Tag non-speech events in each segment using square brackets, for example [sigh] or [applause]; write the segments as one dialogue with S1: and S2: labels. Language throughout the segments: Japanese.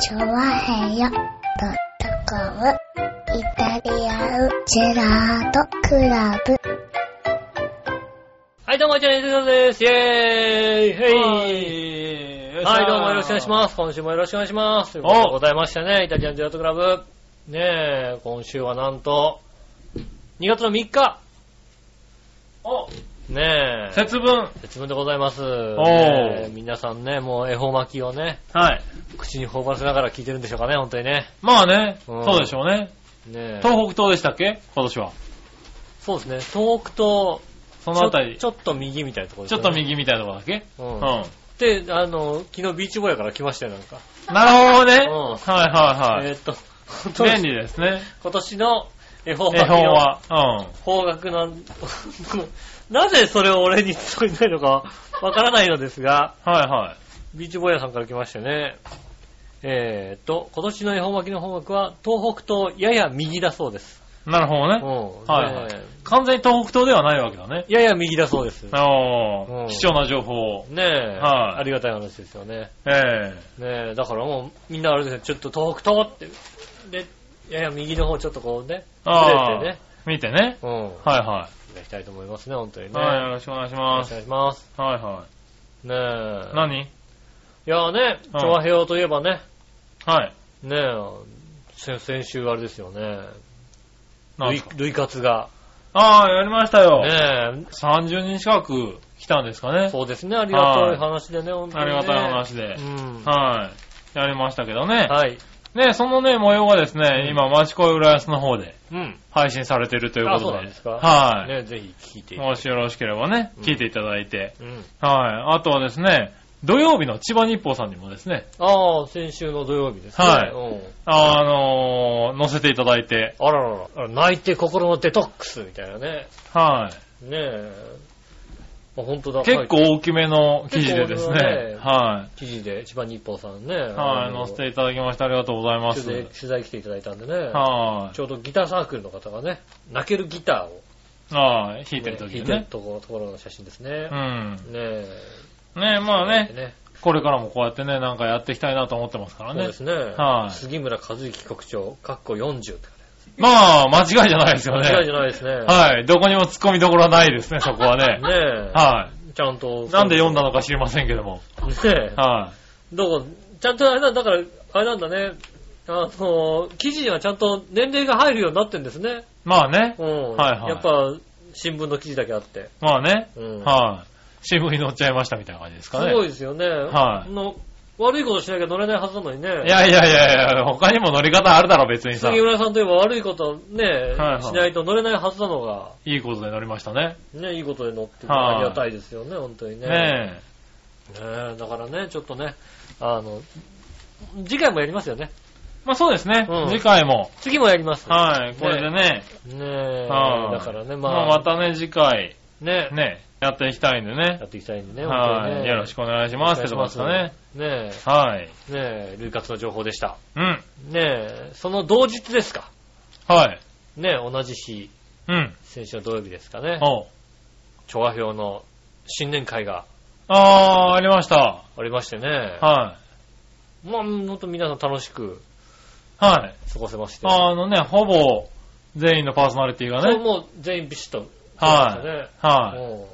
S1: チョワヘヨドットコムイタリアンジェラートクラブ。
S2: はい、どうも、ジャニーズです。イェーイ
S3: はい
S2: へいはい、どうもよろしくお願いします。今週もよろしくお願いします。ということでございましたね、イタリアンジェラートクラブ。ねえ、今週はなんと、2月の3日。
S3: お、
S2: ねえ、
S3: 節分。
S2: 節分でございます。
S3: ー
S2: ねえ皆さんね、もう恵方巻きをね、
S3: はい。
S2: 口に頬張らせながら聞いてるんでしょうかね、本当にね。
S3: まあね、
S2: うん
S3: そうでしょうね。
S2: ねえ、
S3: 東北東でしたっけ今年は。
S2: そうですね、遠くと、
S3: そのあたり、
S2: ちょちょっと右みたいなところ
S3: ちょっと右みたいなとこだっけ
S2: 右。う。
S3: うんん。
S2: で、あの、昨日ビーチボーイから来ましたよ、なんか。
S3: なるほどね。
S2: うん
S3: はいはいはい。
S2: えーっと、 [laughs]
S3: 便利ですね。
S2: 今年の絵本
S3: 絵本は。うん。
S2: 方角なん、 [laughs] なぜそれを俺に伝えないのかわからないのですが、
S3: はいはい。
S2: ビーチボーヤさんから来ましたね。えーっと、今年の恵方巻きの方角は東北とやや右だそうです。
S3: なるほど
S2: うん。
S3: ね。はいはい
S2: ね
S3: 完全に東北東ではないわけだね。
S2: やや右だそうです。ねう
S3: お
S2: ん
S3: ー、貴重な情報を。
S2: え、
S3: はい
S2: ありがたい話ですよね。
S3: え
S2: ねえ、だからもうみんなあれですね、ちょっと東北東って、で、やや右の方ちょっとこうね、
S3: えあ
S2: ずれてね、
S3: ー見てね。
S2: うん、
S3: はいはい
S2: ただきたいと思いますね、本当に
S3: い。
S2: ね。
S3: はい、よろしくお願いし
S2: よろ
S3: ま
S2: しくお
S3: す。
S2: 願いします。
S3: はいは
S2: ねえ
S3: い。。何
S2: いやね、
S3: うん
S2: 調和平和といえばね、
S3: はい。
S2: ねえ、先先週あれですよね、
S3: な
S2: 類
S3: んか。
S2: 類活が。
S3: ああ、やりましたよ。
S2: ね
S3: 30人近く来たんですか
S2: え、
S3: ね。
S2: そうですね、ありがたい話でね、本当
S3: あ
S2: に、
S3: り
S2: ね。
S3: がたい話で
S2: う。ん。
S3: はい。やりましたけどね。
S2: はい。
S3: ね、そのね、模様がです
S2: うん
S3: ね、今、町恋浦安の方で
S2: うん。
S3: 配信されてるという
S2: あ
S3: こ
S2: そう
S3: と
S2: なん
S3: で。
S2: ですか
S3: は
S2: ねえ、ぜひ聞いて
S3: い。
S2: いただ
S3: もしよろしければね
S2: う、ん
S3: 聞いていただいて。
S2: きうん。
S3: はい。あとはですね、土曜日の千葉日報さんにもですね、
S2: ああ、先週の土曜日ですね。
S3: はい
S2: うん。
S3: あのー、載せていただいて、
S2: あらららら、泣いて心のデトックスみたいなね。
S3: は
S2: ねえ。まあ、本当だ。
S3: い。結構大きめの記事でで
S2: 結
S3: す
S2: 構大きめ
S3: ね
S2: のね、
S3: は
S2: 記事で、千葉日報さんね。
S3: い。は
S2: あの
S3: い。載せていただきましてありがとうございま
S2: 取
S3: す。
S2: 材取材来ていただいたんでね。
S3: はい
S2: ち。ょうどギターサークルの方がね、泣けるギターを
S3: ああ、弾
S2: ね、
S3: いてる時
S2: 弾い
S3: に
S2: てる
S3: ね。
S2: ところところの写真ですね
S3: う。
S2: ね
S3: ん。
S2: え。
S3: ねまあね、
S2: ね。
S3: これからもこうやってね、なんかやっていきたいなと思ってますから
S2: そう
S3: ね
S2: で。すね。
S3: はい
S2: 杉村和之局長、かっこ40って
S3: まあ、間違いじゃないですよ
S2: 感
S3: ね。
S2: じ。間違いじゃないですね。
S3: はい。どこにも突っ込みどころはな
S2: [laughs]
S3: いですね、そこはね。
S2: ねえ。
S3: は
S2: ちゃんと。
S3: い。なんで読んだのか知りませんけども。
S2: ねえ。
S3: は
S2: どこ、ちゃんとあれだ、だから、あれなんだね。あの、記事にはちゃんと年齢が入るようになってんですね。
S3: い。まあね
S2: う。ん。
S3: はいはい
S2: やっぱ、新聞の記事だけあって。
S3: まあね。
S2: うん。
S3: はい。新聞に載っちゃいましたみたいな感じです
S2: す
S3: かね。
S2: ごいですよね。
S3: はい
S2: の悪いことしなきゃ乗れないはずなのにね。
S3: いやいやいやいや、他にも乗り方あるだろ、別にさ。
S2: 杉浦さんといえば悪いことね、
S3: はい
S2: しないと乗れないはずなのが、
S3: いいことで乗りましたね。
S2: ね、いいことで乗ってくれて
S3: はい
S2: ありがたいですよね、本当にね。
S3: ね
S2: ねえだからね、ちょっとね、あの、次回もやりますよね。
S3: え。まあそうですね
S2: うん。
S3: 次回も。
S2: 次もやります。
S3: はい。これでね。
S2: ねえ、
S3: はい
S2: だからね、ま
S3: ま
S2: あ、
S3: あまたね、次回、
S2: ね、
S3: ね、やっていきたいんでね
S2: や。っていきたいんでね、本当に
S3: は
S2: ね。
S3: い。よろしくお願いし
S2: お
S3: ます。
S2: 願
S3: って
S2: いし
S3: とこ
S2: ま
S3: ですすかね。。
S2: ね
S3: はい。
S2: え、ねえ、類活の情報でした。
S3: うん。
S2: ねえ、その同日ですか。
S3: はい。
S2: ねえ、同じ日、
S3: うん。
S2: 先週の土曜日ですかね。
S3: おう
S2: 調和表の新年会が
S3: あー、ありました。
S2: ありましてね。
S3: は
S2: まあ、ほんと皆さん楽しく
S3: い。はい。
S2: 過ごせまして。
S3: あのね、ほぼ全員のパーソナリティが
S2: そう、
S3: ね。
S2: もう全員ビシッと。
S3: はい。はい。
S2: も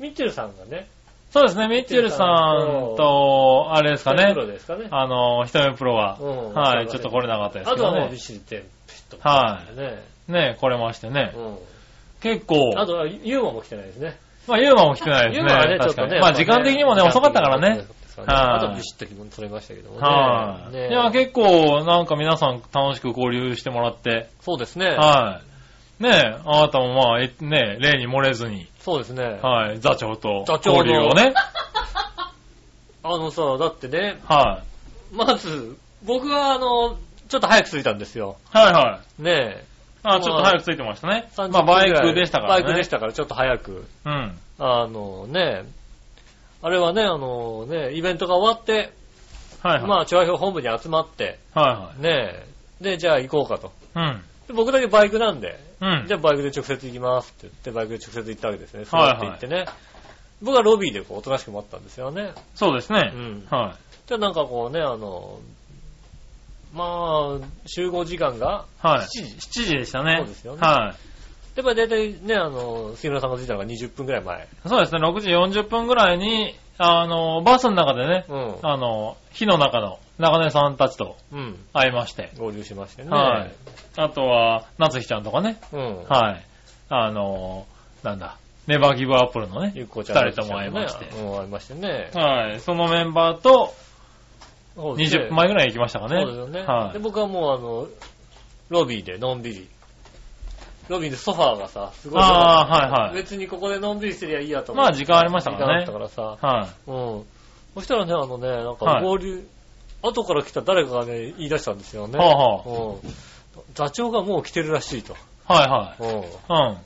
S2: う、ミッチェルさんがね、
S3: そうですね、ミッチェルさんと、あれですか
S2: 手
S3: ね
S2: 袋、ですかね。
S3: あの、一目プロは、
S2: うん
S3: はい、ちょっと来れなかったです
S2: あ
S3: け
S2: とは
S3: ど
S2: もうビ
S3: ね。
S2: シッて、ピシッと。。
S3: はい
S2: ね。
S3: ね、来れましてね
S2: う。ん。
S3: 結構、
S2: あとは、ユーマも来てないですね。
S3: まあ、ユーマも来てないで
S2: ユ
S3: す
S2: ーマはね、
S3: ね。
S2: ちょっ
S3: 確
S2: と
S3: か
S2: ね。
S3: に。まあ、時間的にもね、遅かったからね。。
S2: あ
S3: はい
S2: とビシッと気分取れましたけどもね。
S3: はい。
S2: ね
S3: いや、結構、なんか皆さん楽しく交流してもらって、
S2: そうですね。
S3: はい。ねえ、あなたもまあ、えねえ、例に漏れずに、
S2: そうですね。
S3: はい、座長と
S2: 座長の
S3: 交流をね、
S2: あのさ、だってね、
S3: は
S2: まず、僕はあの、ちょっと早く着いたんですよ。
S3: い。はいはい。
S2: ね
S3: あ、ちょっと早くついてましたね
S2: え。。
S3: まあ、バイクでしたからね。
S2: バイクでしたから、ちょっと早く。
S3: た。うん。
S2: あのね、あれはね、あのね、イベントが終わって、
S3: はいはい。
S2: まあ、調和表本部に集まって、
S3: は
S2: ねえ、で、じゃあ行こうかと。
S3: いはい。
S2: で僕だけバイクなんで、
S3: うん。うん。
S2: じゃあバイクで直接行きますって言って、バイクで直接行ったわけですね。そうやって行ってね。僕はロビーでこう、おとなしく待ったんですよね。
S3: そうですね。
S2: うん
S3: は
S2: じゃあなんかこうね、あの、まあ、集合時間が、
S3: は
S2: 7
S3: い。
S2: 時
S3: 7時でしたね。
S2: そうですよね
S3: はい。
S2: やっぱり大体ね、あの、杉村さんが着いたのが20分くらい前。
S3: そうですね、6時40分ぐらいに、あの、バスの中でね、
S2: うん。
S3: あの、火の中の中根さんたちと
S2: うん。
S3: 会いまして、
S2: 合流しましてね。
S3: はい。あとは、夏日ちゃんとかね、
S2: うん。
S3: はい。あの、なんだ、ネバーギブアップルのね、
S2: ゆっこちゃん
S3: 二人とも会いまして
S2: うん、会いましてね。
S3: はい、そのメンバーと
S2: そうですね
S3: 20分前ぐらいに行きましたかね。
S2: そうですよね。
S3: は
S2: で、
S3: い。
S2: 僕はもうあの、ロビーでのんびり。ロビーでソファーがさ、すごい。
S3: ああ、はいはい。
S2: 別にここでのんびりしてりゃいいやと思
S3: ま
S2: っ
S3: あ
S2: て。
S3: 時間ありましたか
S2: 時間あ
S3: ら
S2: った
S3: ね。
S2: からさ。
S3: は
S2: うん。そしたらね、あのね、なんか
S3: はい
S2: 合流、後から来た誰かがね、言い出したんですよ
S3: い。
S2: ね。
S3: はあは
S2: うん。座長がもう来てるらしいと。
S3: あ。はいは
S2: うん。
S3: い。うん。
S2: ね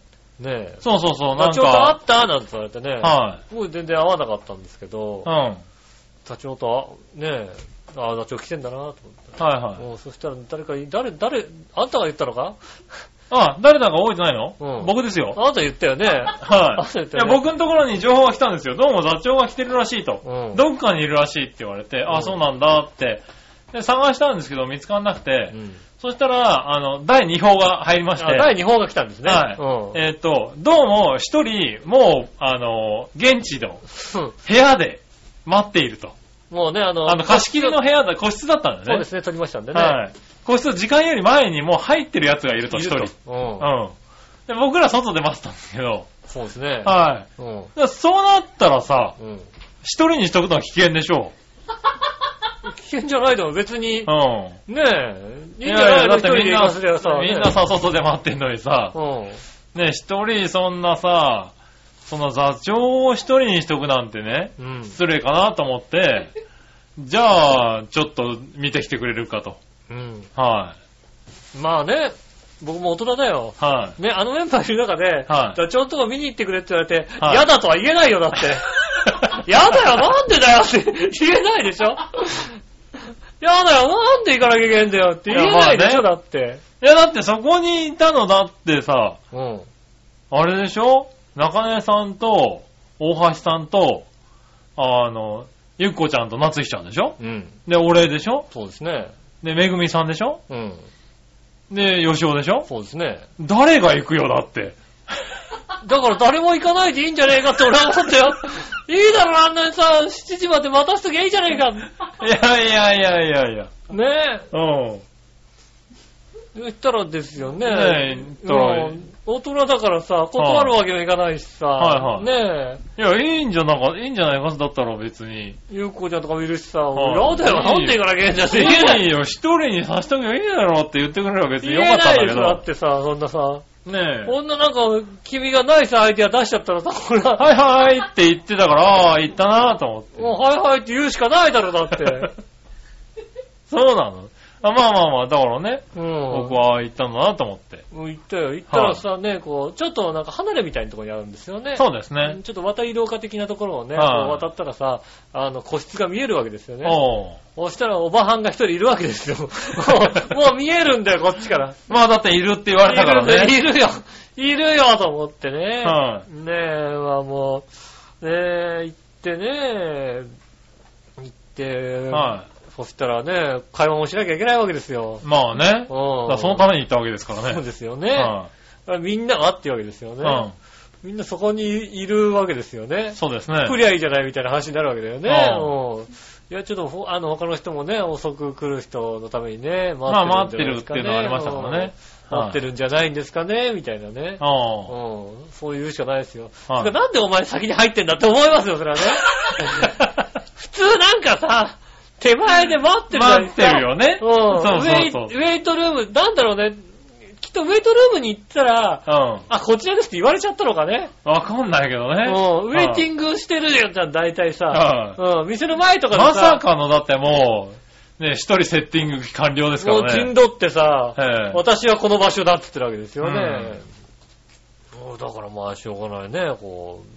S2: え。
S3: そうそうそう、な
S2: 座
S3: ん
S2: 長と会
S3: か、
S2: ったなんて言われてね。
S3: は
S2: 僕全然会わなかったんですけど
S3: い。うん。、はい
S2: 座長とあ、ねえ、ああ、座長来てんだなと思って。
S3: はい。
S2: うんそしたら誰か、誰、誰、あんたが言ったのか
S3: あ、誰だか覚えてないの
S2: うん
S3: 僕ですよ。
S2: あなた言ったよね。あ
S3: はい。
S2: そう
S3: い
S2: ですよ
S3: や、
S2: ね
S3: 僕のところに情報が来たんですよ。どうも座長が来てるらしいと。
S2: うん。
S3: どっかにいるらしいって言われて、
S2: うん
S3: あ、そうなんだって。で、探したんですけど、見つからなくて、
S2: うん
S3: そしたら、あの、第2報が入りまして、
S2: あ第2報が来たんですね。
S3: はい
S2: うん。
S3: えっ、と、どうも一人、もう、あの、現地の
S2: うん
S3: 部屋で待っていると。
S2: もうね、あの、
S3: あの、貸し切りの部屋だ、個室だったんだよね。
S2: そうですね、取りましたんでね。
S3: はい。個室時間より前にもう入ってる奴がいると、
S2: い
S3: 一
S2: る
S3: 人。
S2: と
S3: うん。
S2: うん。
S3: で、僕ら外で待ってたんですけど、
S2: そうですね。
S3: は
S2: うん。
S3: い。でそうなったらさ、
S2: うん。
S3: 一人にしとくのは危険でしょ
S2: 危険じゃないだろ、別に
S3: う。。うん。
S2: ねえ、いいん
S3: い
S2: じゃない
S3: だ
S2: の
S3: っ
S2: 一
S3: て
S2: 人で
S3: みん
S2: 行
S3: な、
S2: かせりゃさ。
S3: みんな
S2: ね
S3: さ、外で待ってんのにさ
S2: う、ん。
S3: ね、一人そんなさ、その座長を一人にしとくなんてね、
S2: うん。
S3: 失礼かなと思って、じゃあ、ちょっと見てきてくれるかと。
S2: うん。
S3: は
S2: まあね、僕も大人だよ。
S3: い。は
S2: ね、あのメンバーいる中で、
S3: はい
S2: 座長のとこ見に行ってくれって言われて、
S3: はい
S2: 嫌だとは言えないよ、だ [laughs] って。嫌だよ、なんでだよって [laughs] 言えないでしょ嫌だよ、なんで行かなきゃいけないんだよって言えないでしょ、
S3: いやま
S2: だって。
S3: い。いや、だってそこにいたのだってさ、
S2: うん。
S3: あれでしょ中根さんと、大橋さんと、あの、ゆっこちゃんと夏日ちゃんでしょ
S2: うん。
S3: で、お礼でしょ
S2: そうですね。
S3: で、めぐみさんでしょ
S2: うん。
S3: で、よしおでしょ
S2: そうですね。
S3: 誰が行くよ、だって。
S2: だから誰も行かないでいいんじゃねえかって俺は思ったよ。いいだろ、あんなにさ、7時まで待たしときゃいいじゃねえか。
S3: [laughs] いやいやいやいやいや。
S2: [laughs] ねえ。
S3: うん。
S2: 言ったらですよね。
S3: ねえ言ったら
S2: うん大人だからさ、断るわけにはいかないしさ。
S3: はい
S2: ねえ。
S3: いや、いいんじゃなか、いいんじゃないかだったら別に。
S2: ゆうこちゃんとかもいるしさ、
S3: は
S2: 俺
S3: い
S2: 嫌だよ、なんで行かなきゃいけないんだって言えない
S3: いいよ、一人にさしとけばいいだろうって言ってくれれば別に
S2: 言
S3: よ
S2: え
S3: かった
S2: なんい
S3: だ
S2: で
S3: け
S2: しょ、だっ
S3: ど。
S2: てさ、そんなさ、
S3: ねえ。
S2: こんななんか、君がないさ、アイディア出しちゃったらさ、これは、
S3: はいはいって言ってたから、ああー、言ったなと思って。
S2: もうはいはいって言うしかないだろ、だって。
S3: そうなのあまあまあまあ、だからね、
S2: うん。
S3: [laughs] 僕。は行ったんだなと思って。
S2: 行ったよ、行ったらさ、ね、こう、ちょっとなんか離れみたいなところにあるんですよね。
S3: そうですね。
S2: ちょっと渡り廊下的なところをね、こう
S3: はい
S2: 渡ったらさ、あの、個室が見えるわけですよね。
S3: お
S2: そ
S3: う
S2: したらおばはんが一人いるわけですよ。も
S3: [laughs]
S2: うもう見えるんだよ、こっちから。
S3: まあだっているって言われたから
S2: い
S3: ね。
S2: るよ、いるよと思ってね。
S3: は
S2: ねえ、まあもう、ねえ、行ってね、行って、
S3: は
S2: そしたらね、会話もしなきゃいけないわけですよ
S3: い。。まあね。
S2: う
S3: だから
S2: ん。
S3: そのために行ったわけですから
S2: そう
S3: ね。
S2: ですよね。
S3: は
S2: みんながっていうわけですよ
S3: い
S2: ね。
S3: うん。
S2: みんなそこにいるわけですよね。
S3: そうですね。
S2: 来りゃいいじゃないみたいな話になるわけだよね。
S3: う
S2: うんいや、ちょっとほ、あの、他の人もね、遅く来る人のためにね、
S3: まあ
S2: 待
S3: 待
S2: って
S3: っ
S2: る
S3: てる
S2: ん
S3: っ
S2: じ
S3: て
S2: ゃないですかね
S3: いうのがありましたからね。。
S2: うん待ってるんじゃないんですかね、みたいなね。
S3: おう
S2: うん、そういうしかないですよ。
S3: はい
S2: てかなんでお前先に入ってんだって思いますよ、そ
S3: [laughs]
S2: れはね。普通なんかさ、手前で待ってるじゃないで
S3: 待っ
S2: すか
S3: てるよね。
S2: うん
S3: そうそうそう
S2: ウェイ。ウェイトルーム、なんだろうね。きっとウェイトルームに行ったら、
S3: うん。
S2: あ、こちらですって言われちゃったのかね。
S3: わかんないけど
S2: うん、
S3: ね。
S2: ウェイテ
S3: ン
S2: ィングしてるじゃん、大体さ。
S3: グ
S2: うん、店の前とかで
S3: ま
S2: さ、
S3: さかの、だってもう、ね、一人セッティング完了ですか
S2: もう
S3: ら
S2: 陣
S3: ね。
S2: 取ってさ、
S3: ええ
S2: 私はこの場所だって言ってるわけですよね。もうだからまあしょうがないね、こう、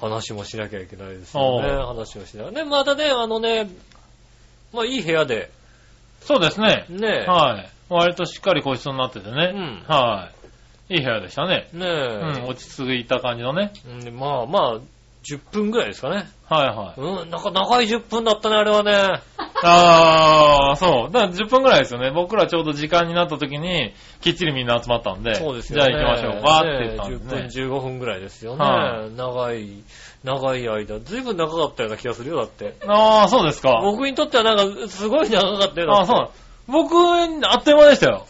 S2: 話もしなきゃいけないですよね、
S3: お
S2: 話をしながら。ね、またね、あのね、まあいい部屋で、
S3: そうですね。
S2: ね、
S3: はい。割としっかり個室になっててね。
S2: うん
S3: はい。いい部屋でしたね。
S2: ね
S3: うん、落ち着いた感じのね。
S2: うんでまあまあ、10分ぐらいですかね。
S3: はいは
S2: うん、なんか長い10分だったね、あれはね。
S3: ああ、そう。だから10分ぐらいですよね。僕らちょうど時間になった時に、きっちりみんな集まったんで、
S2: そうですよね。
S3: じゃあ行きましょうかって言ったんで、ね
S2: ね。10分15分ぐらいですよね。
S3: は
S2: 長い、長い間。ずいぶん長かったような気がするよ、だって。
S3: ああ、そうですか。
S2: 僕にとってはなんか、すごい長かったよ。
S3: ああ、そう
S2: う。
S3: なん僕、あっという間でし
S2: [laughs]
S3: たよ。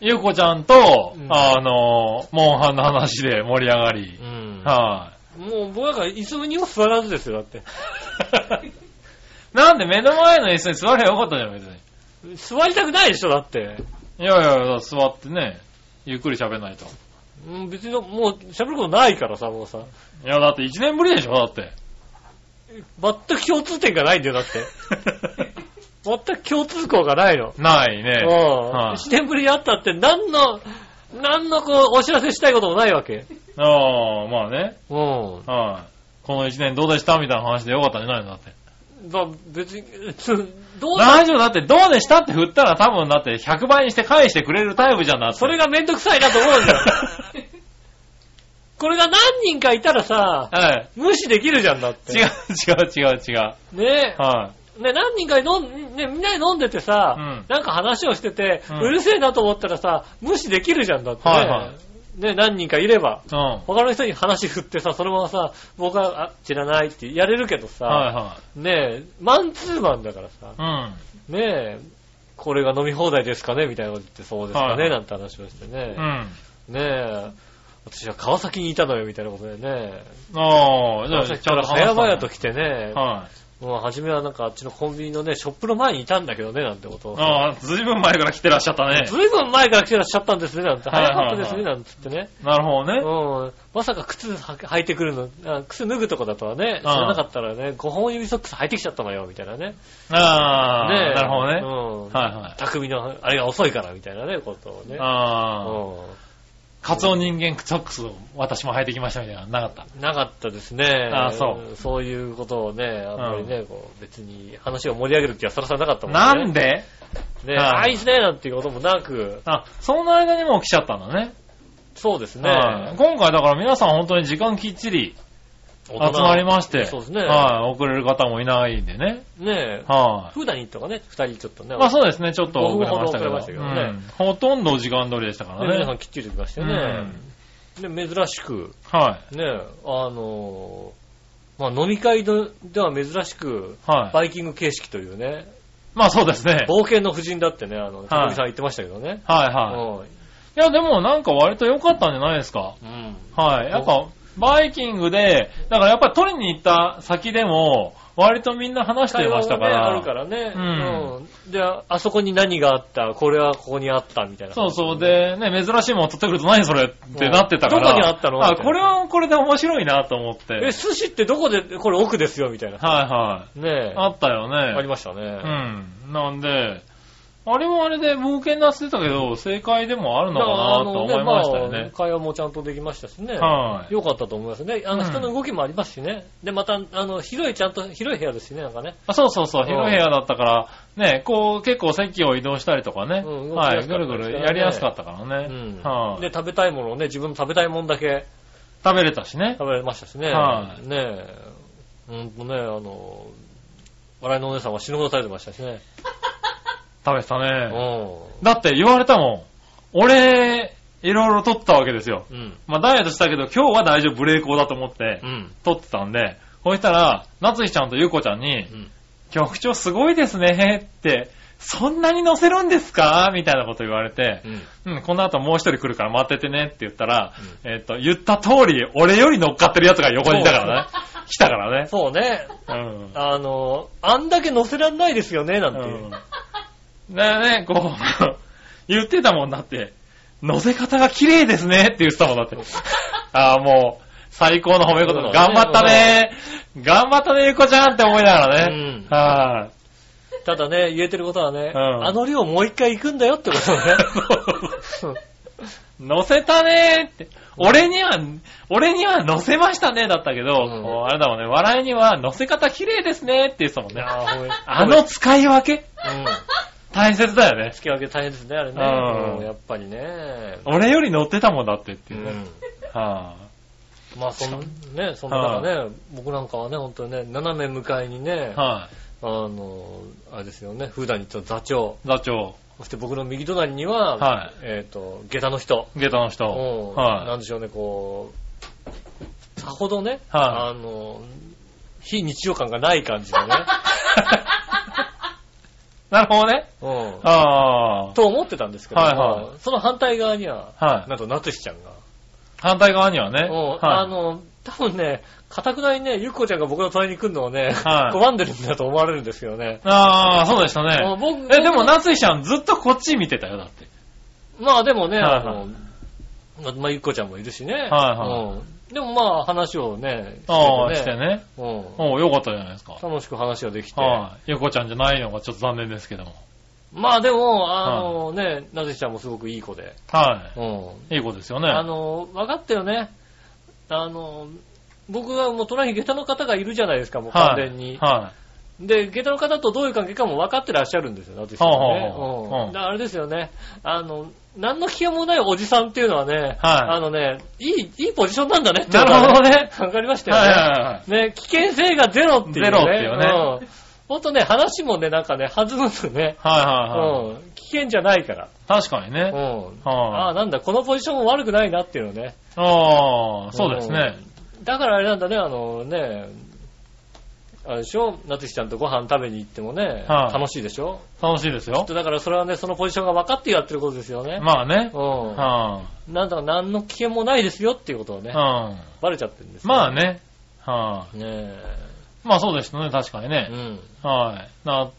S3: ゆうこちゃんと、
S2: うん
S3: あの、モンハンの話で盛り上がり
S2: う、ん。
S3: は
S2: もう僕なんか椅子にも座らずですよ、だっ
S3: [laughs]
S2: て。
S3: い。なんで目の前の椅子に座ればよかったじゃん、別に。
S2: 座りたくないでしょ、だって。
S3: いやいやいや、座ってね、ゆっくり喋んないと。
S2: うん、別にもう喋ることないからさ、もうさ。
S3: いや、だって1年ぶりでしょ、
S2: [laughs]
S3: だって。
S2: 全く共通点がないんだよ、だって。全く共通項がないの。
S3: ないね。
S2: うん。
S3: はい
S2: 一年ぶりに会ったって、何の、何のこう、お知らせしたいこともないわけ。
S3: ああ、まあね。
S2: うん。
S3: はい。この1年どうでしたみたいな話でよかったんじゃないのだって。
S2: まあ、別に、 [laughs] つどうだ
S3: 大丈夫だって、どうでしたって振ったら多分だって100倍にして返してくれるタイプじゃんなって。
S2: それがめんどくさいなと思うんだよ。 [laughs] これが何人かいたらさ、
S3: はい。
S2: 無視できるじゃんだって。
S3: 違う、違う、違う、違う。
S2: ね
S3: は
S2: え。ね何人かで飲ん、ね、みんなで飲んでてさ、
S3: うん
S2: なんか話をしてて、
S3: う
S2: うんるせえなと思ったらさ、無視できるじゃんだってね。
S3: はいは
S2: ね何人かいれば。
S3: い。うん。は
S2: 他の人に話振ってさ、そのままさ、僕は、あ、知らないってやれるけどさ、
S3: いは
S2: ねえ、マンツーマンだからさ
S3: い。、うん。
S2: ねえ、これが飲み放題ですかねみたいなこと言ってそうですかね、
S3: はい
S2: なんて話をしてね、
S3: うん。
S2: ねえ、私は川崎にいたのよ、みたいなことでね、
S3: ああ、じゃ
S2: 川
S3: あ、
S2: 崎
S3: ち
S2: か
S3: ゃん
S2: ら
S3: と話し
S2: 早
S3: たんだ
S2: 々と来てね、
S3: はい。
S2: もう初めはなんかあっちのコンビニのね、ショップの前にいたんだけどね、なんてことを。
S3: ああ、ずいぶん前から来てらっしゃったね。
S2: ずいぶん前から来てらっしゃったんですね、なんて。
S3: はいは
S2: 早
S3: いはい
S2: かったですね、なんつってね。
S3: なるほどね。
S2: うん。まさか靴は履いてくるの、あ靴脱ぐとこだとはね、知らなかったらね、5本指ソックス履いてきちゃったのよ、みたいなね。
S3: ああ、
S2: ねえ
S3: なるほどね。
S2: うん。
S3: はいはい。
S2: 匠の、あれが遅いから、みたいなね、ことをね。
S3: ああ、
S2: う
S3: カツオ人間ソックスを私も履いてきましたみたいなのなかった。
S2: ん。なかったですね。。
S3: あそう
S2: そういうことをね、あんまりね、こう、別に話を盛り上げる気はさらさらなかったもんね。
S3: なんで
S2: ね、
S3: はい
S2: 愛せねなんていうこともなく、
S3: あ、その間にもう来ちゃったんだね。
S2: そうですね。
S3: はい今回だから皆さん本当に時間きっちり
S2: 集
S3: 集まりまして、
S2: そうですね。
S3: はい、遅れる方もいないんでね。
S2: ねえ、
S3: は
S2: 普段に行ったかね、二人ちょっとね。
S3: い。まあそうですね、ちょっと
S2: 5
S3: 遅
S2: 分
S3: れましたけど。
S2: ほど遅れましたけどね
S3: うんほとんど時間通りでしたか
S2: ね皆
S3: ら
S2: さん
S3: ね。
S2: きっちり行きましてね。で、珍しく、
S3: は
S2: ね、あのー、まあ飲み会のでは珍しく、
S3: い。は
S2: バイキング形式というね、
S3: い。まあそうですね。
S2: 冒険の夫人だってね、あの、高木さん言ってましたけどね。
S3: はいはい。いや、でもなんか割と良かったんじゃないですか。
S2: うん。うん
S3: はい。やっぱ、バイキングで、だからやっぱり取りに行った先でも、割とみんな話して
S2: 会
S3: ま
S2: 話
S3: し
S2: したた
S3: か。
S2: からあるからね。
S3: うん
S2: うん。で、あそこに何があった、これはここにあった、みたいな。
S3: そうそう。で、ね、珍しいもの取ってくると何それってなってたから。
S2: どこにあったの
S3: あ、これはこれで面白いなと思って。はい
S2: え、寿司ってどこで、これ奥ですよ、みたいな。
S3: はい。
S2: ねえ。
S3: あったよ
S2: あり
S3: ね。
S2: ましたね。
S3: うん。なんで、あれもあれで冒険なってたけど、正解でもあるのかなと思いました
S2: だからあ
S3: よ
S2: のま
S3: ね
S2: あ。会話もちゃんとできましたしね。
S3: はい。
S2: よかったと思いますね。あ
S3: う
S2: の、
S3: ん
S2: 人の動きもありますしね。で、また、あの、広い、ちゃんと広い部屋ですしね、なんかね。
S3: あそうそうそう、広い部屋だったから、ね、こう結構席を移動したりとかね、
S2: うん
S3: は
S2: 動
S3: い、
S2: き
S3: ぐ
S2: やすかっ
S3: るぐ
S2: たですからね
S3: るやりやすかったから
S2: う
S3: ね。
S2: ん。
S3: はい
S2: で、食べたいものをね、自分の食べたいものだけ
S3: 食べれたしね。
S2: 食べれましたしね。
S3: はい
S2: ねえ。うんとね、あの、笑いのお姉さんは死ぬほど食べてましたしね。
S3: 食べてた
S2: う
S3: ね。
S2: ん。
S3: だって言われたもん。俺、いろいろ撮ったわけですよ。
S2: うん。
S3: まあダイエットしたけど、今日は大丈夫、ブレイクだと思って
S2: うん。
S3: 撮ってたんで、そしたら、夏日ちゃんとゆうこちゃんに
S2: う、ん。
S3: 局長すごいですね、って、そんなに載せるんですかみたいなこと言われて
S2: う、ん。
S3: うん、この後もう一人来るから待っててねって言ったら、
S2: う
S3: えっ、と、言った通り、俺より乗っかってる奴が横にいたからね。来たからね。
S2: そうね。
S3: うん。
S2: あの、あんだけ乗せられないですよね、なんて。
S3: うん。だからね、こう、 [laughs] 言ってたもんだって、乗せ方が綺麗ですねって言ってたもんだって。ああ、もう、最高の褒め言葉。頑張ったね頑張ったね、ゆうこちゃんって思いながらね。
S2: う
S3: はい、
S2: ただね、言えてることはね、
S3: うん
S2: あの量もう一回行くんだよってことね。うん
S3: 乗せたねーって。俺には、俺には乗せましたねだったけど、
S2: ん
S3: こうあれだもんね、笑いには乗せ方綺麗ですねって言ってたもんね。
S2: あ [laughs] ーほい
S3: あの使い分
S2: う
S3: け
S2: ん。
S3: 大切だよね。
S2: 付き分け大変ですね、あれね。
S3: うん
S2: もうやっぱりね。
S3: 俺より乗ってたもんだってって
S2: う
S3: いうね。
S2: ん。
S3: は
S2: まあ、そんね、そんな中ね、僕なんかはね、本当にね、斜め向かいにね
S3: い、は
S2: あの、あれですよね、普段にちょっと座長。
S3: 座長。
S2: そして僕の右隣には、
S3: はい
S2: えっ、と、下駄の人。
S3: 下駄の人。
S2: うんな
S3: は
S2: んでしょうね、こう、さほどね、
S3: は
S2: あの、非日常感がない感じの
S3: [laughs]
S2: ね、
S3: い。なるほどね。
S2: うん
S3: ああ。
S2: と思ってたんですけど、
S3: はいは
S2: その反対側には、
S3: はい。
S2: なんと、なつしちゃんが、
S3: 反対側にはね。
S2: うんあ
S3: は
S2: の、多分ね、かたくなにね、ゆっこちゃんが僕の隣に来るのをね、
S3: はい
S2: 拒んでるんだと思われるんですよね。
S3: い。ああ、そうでした
S2: う
S3: ね
S2: ん。僕
S3: え、でも、夏井ちゃんずっとこっち見てたよ、だって。
S2: まあでもね、
S3: はい
S2: あの、まあ、ゆっこちゃんもいるしね。はい
S3: は
S2: うん、でもまあ話をね、
S3: ああ、
S2: し
S3: してて
S2: ね
S3: ね。
S2: う
S3: おうよかったじゃないですか。
S2: ん、楽しく話ができて。
S3: はい。ゆうこちゃんじゃないのがちょっと残念ですけども。
S2: まあでも、あのね、なぜちゃんもすごくいい子で。
S3: は
S2: うん。
S3: い。いい子ですよね。
S2: あの、分かったよね。あの、僕はもう隣に下駄の方がいるじゃないですか、もう
S3: は
S2: 完
S3: い
S2: 全に。
S3: は
S2: で、下駄の方とどういう関係かも分かってらっしゃるんですよ、なぜちゃんはね。
S3: ほうほうほう
S2: う。
S3: うんん
S2: だからあれですよね、あの、何の気がもないおじさんっていうのはね、あのね、いい、いいポジションなんだねっていうのが
S3: なるほどね。
S2: わかりまし
S3: い。
S2: た
S3: はい
S2: よ
S3: はいはい。
S2: ね。ね、危険性がゼロっていうね。
S3: ゼロっていうね
S2: うん。ほんとね、話もね、なんかね、弾むんですよね。
S3: はいはいはい。
S2: うん。危険じゃないから。
S3: 確かに
S2: う
S3: ね。
S2: ん。ああ、
S3: はい。
S2: なんだ、このポジションも悪くないなっていうのね。
S3: ああ、そうですね。
S2: だからあれなんだね、あのね、あれでしょ、なつきちゃんとご飯食べに行ってもね、
S3: はい
S2: 楽しいでしょ
S3: 楽しいですよ。
S2: だからそれはね、そのポジションが分かってやってることですよね。
S3: まあね。
S2: う
S3: は
S2: ん。なんだか何の危険もないですよっていうことを
S3: い。
S2: ね、
S3: うん。
S2: バレちゃってるんですよ
S3: まあ。ね。はい。
S2: ね
S3: まあそうでしたね、確かに
S2: え。う
S3: ね。
S2: ん。
S3: はい。な、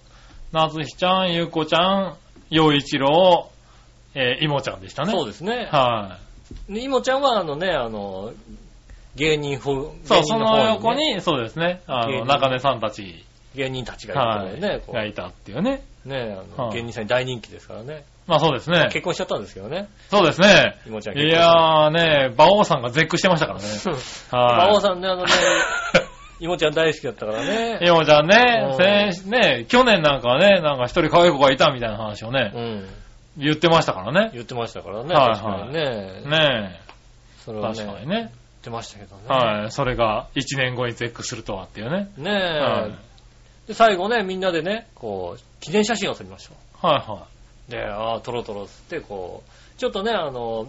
S3: なつひちゃん、ゆうこちゃん、よいちろう、えー、いもちゃんでしたね。
S2: そう
S3: で
S2: ですね。
S3: はい。
S2: でいもちゃんはあのね、あの、芸人風、
S3: そ
S2: 芸
S3: う、そ
S2: 人
S3: の
S2: 方
S3: 横
S2: ね
S3: に、そうですね、あ
S2: 芸人
S3: の、中根さんたち、
S2: 芸人たちが
S3: はい
S2: る
S3: い、
S2: んだよね、こ
S3: がいたっていうね。
S2: う。ねあの、
S3: はい
S2: 芸人さんに大人気ですからね。
S3: まあそうですね。
S2: 結婚しちゃったんですけどね、
S3: そうですね。
S2: いもちゃん
S3: いやーね、馬王さんが絶句してましたからね。
S2: 結婚し
S3: はい。
S2: 馬王さんね、あの [laughs] ね、いもちゃん大好きだったからね。
S3: いもちゃん
S2: うん
S3: ね、先、ね、去年なんかはね、なんか一人可愛い子がいたみたいな話をね
S2: う、ん。
S3: 言ってましたからね。
S2: 言ってましたからね。
S3: はいはい
S2: 確かにね。
S3: ね
S2: それ
S3: え、
S2: はね、
S3: 確か
S2: 言っ
S3: にね。
S2: てましたけどね。
S3: はい。それが1年後に絶句するとはっていうね。
S2: ねえ、
S3: はい。
S2: で、最後ね、みんなでね、こう、記念写真を撮りましょ
S3: はいは
S2: う。で、ああ、撮ろう撮ろうっつって、こう、ちょっとね、あの、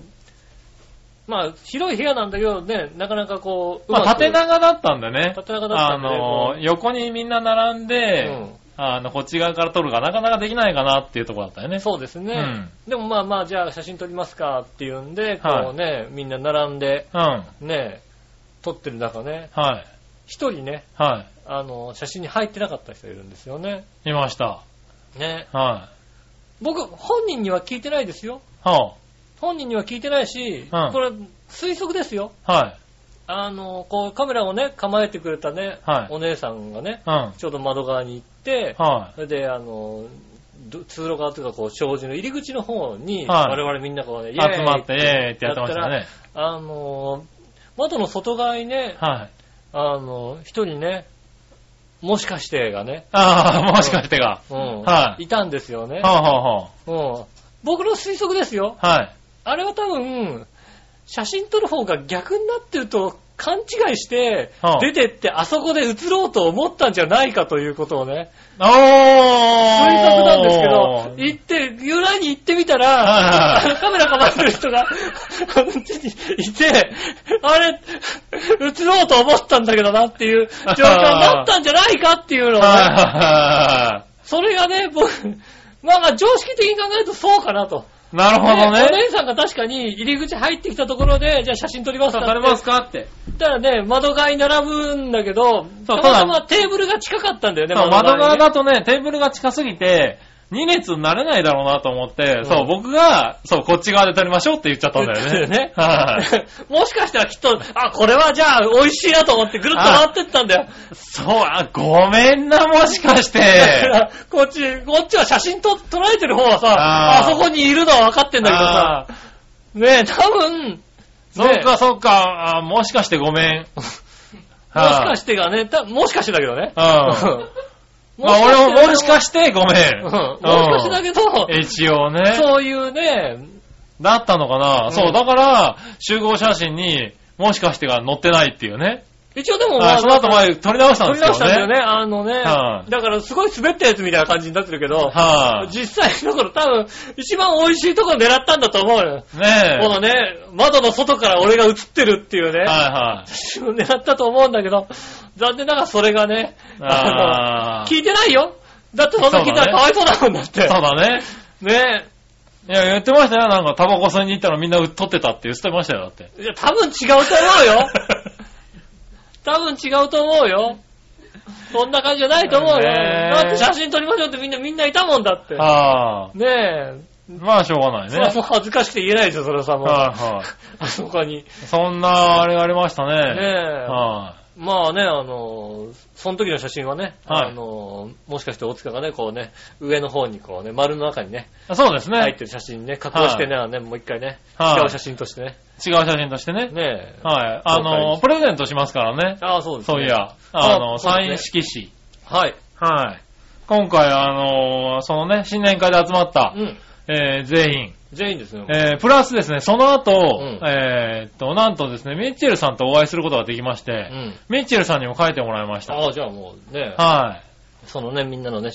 S2: まあ、広い部屋なんだけどね、なかなかこう、
S3: い。まあ
S2: うまく
S3: 縦長だったんでね。
S2: 縦長だった
S3: あ
S2: んで、
S3: の、横にみんな並んで、
S2: うん
S3: あの、こっち側から撮るがなかなかできないかなっていうところだったよね。
S2: そうですね、でもまあまあ、じゃあ写真撮りますかっていうんで、こうね、みんな並んで、
S3: うん。はい。
S2: ね、撮ってる中ね、一人ね、
S3: は
S2: あの、写真に入ってなかった人いるんですよね。
S3: い。いました。
S2: ね。
S3: は
S2: 僕、本人には聞いてないですよ。
S3: い。は
S2: 本人には聞いてないし、
S3: うん
S2: これ、推測ですよ。
S3: あ、はい。
S2: あの、こう、カメラをね、構えてくれたね、
S3: はい
S2: お姉さんがね、
S3: うん。
S2: ちょうど窓側に行って、
S3: は
S2: それで、あの、ど通路側というか、こう、障子の入り口の方に、
S3: はい
S2: 我々みんなこうね、
S3: い。
S2: イ
S3: 集
S2: エーイ
S3: まって、イエーイってやってました
S2: や
S3: ね。
S2: あの、窓の外側にね、
S3: はい。
S2: あの、一人ね、もしかしてがね、
S3: ああ、もしかしてが。
S2: うん、
S3: はい
S2: いたんですよね。
S3: はあ、は
S2: うん僕の推測ですよ。
S3: あ、はあ。はい。
S2: あれは多分、写真撮る方が逆になってると勘違いして
S3: は、あ
S2: 出てってあそこで映ろうと思ったんじゃないかということをね、
S3: お
S2: 推
S3: ー
S2: 測なんですけど、行って、裏に行ってみたら、
S3: はいはいはい
S2: あの [laughs] カメラ構えてる人が、こっちにいて、あれ、映ろうと思ったんだけどなっていう状況だったんじゃないかっていうのを
S3: は
S2: ね、
S3: いはいは
S2: それがね、僕、まあまあ常識的に考えるとそうかなと。
S3: い。なるほど
S2: でお
S3: ね。
S2: 姉さんが確かに入り口入ってきたところで、じゃあ写真撮りますかって
S3: かって。
S2: 言ったらね、窓側に並ぶんだけど、た
S3: そう
S2: またまテーブルが近かったんだよね、
S3: そう窓側
S2: にね
S3: だとね、テーブルが近すぎて、2列になれないだろうなと思って、
S2: ん
S3: そう、僕が、そう、こっち側で撮りましょうって言っちゃったんだ
S2: [laughs]
S3: よね。
S2: 言った
S3: はい、
S2: [laughs] もしかしたらきっと、あ、これはじゃあ美味しいなと思ってぐるっと回ってったんだよ。
S3: そう、あ、ごめんな、もしか
S2: [laughs]
S3: し
S2: だか
S3: て。
S2: らこっち、こっちは写真と撮られてる方はさ、あ
S3: あー
S2: そこにいるのは分かってんだけどさ、
S3: あ
S2: ねえ、多分、
S3: そっ
S2: ね
S3: か、そっか、あもしかしてごめん。
S2: [laughs]
S3: もし
S2: えもしかしてがね、たもしかしてだけどね。
S3: うん。
S2: [laughs]
S3: [laughs] まあ、俺ももしかしてごめん。
S2: うんもしかしてだけど、
S3: うん一応ね。
S2: そういうね、
S3: だったのかな、
S2: うん
S3: そう、だから、集合写真に、もしかしてが載ってないっていうね。
S2: 一応でも、
S3: はいその後前取り直したん
S2: 取
S3: で
S2: り
S3: すけ
S2: 直
S3: ど
S2: した
S3: ね。
S2: んだよね、あのね。
S3: はい
S2: だからすごい滑ったやつみたいな感じになってるけど、
S3: はい、
S2: 実際のところ多分、一番美味しいところ狙ったんだと思うよ。
S3: ねえ。
S2: このね、窓の外から俺が映ってるっていうね、
S3: はいはい。
S2: [laughs] 狙ったと思うんだけど、残念ながらそれがね、あ
S3: あ
S2: の
S3: あ。
S2: 聞いてないよ。だってそんな聞いたらかわいそうだもんだって。
S3: そうだね。
S2: ね
S3: いや、言ってましたよ。なんか、タバコ吸いに行ったらみんな取ってたって言ってましたよ、だって。
S2: え。いや、多分違うと思うよ。
S3: [laughs]
S2: 多分違うと思うよ。そんな感じじゃないと思うよ。
S3: ねえ
S2: だって写真撮りましょうってみんな、みんないたもんだって。
S3: ああ。
S2: ねえ。
S3: まあ、しょうがない
S2: それはも
S3: ね。
S2: う恥ずかしくて言えないですよ、それはさ、もう。
S3: はいはい。
S2: あそこに。ね
S3: そんな、あれがありました
S2: え。
S3: ね。は
S2: まあね、あの、その時の写真はね、
S3: はい
S2: あの、もしかして大塚がね、こうね、上の方にこうね、丸の中にね、
S3: い。そうですね。
S2: 入ってる写真ね、加工してね、あのねもう一回ね、
S3: はい
S2: 違う写真としてね。
S3: 違う写真としてね。
S2: ねえ。
S3: はい。あ
S2: 紹
S3: の、
S2: 介
S3: プレゼントしますからね。
S2: ああ、そうです、ね。
S3: そういや。あ
S2: あ
S3: の、
S2: そう
S3: サイ
S2: で
S3: ン
S2: す
S3: 色紙。
S2: はい。
S3: はい。今回、あの、そのね、新年会で集まった
S2: う、ん。
S3: えー全員。
S2: 全員ですね。
S3: えープラスですね、その後、
S2: ん
S3: えーっと、なんとですね、ミッチェルさんとお会いすることができまして、
S2: うん。
S3: ミッチェルさんにも書いてもらいました。
S2: ああ、じゃあもうね、
S3: はい。
S2: そのね、みんなのね、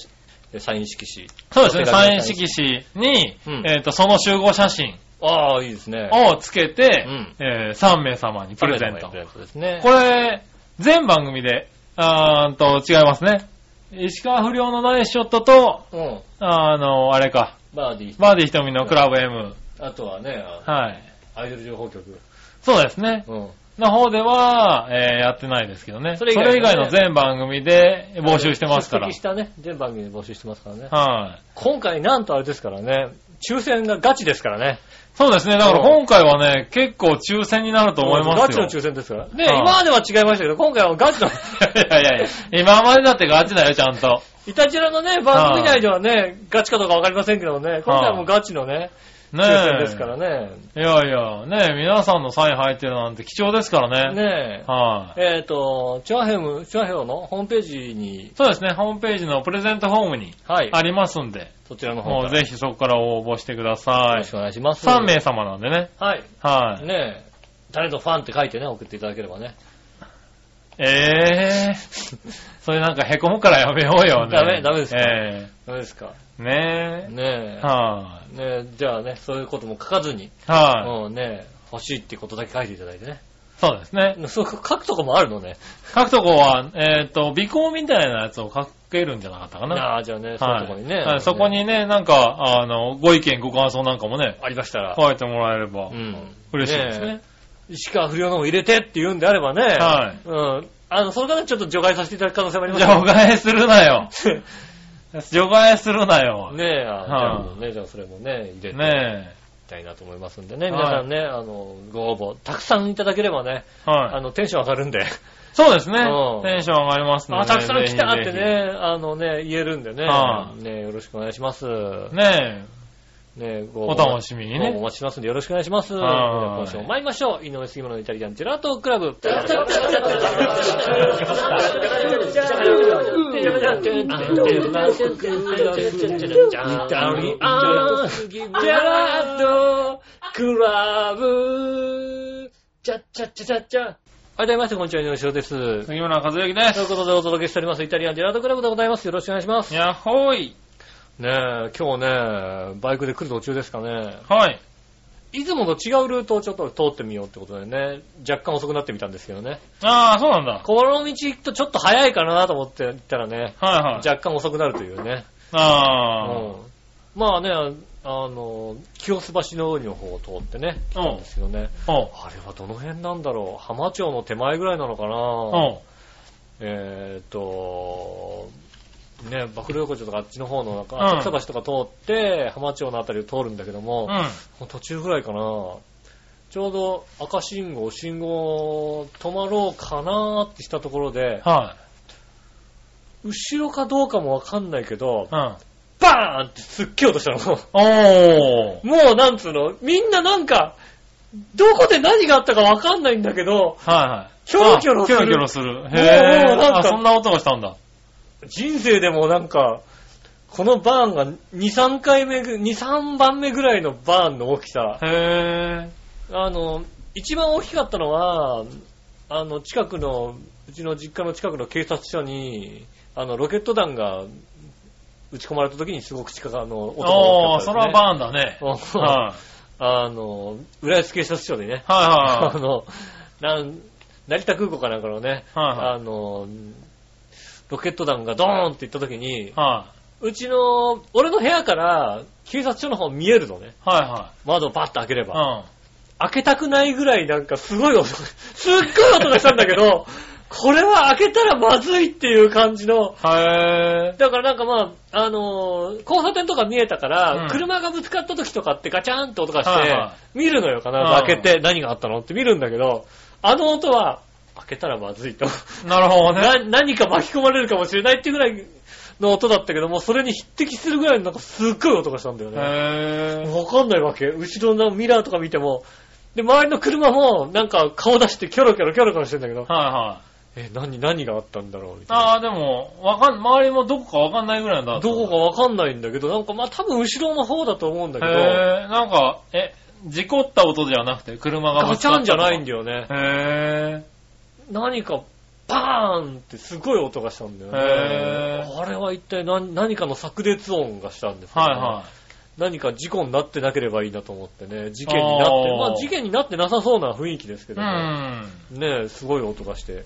S2: サイン色紙。
S3: そうですね、
S2: お手紙
S3: サ
S2: の
S3: イン色紙に、
S2: うん
S3: えーっと、その集合写真
S2: ああ、いいですね。
S3: をつけて、
S2: うん
S3: え3名様にプレゼント
S2: プ。レゼントですね。
S3: これ、全番組で、あーんと、違いますね。石川不良のナイスショットと、
S2: うん。
S3: あの、あれか、
S2: バーディー。
S3: バーディー瞳のクラブ M。
S2: あとはね、あ
S3: はい。
S2: アイドル情報局。
S3: そうですね。
S2: うん。
S3: の方では、えーやってないですけどね。
S2: そ
S3: そ
S2: れ
S3: れ
S2: 以外のね
S3: 以外の全番組で募集してますから
S2: 出席し。たね、全番組で募集してますからね。
S3: はい。
S2: 今回なんとあれですからね、抽選がガチですからね。
S3: そうですね。だから今回はね、結構抽選になると思いますよ。
S2: ガチの抽選ですから。ね、
S3: はい
S2: 今までは違いましたけど、今回はガチの、
S3: [laughs] いやいやいや、今までだってガチだよ、ちゃんと。
S2: イタジラのね、番組内ではね、ガチかどうかわかりませんけどもね、今回はもうガチのね、抽
S3: ね
S2: 選ですからね。
S3: え。いやいや、ねえ、皆さんのサイン入ってるなんて貴重ですからね。
S2: ねえ。
S3: はい、
S2: えっ、と、チュアヘム、チュアヘオのホームページに、
S3: そうですね、ホームページのプレゼントホームに
S2: はい、
S3: ありますんで、
S2: そちらの方
S3: も
S2: か
S3: う
S2: らよ
S3: ぜひそこから応募してくださ
S2: ろ
S3: い
S2: し。くお願いします。
S3: 3名様なんでね。
S2: はい。
S3: はい、
S2: ねえ、誰のファンって書いてね、送っていただければね。
S3: ええ [laughs] それなんか凹むからやめようよね。
S2: ダメダメですか
S3: え
S2: どうですか
S3: えね
S2: ね
S3: え。
S2: え。
S3: はい、
S2: ねえ、じゃあね、そういうことも書かずに、
S3: はい、
S2: もうね、欲しいってことだけ書いていただいてね。
S3: そうですね。
S2: そう書くとこもあるのね。
S3: 書くとこは、えっ、と、尾行みたいなやつを書けるんじゃなかったかな。
S2: ああ、じゃあね、そういう
S3: は
S2: と
S3: い
S2: こにね。
S3: はいそこ。にね、なんか、あの、ご意見、ご感想なんかもね、
S2: ありましたら。
S3: 書いてもらえれば
S2: う、ん。
S3: 嬉しいですね。
S2: え。石川不良のも入れてって言うんであればね。
S3: はい
S2: うん。あの、それからちょっと除外させていただく可能性もあります
S3: 除外するなよ。 [laughs] 除外するなよ。ね
S2: ねえ、あ
S3: はい
S2: じゃあもうね、じゃあそれもね、入れていきたいなと思いますんでね、
S3: はい
S2: 皆さんね、あの、ご応募、たくさんいただければね、
S3: え。は
S2: あ
S3: い。
S2: の、テンション上が
S3: [laughs]
S2: るんで、
S3: そうですね
S2: うん。
S3: テンション上がりますね。
S2: あ、たくさん来たっ
S3: ぜ
S2: て
S3: ひぜ
S2: ね、あのね、言えるんでね
S3: は、
S2: ねよろしくお願いします。
S3: ひ。ねえ。
S2: ねご応
S3: お
S2: 募
S3: 楽しみに
S2: ご応募お
S3: ね。
S2: 待ちしますんでよろしくお願いします。では
S3: はい
S2: 今週も参りましょう。井上杉村のイタリアンジェラートクラブ。はい、どうもみなさん、こんにちは、井上杉です。と
S3: 杉村和之で
S2: いうことでお届けしております、イタリアンジェラートクラブでございます。よろしくお願いします
S3: す。。やっほーい。
S2: ねえ、今日ね、バイクで来る途中ですかね。
S3: はい。
S2: いつもと違うルートをちょっと通ってみようってことでね、若干遅くなってみたんですけどね。
S3: ああ、そうなんだ。
S2: この道行くとちょっと早いかなと思って行ったらね、
S3: はいはい。
S2: 若干遅くなるというね。う
S3: ああ。
S2: ん、まあね、あの、清洲橋の海の方を通ってね、来たんですけどね。
S3: おう。
S2: あれはどの辺なんだろう浜町の手前ぐらいなのかな
S3: おう。
S2: えーっと、ね、爆竜横丁とかあっちの方のなんか、
S3: うん
S2: 浅草橋とか通って、浜町のあたりを通るんだけども、
S3: うん。
S2: もう途中ぐらいかな。ちょうど赤信号、信号止まろうかなーってしたところで、
S3: は
S2: 後ろかどうかもわかんないけど
S3: い。、うん。
S2: バーンってすっげえ音したの。
S3: おー。
S2: もうなんつうの、みんななんか、どこで何があったかわかんないんだけど、
S3: はいはい。
S2: キョロキョロする
S3: あキョロキョロする。へ
S2: もうもうなん
S3: え。
S2: か
S3: あ、そんな音がしたんだ。
S2: 人生でもなんか、このバーンが2、3回目ぐ、2、3番目ぐらいのバーンの大きさ。
S3: へえ。
S2: あの、一番大きかったのは、あの、近くの、うちの実家の近くの警察署に、あの、ロケット弾が撃ち込まれた時にすごく近く、あの、
S3: おー、それは
S2: バ
S3: バーンだね。
S2: ー
S3: はい
S2: [laughs] あの、浦安警察署でね、あ
S3: はいはい
S2: の、なん成田空港かなんかのね、
S3: はいはい
S2: あの、ロケット弾がドーンって行った時に、
S3: は
S2: うちの、俺の部屋から警察署の方見えるのね。
S3: い。は
S2: 窓をパッと開けれ
S3: い
S2: ば。
S3: は
S2: 開けたくないぐらいなんかすごい音が、 [laughs] すっごい音がしたんだけど、これは開けたらまずいっていう感じの、
S3: い。うん。へ
S2: だからなんかまあ、あのー交差点とか見えたから、
S3: うん
S2: 車がぶつかった時とかってガチャーンって音がして、
S3: はいは
S2: 見るのよ、必ず
S3: うん
S2: 開けて何があったのって見るんだけど、あの音は、開けたらまずいと。
S3: ー。なるほどね。
S2: な何か巻き込まれるかもしれないっていうぐらいの音だったけども、それに匹敵するぐらいのなんかすっごい音がしたんだよね。
S3: へー。
S2: わかんないわけ。後ろのミラーとか見ても。で、周りの車も、なんか顔出してキョロキョロキョロキョロしてんだけど、
S3: はいはい。
S2: え、何、何があったんだろうみたいな。
S3: ああ、でも、わかん、周りもどこかわかんないぐらいなんだ。
S2: どこかわかんないんだけど、なんかまあ多分後ろの方だと思うんだけど、
S3: へー、なんか、え、事故った音ではなくて、車が
S2: ガチャンじゃないんだ
S3: だ
S2: よね。
S3: へ
S2: 何か、バーンってすごい音がしたんだよね。
S3: へー
S2: あれは一体何何かの炸裂音がしたんです
S3: ー。
S2: よね
S3: はいはい。
S2: 何か事故になってなければいいなと思ってね、事件になっ
S3: あ
S2: て、
S3: ー
S2: まあ事件になってなさそうな雰囲気ですけ
S3: う
S2: どね、
S3: ん。
S2: ねえすごい音がして、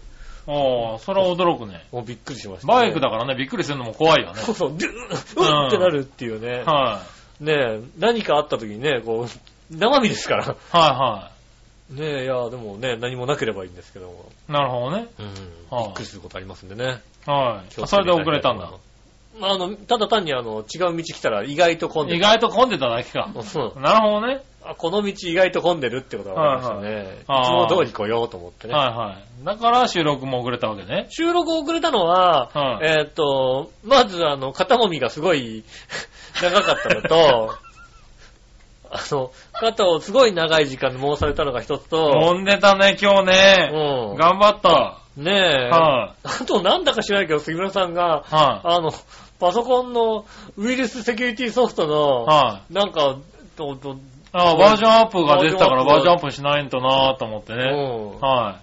S3: ああ、それは驚くね。
S2: もうびっくりしましたね、
S3: バイクだからね、びっくりするのも怖いよね。
S2: そうそう、ドゥーン、う
S3: うん
S2: んってなるっていうね。
S3: は
S2: ねえ、何かあった時にね、こう、 [laughs] 生身ですから。
S3: い。は
S2: ねえ、いや、でもね、何もなければいいんですけども。
S3: いはい。なるほどね。
S2: うん。
S3: はい
S2: びっくりすることありますんでね。
S3: はい。それで遅れたんだ。。
S2: まあ、あの、ただ単にあの、違う道来たら意外と混んで
S3: 意
S2: る。
S3: 外と混んでただけか。
S2: うん
S3: なるほどね。
S2: あこの道意外と混んでるってことが分かりましたね。いつ
S3: はいはい
S2: も通り来ようと思ってね。
S3: はいはい。だから収録も遅れたわけね。
S2: 収録遅れたのは、
S3: はい
S2: えーっ、と、まずあの、肩もみがすごい [laughs] 長かったの
S3: [laughs]
S2: と、あの、肩をすごい長い時間で申されたのが一つと、
S3: 飲んでたね、今日
S2: う
S3: ね。
S2: ん。
S3: 頑張った。
S2: ねえ、
S3: は
S2: あとなんだか知らないけど、杉村さんが、
S3: は
S2: あの、パソコンのウイルスセキュリティソフト
S3: い。
S2: の、
S3: はい。
S2: なんか、とと
S3: ああ、バージョンアップが出てたから
S2: バ
S3: バ
S2: ー
S3: ー
S2: ジ
S3: ジ
S2: ョン
S3: ョン
S2: ア
S3: アップしないとなぁと思って
S2: う
S3: ね。
S2: ん。
S3: は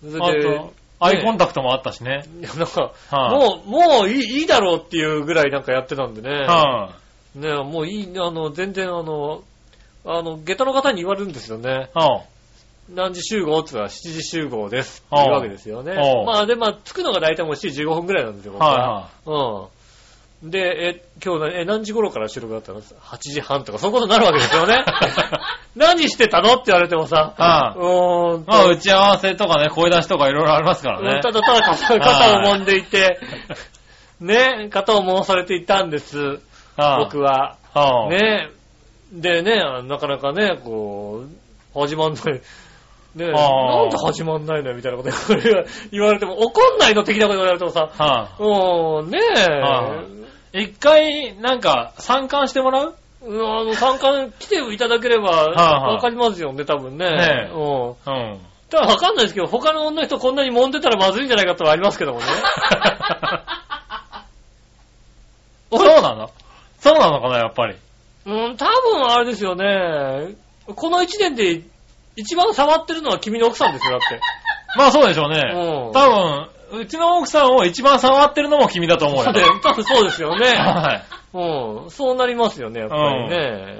S2: そ
S3: い。
S2: れ
S3: あ
S2: で、
S3: と、アイコンタクトもあったしね。
S2: いやなんか、
S3: はい。
S2: もう、もういいいいだろうっていうぐらいなんかやってたんでね。
S3: は
S2: ねえ、もういい、あの、全然あの、あの、下駄の方に言われるんですよね。
S3: い。は
S2: 何時集合って言ったら7時集合です。って
S3: ああ
S2: いうわけですよね
S3: あ。あ
S2: まあで、まあ、着くのが大体もう7時15分ぐらいなんですよ、
S3: い。
S2: 僕
S3: は
S2: うん。で、え、今日何、え、何時頃から収録だったの ?8 時半とか、そういうことになるわけですよ
S3: [laughs]
S2: ね。何してたのって言われてもさ、
S3: ああ
S2: うーん
S3: いはい。まあ、
S2: と、
S3: 打ち合わせとかね、声出しとかいろいろありますからね。
S2: ただただ肩肩を揉んでいて、ね、肩を揉されていたんです、
S3: はい
S2: 僕は。
S3: はね。
S2: ねえ。でね、なかなかね、こう、始まんない。ねえ、
S3: あー
S2: なんで始まんないのよみたいなこと言われ言われても、怒んないの的なこと言われてもさ、
S3: は
S2: うーん、ね
S3: は
S2: え、
S3: い。一回、なんか、参観してもらう
S2: うんあの、参観来ていただければ、
S3: はいはい
S2: わかりますよね、多分ね。
S3: ねえ
S2: うん。
S3: うん。
S2: ただわかんないですけど、他の女の人こんなに揉んでたらまずいんじゃないかとはありますけども
S3: [laughs]
S2: ね。
S3: そうなのそうなのかな、やっぱり。
S2: うん、多分あれですよね。この一年で一番触ってるのは君の奥さんですよ、だって。
S3: まあそうでしょうね。
S2: うん
S3: 多分、うちの奥さんを一番触ってるのも君だと思う
S2: 多
S3: よ。
S2: 分、多分 [laughs] そうですよね。
S3: [laughs] はい。
S2: うん、そうなりますよね、やっぱりね。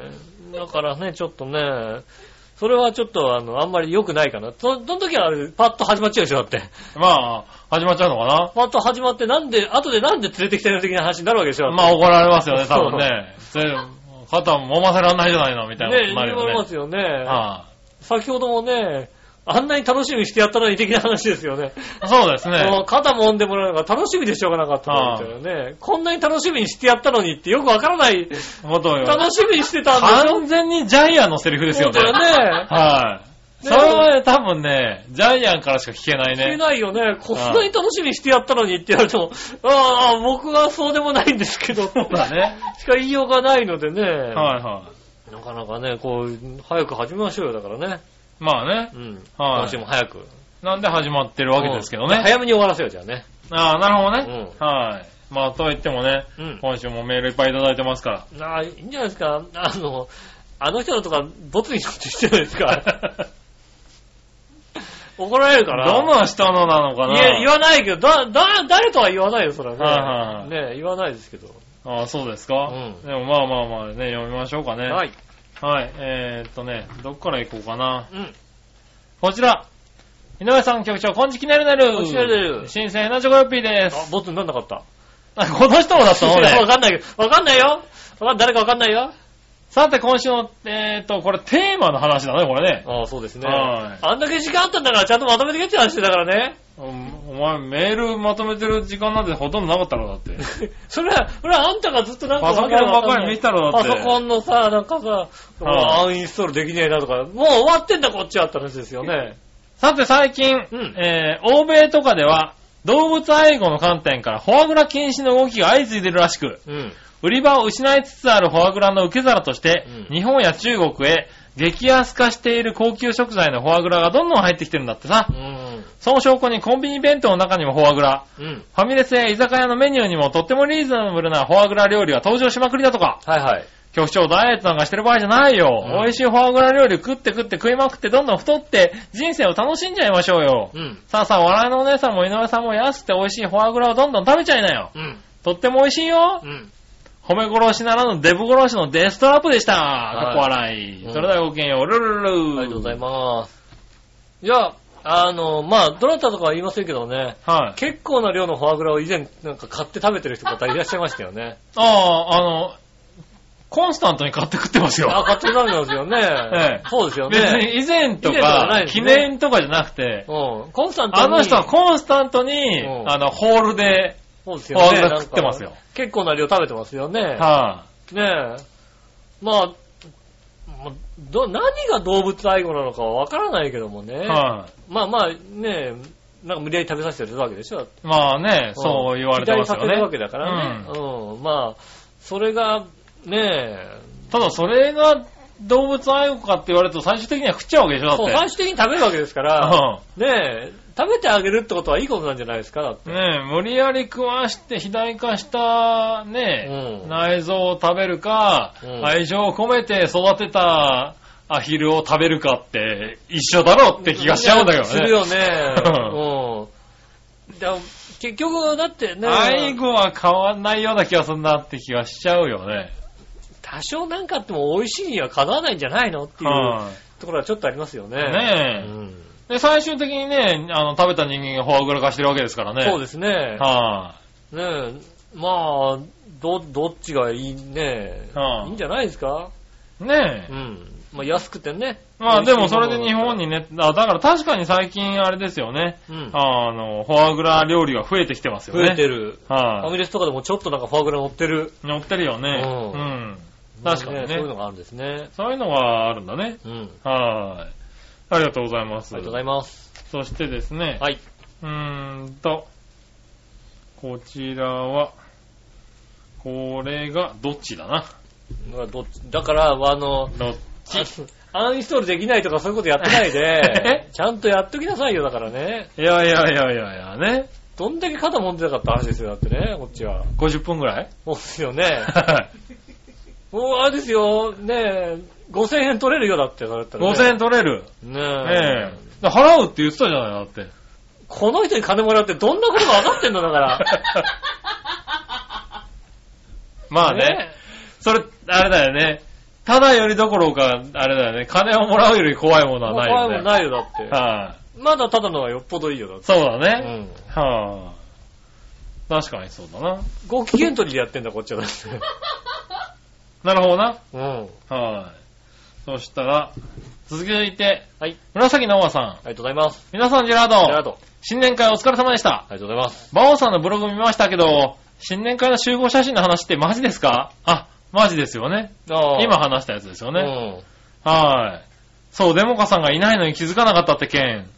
S2: だからね、ちょっとね、それはちょっと、あの、あんまり良くないかな。そその時は、パッと始まっちゃうでしょ、だって。
S3: まあ、始まっちゃうのか
S2: パッと始まって、なんで、後でなんで連れてきてる的な話になるわけでしょ。
S3: なまあ怒られますよね、多分ね。それ肩も揉ませらんないじゃないの、みたいなこ
S2: ね、
S3: とに
S2: 言
S3: なる
S2: われ
S3: よ
S2: ま
S3: ね。
S2: すよね。
S3: は
S2: 先ほどもね、あんなに楽しみにしてやったのに的な話ですよね。
S3: いそうです
S2: もう
S3: ね。
S2: 肩揉んでもらうのが楽しみでしょうがなかったみたいなね。こんなに楽しみにしてやったのにってよくわからない、
S3: 元よ。
S2: 楽しみにしてたんだよ。
S3: 完全にジャイアンのセリフですよね。
S2: 本当だね
S3: はい。
S2: ね
S3: それはね、多分ね、ジャイアンからしか聞けない
S2: 聞け
S3: ね。
S2: ないよね。こんなに楽しみにしてやったのにって言われても、ああ、僕はそうでもないんですけど、
S3: そうだね。
S2: [laughs] しか言いようがないのでね。
S3: はいはい。
S2: なかなかね、こう、早く始めましょうよ、だからね。
S3: まあね
S2: う。ん。
S3: はい
S2: 今週も早く。
S3: なんで始まってるわけですけどね。
S2: 早めに終わらせよう、じゃあね。
S3: ああ、なるほどね。
S2: う
S3: はい。まあ、とは言ってもね、
S2: うん
S3: 今週もメールいっぱいいただいてますか
S2: なあ、いいんじゃないですか。あの、
S3: [laughs]
S2: あの人のとか、ボツになってきてないですか。怒られるから。
S3: どの人のなのか
S2: いや、
S3: な
S2: 言わないけど、だ、だ、誰とは言わないよ、それ
S3: はいは
S2: はね。ね言わないですけど。
S3: ああ、そうですか、
S2: うん
S3: でもまあまあまあね、読みましょうかね。
S2: は。い。
S3: はい。えー、っとね、どっから行こうかな。
S2: うん。
S3: こちら。井上さん局長、こんちきねるねる。
S2: こんちきねるねる
S3: 新鮮なチョコヨッピーで
S2: あ、
S3: す。
S2: ボツになんなかった。
S3: あこの人もだったの
S2: わ
S3: 俺。
S2: かんないけど、わかんないよ。わかん誰かわかんないよ。
S3: さて、今週の、えー、っと、これテーマの話だね、これね。
S2: ああ、そうですね。
S3: はい
S2: あんだけ時間あったんだから、ちゃんとまとめてけって話してたからね。 [laughs]
S3: うんお前、メールまとめてる時間なんてほとんどなかったろ、だって。
S2: それは、それはあんたがずっとなんか
S3: パソコンばっかり見てたろだ
S2: パ
S3: って
S2: ソコンのさ、なんかさ、
S3: は
S2: アンインストールできねえなとか、もう終わってんだこっちはって話ですよね。
S3: さて最近、
S2: うん
S3: えー欧米とかでは、動物愛護の観点からフォアグラ禁止の動きが相次いでるらしく、
S2: うん。
S3: 売り場を失いつつあるフォアグラの受け皿として、
S2: うん
S3: 日本や中国へ激安化している高級食材のフォアグラがどんどん入ってきてるんだってさ
S2: う。ん。
S3: その証拠にコンビニ弁当の中にもフォアグラ、
S2: うん。
S3: ファミレスや居酒屋のメニューにもとってもリーズナブルなフォアグラ料理が登場しまくりだとか。
S2: はいはい。
S3: 局長ダイエットなんかしてる場合じゃないよ。
S2: うん
S3: 美味しいフォアグラ料理食って食って食いまくってどんどん太って人生を楽しんじゃいましょうよ。
S2: うん。
S3: さあさあ、笑いのお姉さんも井上さんも安くて美味しいフォアグラをどんどん食べちゃいなよ。
S2: うん。
S3: とっても美味しいよ
S2: う。ん。
S3: 褒め殺しならぬデブ殺しのデストラップでした。
S2: い
S3: かっこ笑い。
S2: うん
S3: それではごきげんよう。ルルル
S2: あ
S3: ル
S2: りがとうござい
S3: ま
S2: ます。じゃあ、あの、まあ、どなたとかは言いませんけどね、
S3: す。はい。
S2: 結構な量のフォアグラを以前、なんか買って食べてる人方いらっしゃいましたよ
S3: [laughs]
S2: ね。
S3: ああ、あの、コンスタントに買って食ってます
S2: あ、
S3: よ。
S2: 買って食べてますよね。
S3: ええ
S2: そうですよ
S3: 別
S2: ね。
S3: に以前と
S2: 以前とかな
S3: か
S2: い、です
S3: 記
S2: ね
S3: 念とかじゃなくて、
S2: うん。コンスタントに
S3: あの人はコンスタントに、
S2: うん
S3: あの、ホールで、
S2: そうですよね。
S3: フォアグラ
S2: なんか
S3: 食ってますよ
S2: 結構な量食べてますよね。
S3: は
S2: ねえ。まあ、まあど、何が動物愛護なのかはわからないけどもね。
S3: い、はい、
S2: まあまあ、ねえ、なんか無理やり食べさせてるわけでしょ。
S3: まあね、そう言われてますよ
S2: 期待させる
S3: ね
S2: わ。けだからね。うん。まあ、それが、ねえ、
S3: ただそれが動物愛護かって言われると最終的には食っちゃうわけでしょ、だって。
S2: そう、最終的に食べるわけですから、
S3: うん
S2: ねえ、食べてあげるってことはいいことなんじゃないですか、だって。
S3: ねえ、無理やり食わして肥大化したね、
S2: うん
S3: 内臓を食べるか、
S2: うん
S3: 愛情を込めて育てたアヒルを食べるかって一緒だろうって気がしちゃうんだけどね。
S2: するよ
S3: [laughs]
S2: ね。
S3: う
S2: うん。だ結局、だってね、
S3: 愛護は変わんないような気がするなって気がしちゃうよね。
S2: 多少なんかあっても美味しいにはかなわないんじゃないのっていう
S3: は
S2: ところはちょっとありますよね。
S3: い
S2: う
S3: ねえ、
S2: ん
S3: で、最終的にね、あの、食べた人間がフォアグラ化してるわけですからね。。
S2: そうですすね。
S3: は
S2: ねえ、まあ、ど、どっちがいいね
S3: はあ
S2: いいんじゃないですか
S3: い、ね
S2: う
S3: え。
S2: ん。まあ安くてね。
S3: まあでもそれで日本
S2: に。
S3: にね、あだから確かに最近あれですよね。
S2: うん。
S3: あの、フォアグラ料理が増えてきてますよ
S2: 増
S3: ね。
S2: えてる。ファ
S3: は
S2: ミ
S3: い、
S2: レスとかでもちょっとなんかフォアグラ乗ってる。
S3: 乗ってるよね。
S2: う
S3: うんん。確かにね
S2: そういうのがあるんですね。
S3: そういうのがあるんだね。
S2: うん。
S3: はい、ありがとうございます。
S2: ありがとうございます。
S3: そしてですね、
S2: はい。
S3: うーんと、こちらは、これがどっちだな。
S2: まあどっちだから、あの、
S3: どっち。
S2: アンインストールできないとかそういうことやってないで
S3: [laughs] え、
S2: ちゃんとやっときなさいよ、だからね。
S3: いやいやいやいやいや、ね。
S2: どんだけ肩揉んでたかって話ですよ、だってね、こっちは。
S3: 50分
S2: [laughs]
S3: ぐらい
S2: そうですよ
S3: [laughs]
S2: ね。もう、あれですよ、ねえ、5000円取れるよ、だって、それだったら、ね。
S3: 5000円取れる。
S2: ね
S3: え
S2: え。
S3: え。払うって言ってたじゃない、
S2: [laughs]
S3: だって。
S2: この人に金もらうってどんなことが分かってんの、だから。
S3: [laughs] まあね。それ、あれだよね。ただよりどころか、あれだよね。金をもらうより怖いもの
S2: もう
S3: はない
S2: 怖
S3: よ
S2: い
S3: ね。
S2: もんないよ、だって。
S3: はい、
S2: まだただのはよっぽどいいよ、だって。
S3: そうだ
S2: う
S3: ね。
S2: ん。
S3: はい、確かにそうだな。
S2: ご機嫌取りでやってんだ、こっちは。だ
S3: [laughs]
S2: って
S3: なるほどな。はい、
S2: うん。
S3: そしたら、続いて、
S2: はい。
S3: 紫のおばさん。
S2: ありがとうございます。
S3: 皆さん、ジェラー
S2: ありが
S3: ド。
S2: とう。
S3: 新年会お疲れ様でした。
S2: ありがとうございます。
S3: バオさんのブログ見ましたけど、新年会の集合写真の話ってマジですかあ、マジですよね。
S2: あー
S3: 今、話したやつですよね。
S2: ね。
S3: はい。そう、デモカさんがいないのに気づかなかったって件。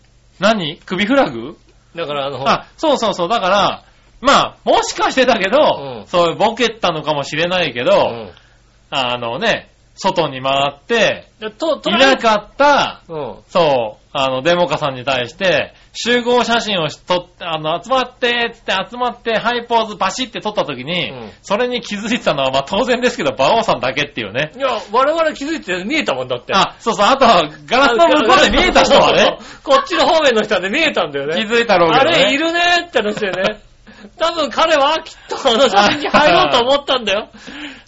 S3: 何首フラグ
S2: うん。だから、あの、
S3: あ、そうそうそう。だから、まあ、もしかしてだけど、
S2: うん
S3: そう、ボケたのかもしれないけど、
S2: うん
S3: あのね、外に回って、
S2: いやと、と
S3: いなかった、
S2: うん。
S3: そう、あの、デモカさんに対して、集合写真をし撮って、あの、集まって、つって集まって、ハイポーズパシって撮った時に、
S2: うん
S3: それに気づいてたのは、まあ当然ですけど、馬王さんだけっていうね。
S2: いや、我々気づいて見えたもんだって。
S3: あ、そうそう、あとは、ガラスの向こうで見えた人は
S2: [laughs]
S3: ね、
S2: そうそう。こっちの方面の人はね、見えたんだよね。
S3: 気づいたろうけ
S2: あ
S3: ど、ね。
S2: れ、いるねって話で
S3: [laughs]
S2: ね。多分彼はきっとあの写真に入ろうと思ったんだよ。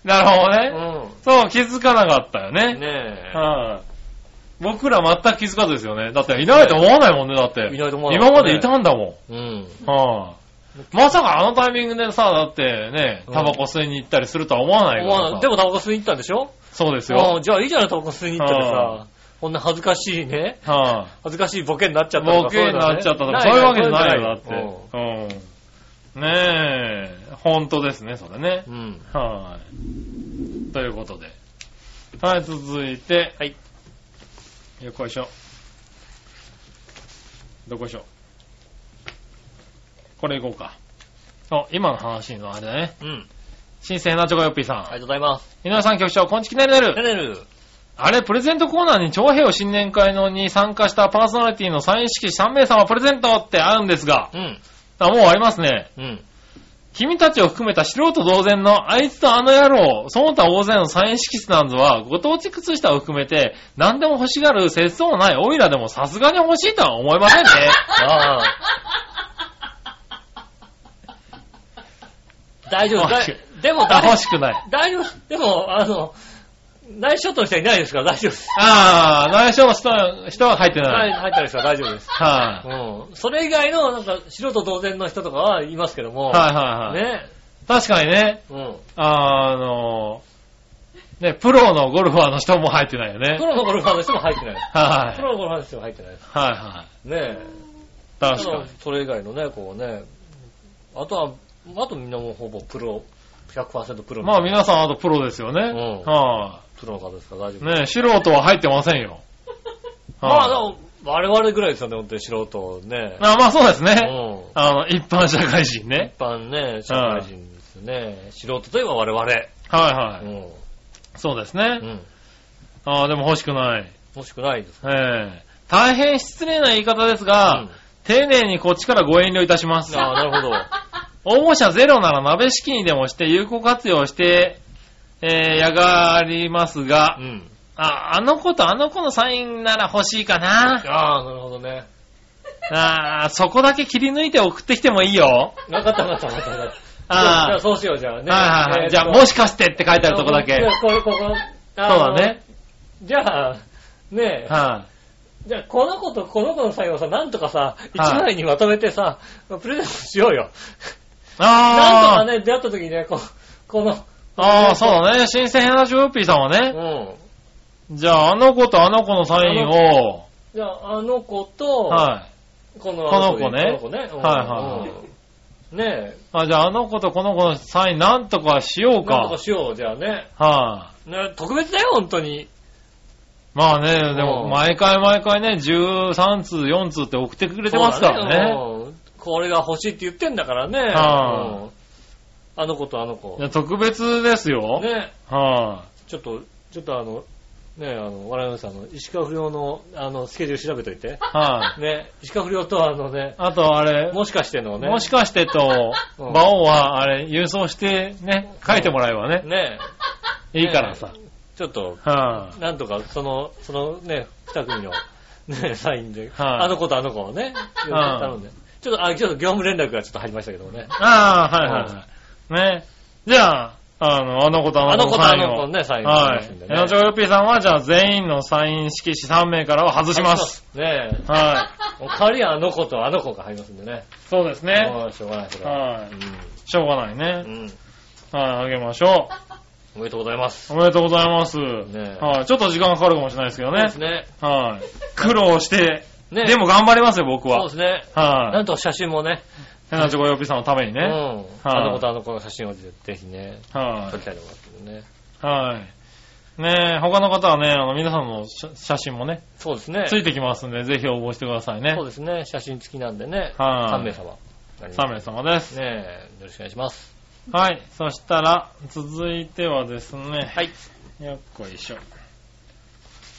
S3: なるほど
S2: う
S3: ね。
S2: ん。
S3: そう、気づかなかったよね。
S2: ね
S3: はい、僕ら全く気づかずですよね。だっていないと思わないもんね、だって。
S2: いないと思わない
S3: 今までいたんだも
S2: え。うん。
S3: ん。はい、まさかあのタイミングでさ、だってね、
S2: うん
S3: タバコ吸いに行ったりするとは思わないか
S2: 思わ
S3: ら
S2: な
S3: さ
S2: いでもタバコ吸いに行ったんでしょ
S3: そうですよ。
S2: あ
S3: はい、
S2: あじゃあいいじゃない、タバコ吸いに行ったら
S3: う
S2: さ。こんな恥ずかしいね。恥ずかしいボケになっちゃったとか。
S3: ボケになっちゃったとか、
S2: そ
S3: そう
S2: い
S3: ういうう
S2: わ
S3: わ
S2: け
S3: け
S2: じ
S3: じ
S2: ゃな
S3: ゃないいよ、だって。
S2: うん
S3: うん。ねえ、本当ですね、それね。
S2: うん。
S3: はい、ということで。はい、続いて。はい。よっこいしょ。どこいしょ。これいこうか。そう、今の話のあれだね。
S2: うん。
S3: 新鮮なチョコヨッピーさん。
S2: ありがとうござい
S3: [laughs]
S2: ます。
S3: 井上さん局長、こんちきねるね
S2: ね
S3: る。
S2: ねる。
S3: あれ、プレゼントコーナーに長平を新年会のに参加したパーソナリティのサイン式3名様プレゼントってあるんですが、
S2: うん。
S3: あもうありますね。
S2: うん。
S3: 君たちを含めた素人同然のあいつとあの野郎、その他大勢のサイン色質なんぞは、ご当地靴下を含めて、何でも欲しがる節操のないオイラでもさすがに欲しいとは思いませんね。
S2: ああ。大丈夫。だいでも
S3: あ
S2: 大
S3: 欲しくない。
S2: 大丈夫。でも、あの、内緒との人はいないですから大丈夫です。
S3: ああ、内緒の人は人は入ってな。
S2: はいい、入ったりしたら大丈夫です。
S3: はい、
S2: うん。それ以外の、なんか、素人同然の人とかはいますけども。
S3: はいはいはい。
S2: ね。
S3: 確かにね、
S2: うん。
S3: あーあのーね、プロのゴルファーの人も入ってないよね
S2: プ。ロのゴルファーの人も入ってないです。
S3: はい、
S2: プロのゴルファーの人も入ってないです。
S3: はいはい。
S2: ねえ。
S3: 確
S2: た
S3: か
S2: だそれ以外のね、こうね。あとは、あとみんなもうほぼプロ、100%プロ
S3: に。
S2: の。
S3: まあ皆さんあとプロですよね。
S2: うん
S3: は
S2: プロの方ですから大丈夫
S3: い、ね素人は入ってませんよ。
S2: [laughs] まあ
S3: はい
S2: でも、我々ぐらいですよね、本当に素人ね。
S3: あまあそうです
S2: う
S3: ね。
S2: ん。
S3: あの、一般社会人ね。
S2: 一般ね、社会人ですよね。素人といえば我々。
S3: はいうはい。
S2: ん。
S3: そうです
S2: う
S3: ね。
S2: ん。
S3: ああ、でも欲しくない。
S2: 欲しくないです。
S3: ええ大変失礼な言い方ですが、
S2: うん
S3: 丁寧にこっちからご遠慮いたします。
S2: ああ、なるほど。
S3: 応募者ゼロなら鍋敷にでもして有効活用して、えーやがりますが、
S2: うん。
S3: あ、あの子とあの子のサインなら欲しいかな。
S2: ああ、なるほどね。
S3: あーそこだけ切り抜いて送ってきてもいいよ。
S2: なかったなかったなかった。
S3: あー
S2: じゃあそうしよう、じゃあね。
S3: はいはいは
S2: えー
S3: い。
S2: と
S3: じゃあ、もしかしてって書いてあるとこだ
S2: じ
S3: け。そ
S2: ゃ
S3: う
S2: あこれ、ここ。あの
S3: だ。ね。
S2: じゃあ、ねえ、
S3: はい。
S2: じゃあ、この子とこの子の作業をさ、なんとかさ、一枚にまとめてさ、プレゼントしようよ。な
S3: ああ。
S2: んとかね、出会った時にね、ここの、
S3: ああ、そうだね。新鮮なジョーピーさんはね。
S2: うん。
S3: じゃあ、あの子とあの子のサインを、
S2: じゃあ、あの子と、
S3: はい。
S2: この
S3: この子ね
S2: この子ね。うん
S3: はいはいは
S2: うんね
S3: あ、じゃあ、あの子とこの子のサインなんとかし
S2: え、
S3: よう
S2: なんと
S3: か
S2: か。しよう、じゃあね。
S3: はい。
S2: ね特別だよ、本当に。
S3: まあね、で
S2: う
S3: も、
S2: ん
S3: 毎回毎回ね、13通、4通って送ってくれてますからね。
S2: そうだね。うんこれが欲しいって言ってんだからね。
S3: はい
S2: うんあの子とあの子
S3: い。や特別ですよ。
S2: ね
S3: は
S2: ちょっと、ちょっとあの、ねあの、我々さんの石川不良の、あの、スケジュール調べといて。
S3: い。はい。
S2: ね石川不良とあのね、
S3: あと、あれ、
S2: もしかしてのね。
S3: もしかしてと、
S2: うん
S3: 馬王は、あれ、郵送してね、書いてもらえばね、
S2: ね
S3: いいからさ。
S2: ちょっと、
S3: は
S2: なんとか、その、そのね、二組の、ね、サインで、
S3: はい
S2: あの子とあの子をね、
S3: はい
S2: 頼んで。ちょっと、あ、ちょっと業務連絡がちょっと入りましたけどもね
S3: あ。。ああ、はいはいはい。ね。じゃあ、あの、あの子とあ
S2: あ
S3: の
S2: の
S3: 子
S2: 子と
S3: のサ
S2: あ
S3: イン
S2: の
S3: を
S2: 子のね、サインが入
S3: は
S2: りま
S3: い
S2: すん。でね。
S3: エナチョヨピーさんは、じゃあ全員のサイン色紙3名からは外します。。
S2: ねえ。
S3: は
S2: お代わりはあの子とあの子が入りますんでね。
S3: い。そうですね。
S2: もうしょうがない、それは。
S3: は
S2: う
S3: い。しょうがないね。
S2: ん。うん。
S3: はい、あげましょ
S2: おめでとうございます。
S3: う。おめでとうございます。
S2: ね
S3: はい。ちょっと時間かかるかもしれないですけど
S2: そうで
S3: ね
S2: す。ね。
S3: はい。苦労して、
S2: ね
S3: でも頑張りますよ、
S2: そ
S3: 僕
S2: う
S3: は
S2: で。すね。な
S3: は
S2: んと写真もね。
S3: い。ヘナチョコヨピーさんのために
S2: う
S3: ね。
S2: ん。あの子とあの子の写真をぜひね、
S3: は
S2: 撮りたいと思いますけどね。
S3: い。はい。ねえ、他の方はね、あの、皆さんの写写真もね、
S2: そうですね。
S3: ついてきますんで、ぜひ応募してくださいね。
S2: そうですね。写真付きなんでね。
S3: はい
S2: 3名様。
S3: 3名様です。
S2: ねえ、よろしくお願いします。
S3: はい。そしたら、続いてはですね。
S2: はい。
S3: よっこいしょ。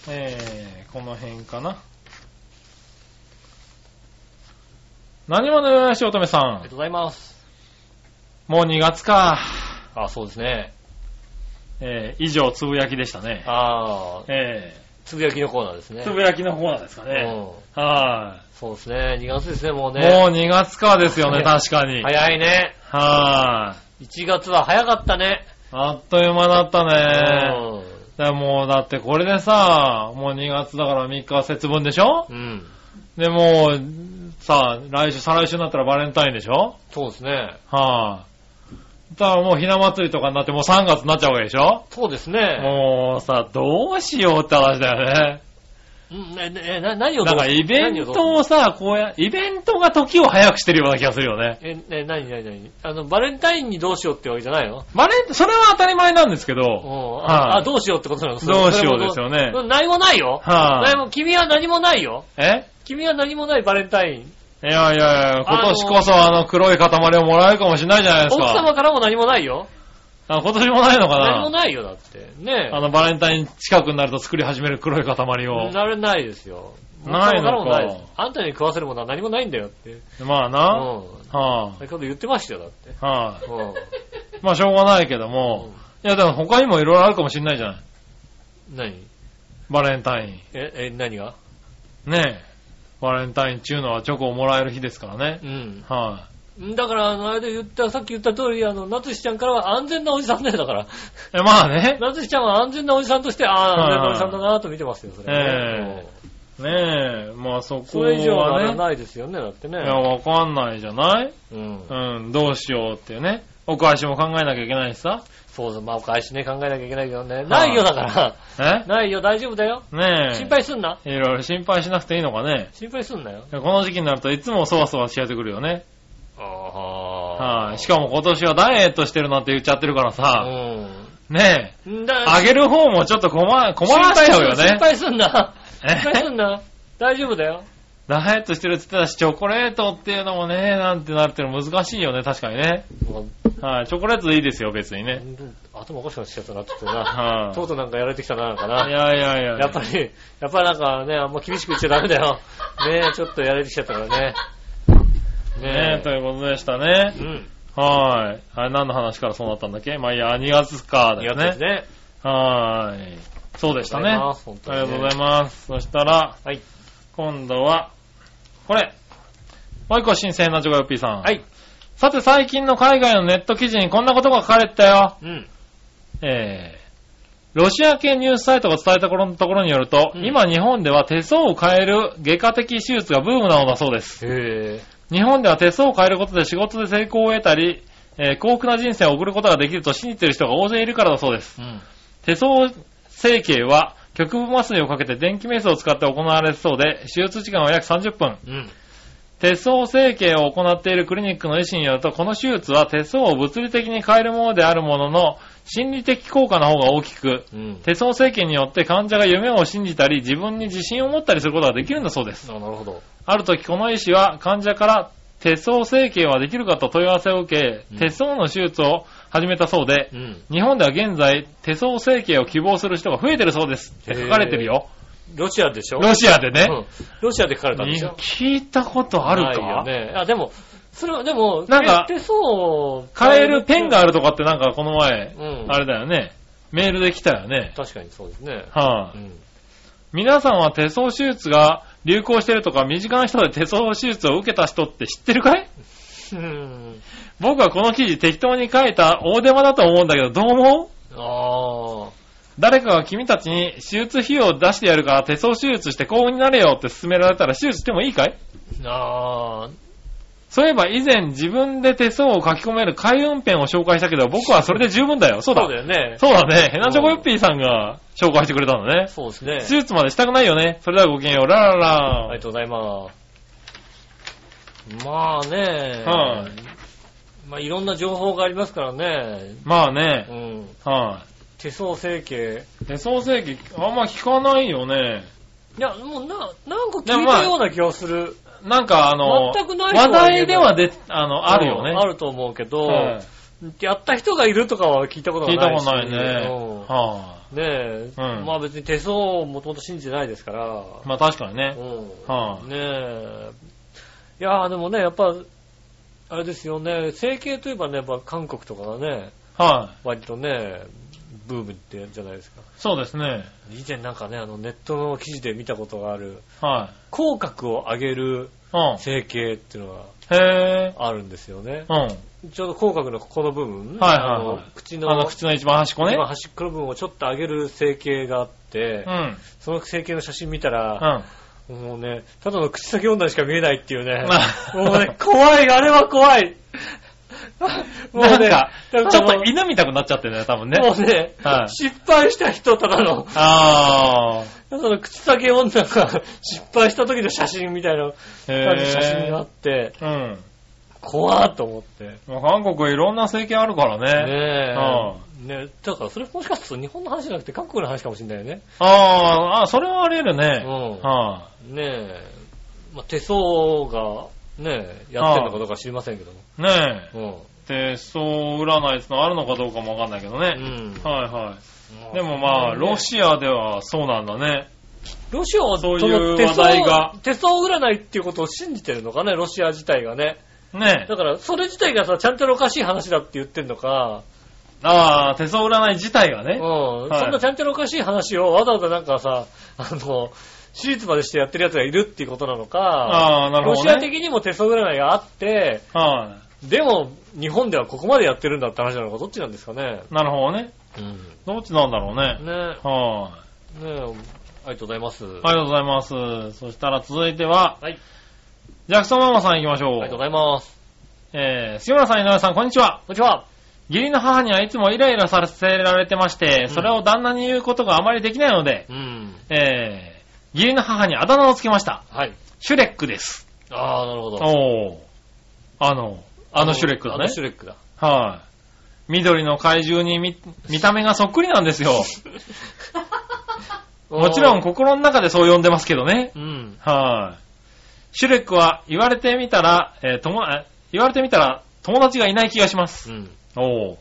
S3: えー、この辺かな。何者よよしおとめさ
S2: ありが
S3: ん。
S2: とうございます。
S3: もう2月か。
S2: あ、そうですね。
S3: えー、以上、つぶやきでしたね。
S2: ああ、
S3: え
S2: つぶやきのコーナーですね。
S3: ー、つぶやきのコーナーですかね。
S2: うん
S3: は
S2: そうですね。2月ですね、もう
S3: い、
S2: ね。
S3: もう2月かです
S2: [laughs]
S3: よね、
S2: 早
S3: 確かに。はい、
S2: 早いね。1月は早かったね。
S3: あっという間だったね。
S2: う
S3: だからもうだってこれでさ、もう2月だから3日節分でしょ
S2: んうん。
S3: で、もう、さ、来週、再来週になったらバレンタインでしょ
S2: そうですね。
S3: はい、だからもうひな祭りとかになってもう3月になっちゃうわけでしょ
S2: そうですね。
S3: もうさ、どうしようって話だよね。
S2: うん、え、え、な、何を
S3: なんかイベントをさ、こうや、イベントが時を早くしてるような気がするよね。
S2: え、え、何、何、何あの、バレンタインにどうしようってわけじゃないの
S3: バレン、それは当たり前なんですけ
S2: うん
S3: ど、。は
S2: あ、
S3: い
S2: あどうしようってことなのそれ
S3: どうしようですよね
S2: それも何もないよ。
S3: はい
S2: 何も、君は何もないよ。
S3: え
S2: 君は何もないバレンタイン。
S3: いやいやいや、今年こそあの黒い塊をもらえるかもしれないじゃないです
S2: 奥
S3: か。
S2: 様からも何もないよ。
S3: あ今年もないのか
S2: 何も
S3: な
S2: ないよ、だって。ねえ。
S3: あの、バレンタイン近くになると作り始める黒い塊を。
S2: なれないですよ。
S3: ないのか
S2: 僕もないですあんたに食わせるものは何もないんだよって。うん。
S3: まあな。
S2: 先
S3: は
S2: ほど言ってましたよ、だって。
S3: あ、は
S2: うん。
S3: い。まあしょうがないけども。いやでも他にもいろいろあるかもしれないじゃない。
S2: うん [laughs] 何
S3: バレンタイ
S2: え、え、何が
S3: ン。ねえ。バレンタインっていうのはチョコをもらえる日ですからね
S2: う。ん。
S3: は
S2: だから、あの、あれで言った、さっき言った通り、あの、なつしちゃんからは安全なおじさんだよ、だから。
S3: い。え、ま
S2: [laughs]
S3: あね。
S2: なつしちゃんは安全なおじさんとして、ああ、安全なおじさんだなと見てますよ、それはね。
S3: えねえ。まあそ
S2: うん
S3: こ
S2: そ
S3: は
S2: れ以上はあれ
S3: ね。
S2: ないですよね、だってね
S3: い。や、わかんないじゃない
S2: うん。
S3: うん、どうしようっていうね。お返しも考えなきゃいけないしさ。
S2: そうそう、まあ、お返しね、考えなきゃいけないけどね。ないよ、だから。
S3: え
S2: ないよ、大丈夫だよ。
S3: ねえ。
S2: 心配すんな。
S3: いろいろ心配しなくていいのかね。
S2: 心配すんなよ。
S3: この時期になるといつもそわそわし合ってくるよね。
S2: あ
S3: はい、し
S2: も、
S3: かも今年はダイエットしてるなんて言っちゃってるからさ。ねえ。
S2: うん。だ
S3: あげる方もちょっと困、困らせちゃうよ
S2: 心
S3: ね。
S2: 配すんな。
S3: え
S2: 心配すんな。大丈夫だよ。
S3: ダイエットしてるって言ってたし、チョコレートっていうのもね、なんてなるっての難しいよね、確かにね。はい、チョコレートでいいですよ、別にね。
S2: 頭おかしくなってきちゃったな、ちょっとな。
S3: は
S2: とうとうなんかやられてきたな、なんか
S3: い、い
S2: な。
S3: やいやいや。
S2: やっぱり、やっぱりなんかね、あんま厳しく言っちゃダメだ
S3: [laughs]
S2: よ。ねえ、ちょっとやられてきちゃったからね。
S3: ね
S2: ね
S3: え、ということでしたね
S2: え。う。ん。
S3: はい。あれ何の話からそうなったんだっけまあいいや、2月か
S2: あ
S3: だ
S2: りが
S3: よ
S2: とうです
S3: ね。
S2: ね。
S3: はーい。そうでしたね。あ
S2: 本当
S3: り
S2: にね
S3: がとうございます。そしたら、
S2: はい。
S3: 今度は、これ。もう一個新鮮なジョガヨッピーさん。
S2: はい。
S3: さて最近の海外のネット記事にこんなことが書かれてたよ。
S2: うん。
S3: えー、ロシア系ニュースサイトが伝えたところのところによると、
S2: うん
S3: 今日本では手相を変える外科的手術がブームなのだそうです。
S2: へ
S3: 日本では手相を変えることで仕事で成功を得たり、えー幸福な人生を送ることができると信じている人が大勢いるからだそうです。
S2: ぇうん。
S3: 手相整形は局部麻酔をかけて電気メスを使って行われるそうで、手術時間は約30分。
S2: うん。
S3: 手相整形を行っているクリニックの医師によると、この手術は手相を物理的に変えるものであるものの、心理的効果の方が大きく、
S2: うん。
S3: 手相整形によって患者が夢を信じたり、自分に自信を持ったりすることができるんだそうです。
S2: あ、なるほど。
S3: ある時この医師は患者から手相整形はできるかと問い合わせを受
S2: う
S3: け、
S2: ん
S3: 手相の手術を始めたそうで
S2: う、ん。
S3: 日本では現在手相整形を希望する人が増えてるそうですって書かれてるよ。
S2: ロシアでしょ
S3: ロシアでね。
S2: うんロシアで書かれたんでしょ
S3: 聞いたことある
S2: ないよ
S3: か
S2: ね。あ、でも、それは、でも、
S3: なんか
S2: 手相
S3: 買えるペンがあるとかってなんかこの前
S2: う、ん。
S3: あれだよね。メールで来たよね。
S2: 確かにそうですね。
S3: は
S2: う
S3: い。
S2: ん。
S3: 皆さんは手相手術が流行してるとか、身近な人で手相手術を受けた人って知ってるかい
S2: うん。
S3: 僕はこの記事適当に書いた大手間だと思うんだけど、どう思う
S2: あ
S3: 誰かが君たちに手術費用を出してやるから手相手術して幸運になれよって勧められたら手術してもいいかい
S2: あ。ああ。
S3: そういえば以前自分で手相を書き込める開運ペンを紹介したけど、僕はそれで十分だよ。そうだ。
S2: そうだよね。
S3: そうだね。ヘナチョコヨッピーさんが紹介してくれたのね。
S2: そうです
S3: 手
S2: ね。
S3: 術までしたくないよね。それではごきげんよう。ララ
S2: ありが
S3: ラ。
S2: とうございます。まあね。
S3: はい
S2: まあいろんな情報がありますからね。
S3: まあ
S2: う
S3: ね。
S2: ん。
S3: は
S2: 手相整形。
S3: い。手相整形、あんま聞かないよね。
S2: いや、もうな、なんか聞
S3: でも
S2: い
S3: まあ
S2: たような気がする。
S3: なんかあの、
S2: 全くないとは言え
S3: 話
S2: ない
S3: 題ではで、あの、あるよね。
S2: うんあると思うけど、
S3: はい
S2: やった人がいるとかは聞いたことが
S3: 聞い
S2: な
S3: た
S2: い
S3: こと
S2: し。
S3: ないね。
S2: うん
S3: は
S2: ねえ、
S3: うん
S2: まあ別に手相をもともと信じてないですから、
S3: い。まあ確かにね。
S2: うん
S3: はあ
S2: ねえ、いやーでもね、やっぱ、あれですよね、整形といえばね、やっぱ韓国とかがね、
S3: は
S2: 割とね、ブームってじゃないですか。
S3: い。そうですね。
S2: 以前なんかね、あのネットの記事で見たことがある、
S3: は
S2: 口角を上げる
S3: い。うん。
S2: 整形っていうの
S3: へ
S2: があるんですよね
S3: ぇ。ー。
S2: ちょうど口角のここの部分、
S3: はいはいはい
S2: あの口
S3: うん。
S2: の
S3: あの、口の一番端っこね。
S2: 今端っこの部分をちょっと上げる整形があって、
S3: うん。
S2: その整形の写真見た
S3: う
S2: ら、
S3: ん。
S2: もうね、ただの口先女にしか見えないっていう
S3: [laughs]
S2: ね、
S3: あ
S2: もうね、怖い、あれは怖い。もう
S3: なん
S2: ね、
S3: か、ちょっ
S2: もう
S3: と犬見たくなっちゃってるね、多分ね。
S2: もうね、
S3: はい
S2: 失敗した人、ただの、
S3: あ
S2: その口先女が [laughs] 失敗した時の写真みたいな
S3: ー。へ
S2: 感じの写真があ
S3: ぇ
S2: って、
S3: ー。うん。
S2: 怖っと思って。
S3: まあ韓国いろんな整形あるからね。
S2: ね
S3: あ
S2: え。ねだからそれもしかすると日本の話じゃなくて韓国の話かもしれないよね。
S3: あーあ、それはあり得るね。
S2: うん
S3: は
S2: ねえ。まあ、手相が、ねえ、やってんのかどうか知りませんけども。
S3: い。ね
S2: う
S3: え。で、そう占いってのあるのかどうかもわかんないけど
S2: ん。う
S3: ね。
S2: ん。
S3: はいはい。でもまあ、ロ
S2: シ
S3: シアではそうなんだね。
S2: ロシアは
S3: そういう
S2: その手相
S3: 話題が。
S2: 手相占いっていうことを信じてるのかね、ロシア自体がね。
S3: ねえ
S2: だ。から、それ自体がさ、ちゃんとおかしい話だって言ってんのか、
S3: ああ、手相占い自体が
S2: うん
S3: ね。。はい
S2: そんなちゃんとおかしい話をわざわざなんかさ、あの、手術までしてやってる奴がいるっていうことなのか、
S3: ああ、なる
S2: ロ
S3: ほ
S2: シ
S3: ど
S2: ア
S3: ね。
S2: 的にも手相占いがあって、
S3: は
S2: でも、日本ではここまでやってるんだって話なのか、どっちなんですかね。
S3: い。なるほどね。
S2: うん。
S3: どっちなんだろうね。
S2: ね
S3: は
S2: ねえ、ありがとうございます。
S3: い。ありがとうございます。そしたら続いては、
S2: はい。
S3: ジャクソンママさん行きまし
S2: あ
S3: ょ
S2: りがとうご
S3: う。
S2: ざいます。
S3: えー、杉村さん、井上さん、こんにちは。
S2: こんにちは。
S3: 義理の母にはいつもイライラさせられてまして、それを旦那に言うことがあまりできないので、
S2: うん。
S3: えー、義理の母にあだ名をつけました。
S2: はい。
S3: シュレックです。
S2: ああ、なるほど。
S3: おー。あの、あのシュレックだ
S2: あ
S3: ね
S2: の。シュレックだ。
S3: はい。緑の怪獣に見、見た目がそっくりなんですよ。 [laughs] もちろん心の中でそう呼んでますけどね。
S2: うん。
S3: はい。シュレックは言われてみたら、えー友え言われてみたら友達がいない気がします。
S2: うん。
S3: おー。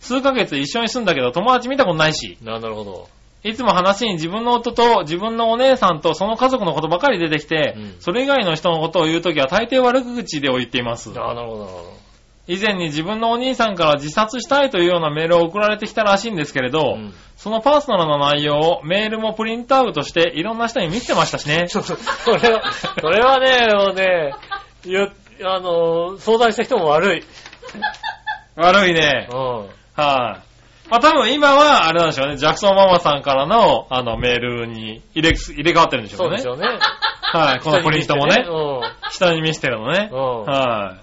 S3: 数ヶ月一緒に住んだけど友達見たことないし、
S2: ななるほど。
S3: いつも話に自分の夫と自分のお姉さんとその家族のことばかり出てきて、
S2: うん
S3: それ以外の人のことを言うときは大抵悪口でを言っています。
S2: ああ、なるほど、なるほ
S3: 以前に自分のお兄さんから自殺したいというようなメールを送られてきたらしいんですけれ
S2: ど。
S3: ど、
S2: うん
S3: そのパーソナルな内容をメールもプリントアウトしていろんな人に見せてましたしね。
S2: ちょっと、それは、それはね、もうね、よ、あの、相談した人も悪い。
S3: 悪いね。
S2: う
S3: はい、
S2: ん。
S3: まあ多分今は、あれなんでしょうね、ジャクソンママさんからの、あの、メールに入れ、入れ替わってるんでしょ
S2: そうう
S3: ね。
S2: でしょうね。
S3: はい、このプリントもね、人に見せてるのね。
S2: うん
S3: は
S2: うん。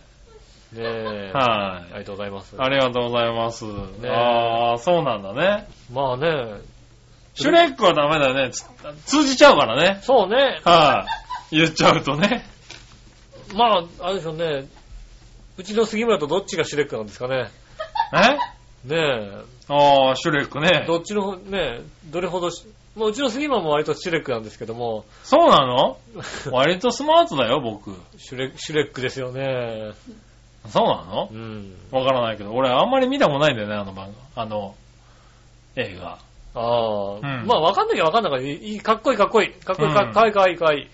S2: ねえ。
S3: い、
S2: あ
S3: はい、
S2: りがとうございます。
S3: ありがとうございます。
S2: え
S3: ああ、そうなんだね。
S2: まあね、
S3: シュレックはダメだね。つ通じちゃうからね。
S2: そうね。
S3: はい、言っちゃうとね。
S2: まあ、あれでしょうね。うちの杉村とどっちがシュレックなんですかね。
S3: え
S2: ね
S3: ああ、シュレック
S2: え。
S3: ね。
S2: どっちのほ、ねえ、どれほどし、まあうちの杉村も割とシュレックなんですけども、
S3: そうなの割とスマートだよ、僕。
S2: [laughs] シュレシュレックですよね。
S3: そうなの
S2: うん。
S3: わからないけど、俺あんまり見たことないんだよね、あの番組。あの、映画。
S2: ああ、
S3: うん
S2: まあわかんなきゃわかんなきゃいいいい、かっこいいかっこいい。かっこいい、か
S3: うん
S2: かわいいかわいいかわいい。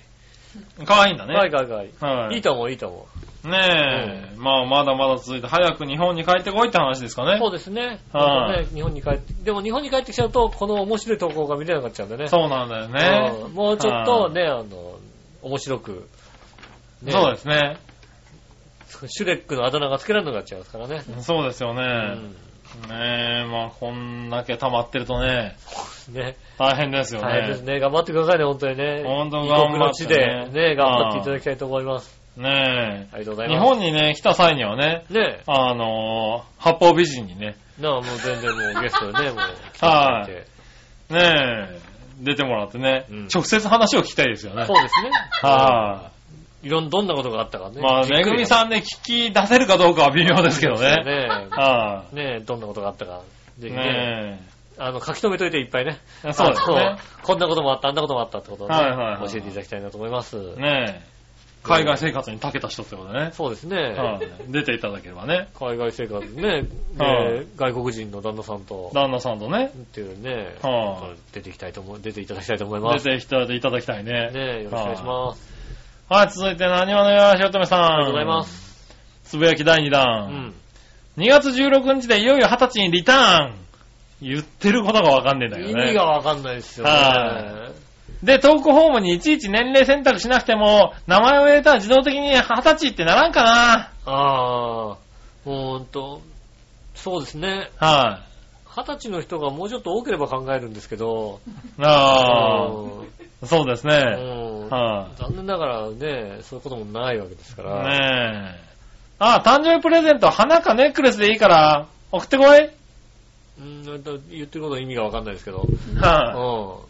S3: 可愛いんだ
S2: かわいい
S3: ね。
S2: かわいいかわいい。
S3: はい
S2: いと思う、いいと思
S3: ねえ。まあ、まだまだ続いて、早く日本に帰ってこいって話ですか
S2: う。
S3: ね
S2: そ。うですね。
S3: はい
S2: またね日本に帰って、でも日本に帰ってきちゃうと、この面白い投稿が見れなくなっちゃうんでね。
S3: そうなんだよね
S2: うん。もうちょっとね、あの、面白く、
S3: はい。そうですね。
S2: シュレックのあだ名がつけられなくなっちゃいますからね。
S3: そうですよ
S2: う
S3: ね。ねえ、まあ、こんだけ溜まってるとね、
S2: んね。
S3: 大変ですよ
S2: 大変です
S3: ね。
S2: ね。頑張ってくださいね、本当にね。
S3: 本当
S2: 異
S3: 頑
S2: 国
S3: 張
S2: の
S3: って
S2: 地
S3: ね
S2: で、ね、頑張っていただきたいと思います。
S3: ね
S2: ありがとうござ
S3: え。
S2: い
S3: 日
S2: ます。
S3: 本にね、来た際にはね、
S2: ね
S3: あのー、八方美人にね、
S2: なあ、もう全然もうゲストでね、もう来ていただいて。
S3: ねえ、出てもらってね、
S2: うん
S3: 直接話を聞きたいですよね。
S2: [laughs] そうですね。。
S3: はい
S2: いろん、どんなことがあったかね。
S3: まあ、
S2: じっ
S3: め
S2: く
S3: ぐ
S2: り
S3: みさんで聞き出せるかどうかは微妙ですけど
S2: そうで
S3: ね。
S2: すよ
S3: は
S2: ね。ねえ、どんなことがあったか。
S3: い。
S2: ぜひね、
S3: ね
S2: あの、書き留めといていっぱいね。
S3: え。そうです
S2: あ
S3: ね
S2: の。こんなこともあった、あんなこともあったってことをね
S3: はいはいはい
S2: 教えていただきたいなと思います。
S3: ねえ。海外生活に長けた人ってことでね。
S2: そうですね。
S3: はい。出ていただければね。
S2: 海外生活ね、
S3: は
S2: で外国人の旦那さんと、
S3: 旦那さんとね
S2: っ、ていうね、
S3: は
S2: 出てきたいと思う、出ていただきたいと思いま
S3: 出
S2: す。
S3: てきていただきたいね。
S2: ねよろしくお願いします。
S3: はい。はい、続いて、何話のよしおとめさん。あ
S2: ありがとうございま。す。
S3: つぶやき第2
S2: う
S3: 弾。
S2: ん。
S3: 2月16日でいよいよ20歳にリターン。言ってることがわかんねえんだよね。
S2: 意味がわかんないですよ
S3: は
S2: ね。
S3: で、トークホームにいちいち年齢選択しなくても、名前を入れたら自動的に20歳ってならんかな
S2: ああ、ほんと、そうですね。
S3: は
S2: 二十歳の人がもうちょっと多ければ考えるんですけど、
S3: い。ああ、
S2: うん
S3: そうですね。
S2: うん
S3: は
S2: 残念ながらね、そういうこともないわけですか
S3: い。
S2: ら。
S3: ねえ。ああ、誕生日プレゼント、花かネックレスでいいから、送ってこい。
S2: うん、だ言ってることは意味がわかんないですけど。
S3: は
S2: う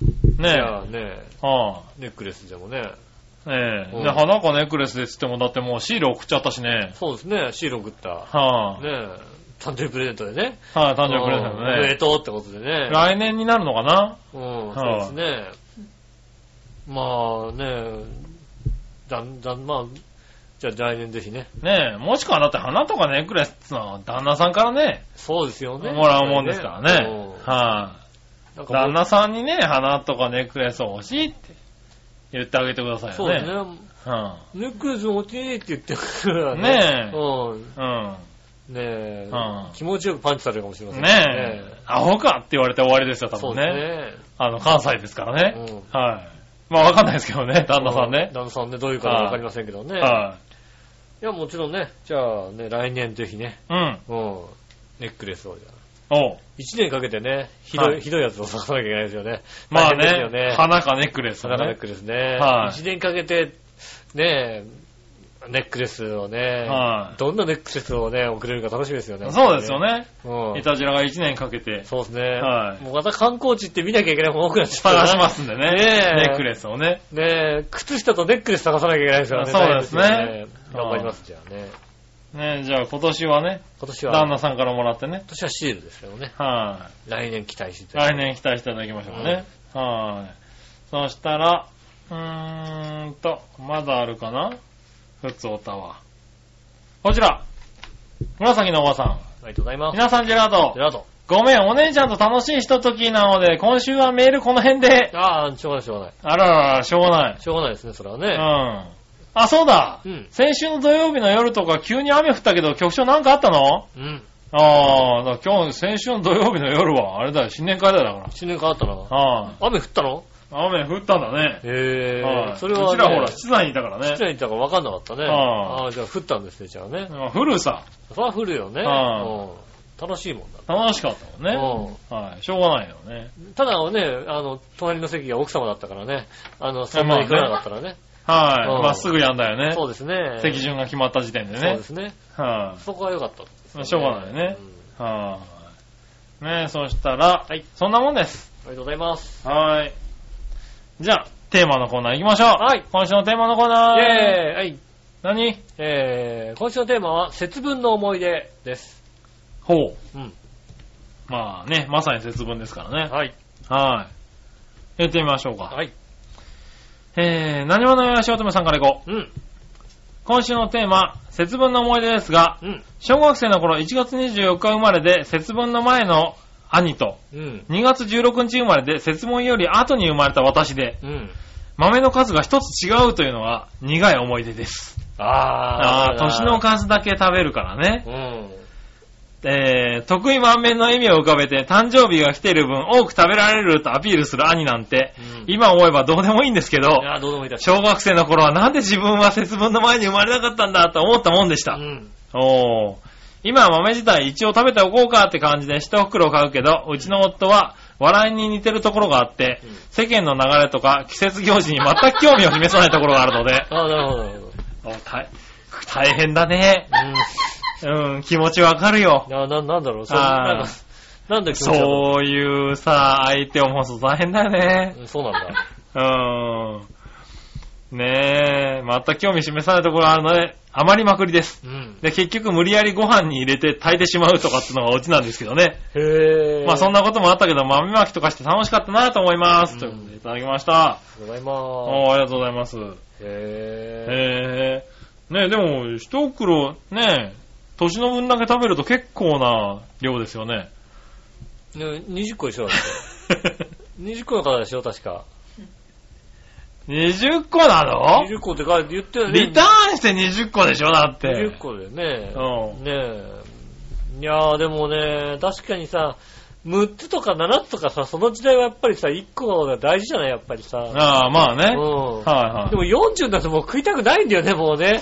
S3: い。
S2: ん。
S3: ね
S2: いや
S3: え。
S2: ね、
S3: は
S2: ネックレスでもね。
S3: い。ね
S2: う
S3: え。
S2: ん
S3: で、花かネックレスでつっても、だってもうシール送っちゃったしね。
S2: そうですね、シール送った。
S3: は
S2: ね誕生日プレゼントでね。
S3: い。はい、誕生日プレゼン
S2: う
S3: ト
S2: んおめで
S3: ね。
S2: とうってことでね。
S3: 来年になるのかな
S2: うん、
S3: い
S2: そうですね。まあね、だんだん、まあ、じゃあ来年ぜひね。
S3: ねえ。もしくはだって花とかネックレスってのは旦那さんからね、
S2: そうですよね。
S3: もらうもんですからね。
S2: うん
S3: はい。
S2: なんか
S3: 旦
S2: もう
S3: 那さんにね、花とかネックレスを欲しいって言ってあげてください
S2: そ
S3: よ
S2: う
S3: ね。
S2: ですね。ネックレス持ちいいって言ってくるから
S3: ねえ
S2: うん。
S3: うん。
S2: ねえ、
S3: うん
S2: 気持ちよくパンチされるかもしれま
S3: う
S2: せ
S3: ん。
S2: ん
S3: ねえ、アホかって言われて終わりですよ、多
S2: そう
S3: 分
S2: です
S3: ね。
S2: ね。
S3: あの、関西ですからね。
S2: うん
S3: はい。まあ、わかんないですけどね、旦那さん
S2: う
S3: ね。
S2: 旦那さんね、どういう方かわかりませんけどね。
S3: はい
S2: や、もちろんね、じゃあね、来年ぜひね、
S3: い。うん。
S2: うん、ネックレスをじゃあ。
S3: おう
S2: 一年かけてね、ひどい、
S3: はい
S2: ひどいやつを探さなきゃいけないですよね。
S3: まあ
S2: 大変ですよ
S3: ね、
S2: ね。
S3: 花かネックレス
S2: 花
S3: だ
S2: のネッ
S3: ね。
S2: クレスね。
S3: はい
S2: 一年かけて、ねえ、ネックレスをね、
S3: はい
S2: どんなネックレスをね、送れるか楽しみですよね。
S3: そうですよね。
S2: うん。
S3: いたじらが1年かけて
S2: そうですね。
S3: はい
S2: もうまた観光地って見なきゃいけないもの多くなっちゃった
S3: 探しますんでね。
S2: ねえ
S3: ネックレスをね。
S2: す。ねえ、靴下とネックレス探さなきゃいけないですからね。
S3: そうですね
S2: 大変ですよ頑張ります、じゃあね。
S3: ねじゃあ今年はね、
S2: 今年は、
S3: 旦
S2: 今
S3: 那さんからもらってね。
S2: 年はシールですけどね。
S3: はい。
S2: 来年期待して。
S3: 来。年期待していただきましょうかね。はい。そしたら、うーんと、まだあるかなふつおたは。こちら。紫のおばさん。
S2: ありがとうございます。
S3: 皆さんジェラー
S2: ジ
S3: ド
S2: ェ。ラート。
S3: ごめん、お姉ちゃんと楽しいひとときなので、今週はメールこの辺で。
S2: ああ、しょうがない、しょうがない。
S3: あららら、しょうがない。
S2: しょうがないですね、それは
S3: う
S2: ね。
S3: ん。あ、そうだ。
S2: うん。
S3: 先週の土曜日の夜とか急に雨降ったけど、局長なんかあったの
S2: うん。
S3: ああ、だから今日、先週の土曜日の夜は、あれだよ、新年会だよ、だか
S2: 新年変わったな。
S3: ら。はい、
S2: 雨降ったの
S3: 雨降ったんだね。
S2: へ
S3: は
S2: え。
S3: い
S2: それはね、
S3: うちらほら、室内にいたからね
S2: いつ。らにいたか分かんなかったね。
S3: ああ
S2: ああ、じゃあ降ったんですね、じゃあね。
S3: うん降るさ。
S2: それは降るよね。
S3: ああ
S2: うん楽しいもんだ。
S3: 楽しかったもんね。
S2: うん
S3: はい。しょうがないよね。
S2: ただね、あの、隣の席が奥様だったからね、あの、そんなに食わなかったらね。
S3: は
S2: う
S3: い。
S2: ん
S3: まっすぐやんだよね。
S2: そうですね。
S3: 席順が決まった時点で
S2: そう
S3: ね
S2: で。すね。
S3: は
S2: そこは良かったですね、
S3: しょうがないね
S2: ん
S3: い。はい。ねえ、そしたら、はい。そんなもんです。
S2: ありがとうございます。
S3: はい。じゃあ、テーマのコーナー行きましょう。
S2: はい。
S3: 今週のテーマのコー
S2: イェー
S3: ナー。
S2: イ
S3: イ
S2: はい。
S3: 何
S2: えー、今週のテーマは、節分の思い出です。
S3: ほう。
S2: うん。
S3: まあね、まさに節分ですからね。
S2: はい。
S3: はい。やってみましょうか。
S2: はい。
S3: えー、何者よしおとめさんから行こう。
S2: うん。
S3: 今週のテーマ、節分の思い出ですが、
S2: うん。
S3: 小学生の頃1月24日生まれで節分の前の兄と、
S2: うん。
S3: 2月16日生まれで節分より後に生まれた私で、
S2: うん。
S3: 豆の数が一つ違うというのは苦い思い出です。
S2: あ
S3: ああー、年の数だけ食べるからね。
S2: うん。
S3: えー、得意満面の笑みを浮かべて誕生日が来ている分多く食べられるとアピールする兄なんて、
S2: うん
S3: 今思えばどうでもいいんですけど
S2: い、や、どうでもいいだし。
S3: 小学生の頃はなんで自分は節分の前に生まれなかったんだと思ったもんでした。
S2: うん。
S3: おー。今は豆自体一応食べておこうかって感じで一袋買うけど、うちの夫は笑いに似てるところがあって
S2: うん、、
S3: 世間の流れとか季節行事に全く興味を示さないところがあるので
S2: ああ、なるほど、なるほど。
S3: お大大変だね。
S2: う
S3: うん、気持ちわかるよ。
S2: ん。あな、なんだろう、そう、なん
S3: あ
S2: か
S3: ー、
S2: なんで気持ち悪いの
S3: そういうさ、相手を持つと大変だよね。
S2: うんそうなんだ。
S3: うん。ねえ、全く興味示さないところがあるので、余りまくりです。
S2: うん。
S3: で、結局無理やりご飯に入れて炊いてしまうとかっていうのがオチなんですけどね。
S2: へえ。
S3: まあそん
S2: な。
S3: なこともあったけど、豆まきとかして楽しかったなと思います。
S2: うん
S3: ということでいただきました。
S2: ございま
S3: おーありがとうございます。
S2: す。へえ。
S3: へえ。ねえ、でも、一袋、ねえ、年の分だけ食べると結構な量ですよ
S2: [laughs]
S3: ね。
S2: ね20個でしょだって ?20 個の方でしょ確か。
S3: 20個なの
S2: ?20 個って書いて言ったよね。
S3: [laughs] リターンして20個でしょだって。
S2: 20個だよね。
S3: う
S2: ねえ。いやーでもね、確かにさ、6つとか7つとかさ、その時代はやっぱりさ、1個の方が大事じゃないやっぱりさ。
S3: ああ、まあ
S2: う
S3: ね。
S2: ん。
S3: はい
S2: [laughs] でも
S3: は
S2: 40になってもう食いたくないんだよね、もうね。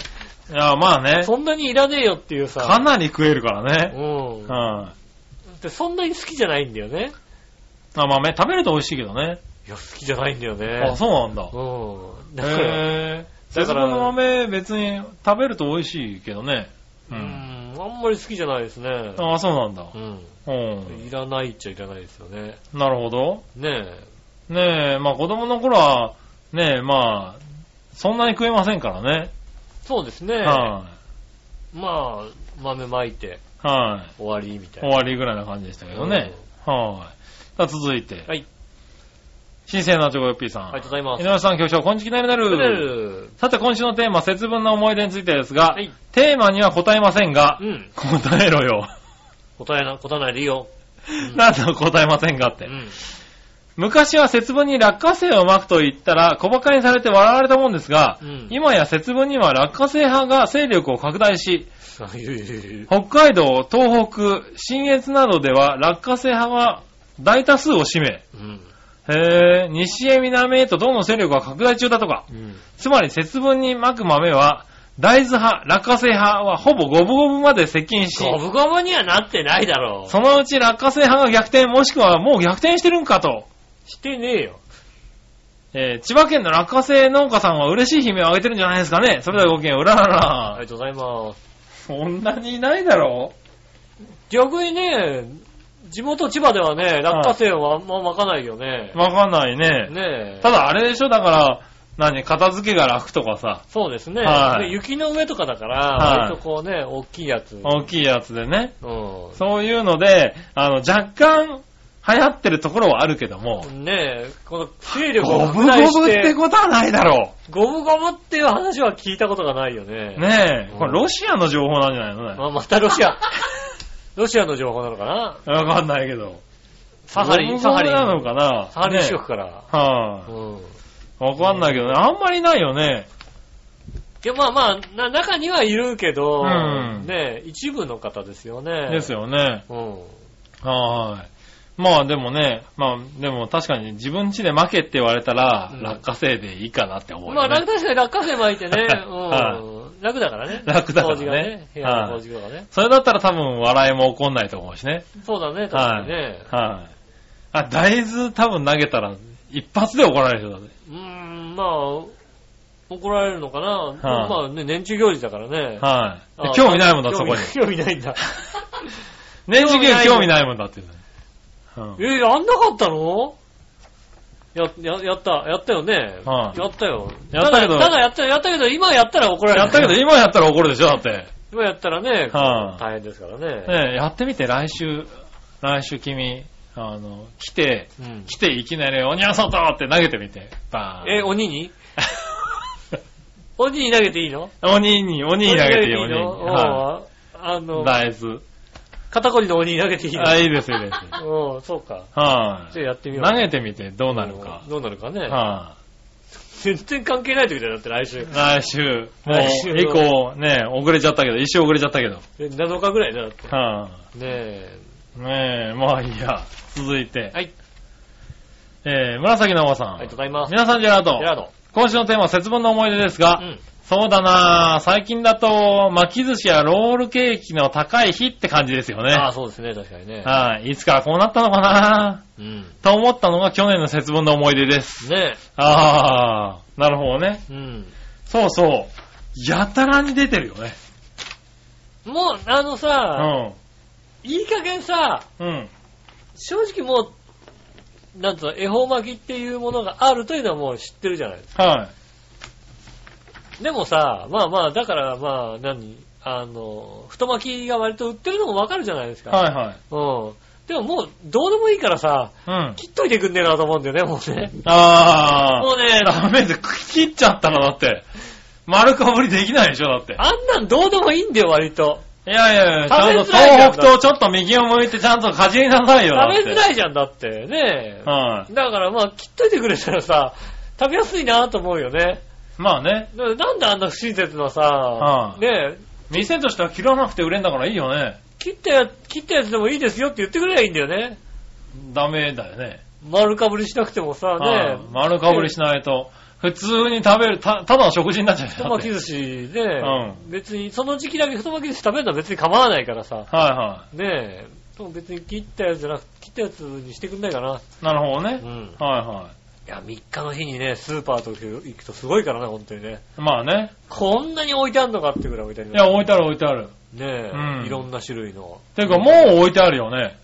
S3: い。ああ、まあね。
S2: そんなにいらねえよっていう
S3: か
S2: さ。
S3: なり食えるから
S2: う
S3: ね。
S2: ん
S3: うん。。あ
S2: で、そんなに好きじゃないんだよね。
S3: まあね、食べると美味しいけどね。
S2: いや、好きじゃないんだよね。
S3: あそうなんだ。
S2: うん。だから、
S3: へえ。
S2: だ
S3: だ
S2: か
S3: からら、の豆別に食べると美味しいけどね。
S2: う
S3: うん。
S2: ん、あんまり好きじゃないですね。
S3: ああ、そうなんだ
S2: う。ん。
S3: うん。
S2: いらないっちゃいらないですよね。
S3: なるほど。
S2: ねえ。
S3: ねえ、まあ子供の頃は、ねえ、まあ、そんなに食えませんからね。
S2: そうですね。
S3: は
S2: まあ、豆まいて
S3: い。はい。
S2: 終わりみたい
S3: 終
S2: な。
S3: わりぐらいな感じでしたけどね。はい。さあ、続いて。
S2: はい。
S3: 新鮮なチョコヨッピーさん。
S2: ありがとうございます
S3: 井。上さん、局長、こんちきなりな
S2: プレ
S3: る。
S2: ル。
S3: さて、今週のテーマ、節分の思い出についてですが、
S2: はい。
S3: テーマには答えませんが
S2: う、ん。
S3: 答えろよ。
S2: 答えな、答えないでいいよ。うん
S3: なんだ答えませんがって
S2: う。ん。
S3: 昔は節分に落花生をまくと言ったら、小馬鹿にされて笑われたもんですが、
S2: うん
S3: 今や節分には落花生派が勢力を拡大し、
S2: あいるいるいる。
S3: 北海道、東北、新越などでは落花生派が大多数を占め、
S2: うん。
S3: へぇ、西へ南へとどんどん勢力が拡大中だとか。
S2: うん。
S3: つまり節分にまく豆は、大豆派、落花生派はほぼ五分五分まで接近し、
S2: ゴブゴブにはなってないだろ
S3: そのうち落花生派が逆転もしくはもう逆転してるんかと。
S2: う。してねえよ。
S3: えー千葉県の落花生農家さんは嬉しい悲鳴を上げてるんじゃないですかね。それではごきげん、うらら
S2: あり
S3: ら。
S2: がとうございます。
S3: そんなにいないだろ
S2: 逆にね、地元千葉ではね、落花生はあんま巻かないよね。
S3: わかんないね。
S2: ねえ
S3: た。だあれでしょ、だから、何、片付けが楽とかさ、
S2: そうですね。
S3: はい
S2: で雪の上とかだから、
S3: はい
S2: 割とこうね、大きいやつ。
S3: 大きいやつでね。
S2: う
S3: そういうので、あの、若干流行ってるところはあるけども、
S2: ん。ねえ、この勢力を
S3: ゴ
S2: 拡
S3: ブ
S2: 大
S3: ゴ
S2: し
S3: ブって
S2: て、
S3: ことはないだろ
S2: ゴブゴブっていう話は聞いたことがないよね。
S3: う。ね
S2: う
S3: え、
S2: ん
S3: これロシアの情報なんじゃないのね。
S2: まあ、またロシア、 [laughs] ロシアの情報なのかな
S3: わかんないけど。
S2: サハリ
S3: ゴ
S2: ン、
S3: ブ
S2: サ
S3: ゴ
S2: ハ
S3: ブ
S2: リン。
S3: なのかな
S2: サハリン
S3: ね
S2: 支局から。
S3: は
S2: う
S3: い、
S2: ん。
S3: わかんないけどね。あんまりないよね。
S2: いや、まあまあ、な中にはいるけど、
S3: うん
S2: ねえ、一部の方ですよね。
S3: です。よね。
S2: うん。
S3: はい。まあでもね、まあでも確かに自分家で負けって言われたら
S2: う、ん
S3: 落花生でいいかなって思うよね。
S2: まあ、楽確かに落花生巻いて
S3: [laughs]
S2: ね、う
S3: は
S2: ん。楽だからね。
S3: [laughs] 楽だからね
S2: 掃除がね。部屋の掃除とかね。
S3: それだったら多分笑いも起こんないと思うしね。
S2: そうだね、確かにね。
S3: はい。あ、大豆多分投げたら一発で怒られるでしょ、だって。
S2: うーん、まあ、怒られるのかな。まあね、年中行事だからね。
S3: はい
S2: あ。
S3: 興味ないもんだって、そ
S2: 興
S3: こ
S2: 味
S3: に。
S2: 興味ないん
S3: [laughs]
S2: だ。
S3: 年次元
S2: 興
S3: 興
S2: 味
S3: 味
S2: な
S3: ないもんだって。うん
S2: え、やんなかったのや、や、やった、やったよね。
S3: はい
S2: やったよ。
S3: やったけど
S2: ただ、ただやった、やったけど、今やったら怒られる。
S3: やったけど、今やったら怒るでしょ、だって。
S2: 今やったらね、
S3: はい
S2: 大変ですからね。
S3: ねえやってみて、来週、来週君、あの、来て、
S2: うん
S3: 来ていきなり、鬼は外って投げてみて。バーン。
S2: え、鬼に鬼に投げていいの
S3: [laughs] 鬼に、鬼に投げていい、鬼に。
S2: の
S3: は
S2: うんあ
S3: い
S2: の、
S3: 大豆。
S2: 肩こりの鬼に投げていいの
S3: あ、いいですよ、いいですよ。
S2: うん、そうか。
S3: は
S2: じゃあ
S3: い。
S2: やってみよう。
S3: 投げてみて、どうなるか
S2: うん。どうなるかね。
S3: は
S2: 全然関係ない時だよ、だって来週
S3: い。。来週、もう
S2: 来週、
S3: 以降、ね、遅れちゃったけど、一生遅れちゃったけど。
S2: え7日ぐらいだよだって。
S3: は
S2: ねえ。
S3: い。ねえ、まあいいや。続いて。
S2: はい。
S3: えー、紫のおばさん。
S2: ありがとうございます。ジ
S3: 皆さん、ジェラート
S2: ェ。ラード。
S3: 今週のテーマは節分の思い出です
S2: う
S3: が、
S2: ん。
S3: そうだなぁ最近だと、巻き寿司やロールケーキの高い日って感じですよね。
S2: ああ、そうですね、確かにね。
S3: はい。いつからこうなったのかなぁ
S2: うん。
S3: と思ったのが去年の節分の思い出です。
S2: ね
S3: ああ、なるほどね。
S2: え。うん。
S3: そうそう。やたらに出てるよね。
S2: もう、あのさ、いい加減さ、
S3: うん。うん。
S2: 正直もう、なんつうの、恵方巻きっていうものがあるというのはもう知ってるじゃないです
S3: はい。
S2: か。でもさ、まあまあ、だからまあ、何あの、太巻きが割と売ってるのもわかるじゃないですか。
S3: はいはい。
S2: うん。でももう、どうでもいいからさ、
S3: うん。
S2: 切っといてくんねえなと思うんだよね、もうね。
S3: あ
S2: も
S3: あ。
S2: うね、
S3: ダメで切っちゃったらだって。丸かぶりできないでしょ、だって。
S2: あんなんどうでもいいんだよ、割と。
S3: いやいやいや、ちゃんと
S2: 食べづらいじゃん
S3: 東北とちょっと右を向いてちゃんとかじりなさいよ。
S2: 食べづら
S3: い。
S2: いじゃんだって、ねえ。
S3: は
S2: だからまあ、切っといてくれたらさ、食べやすいなと思うよね。
S3: まあね。
S2: だからなんであんな不親切なさ、
S3: うん
S2: ねえ、
S3: 店としては切らなくて売れんだからいいよね。
S2: 切ったや、切ったやつでもいいですよって言ってくれりゃいいんだよね。
S3: ダメだよね。
S2: 丸かぶりしなくてもさ、ね
S3: うん丸かぶりしないと。普通に食べる、た、ただの食事になっちゃう
S2: 太
S3: よだっ
S2: 巻き
S3: てはい
S2: 寿司ね、別に、その時期だけ太巻き寿司食べるのは別に構わないからさ、
S3: は
S2: ねえ、でも別に切ったやつじゃなく切ったやつにしてくんないかな。
S3: い。なるほど
S2: う
S3: ね。
S2: ん。
S3: はいはい
S2: や、3日の日にね、スーパーとか行くとすごいからな、本当にね。
S3: い。まあね。
S2: こんなに置いてあるのかってぐらい置いてあり
S3: い
S2: ます
S3: や、置いてある置いてある。
S2: ねえ、
S3: うん
S2: いろんな種類の。
S3: ていうか、もう置いてあるよね。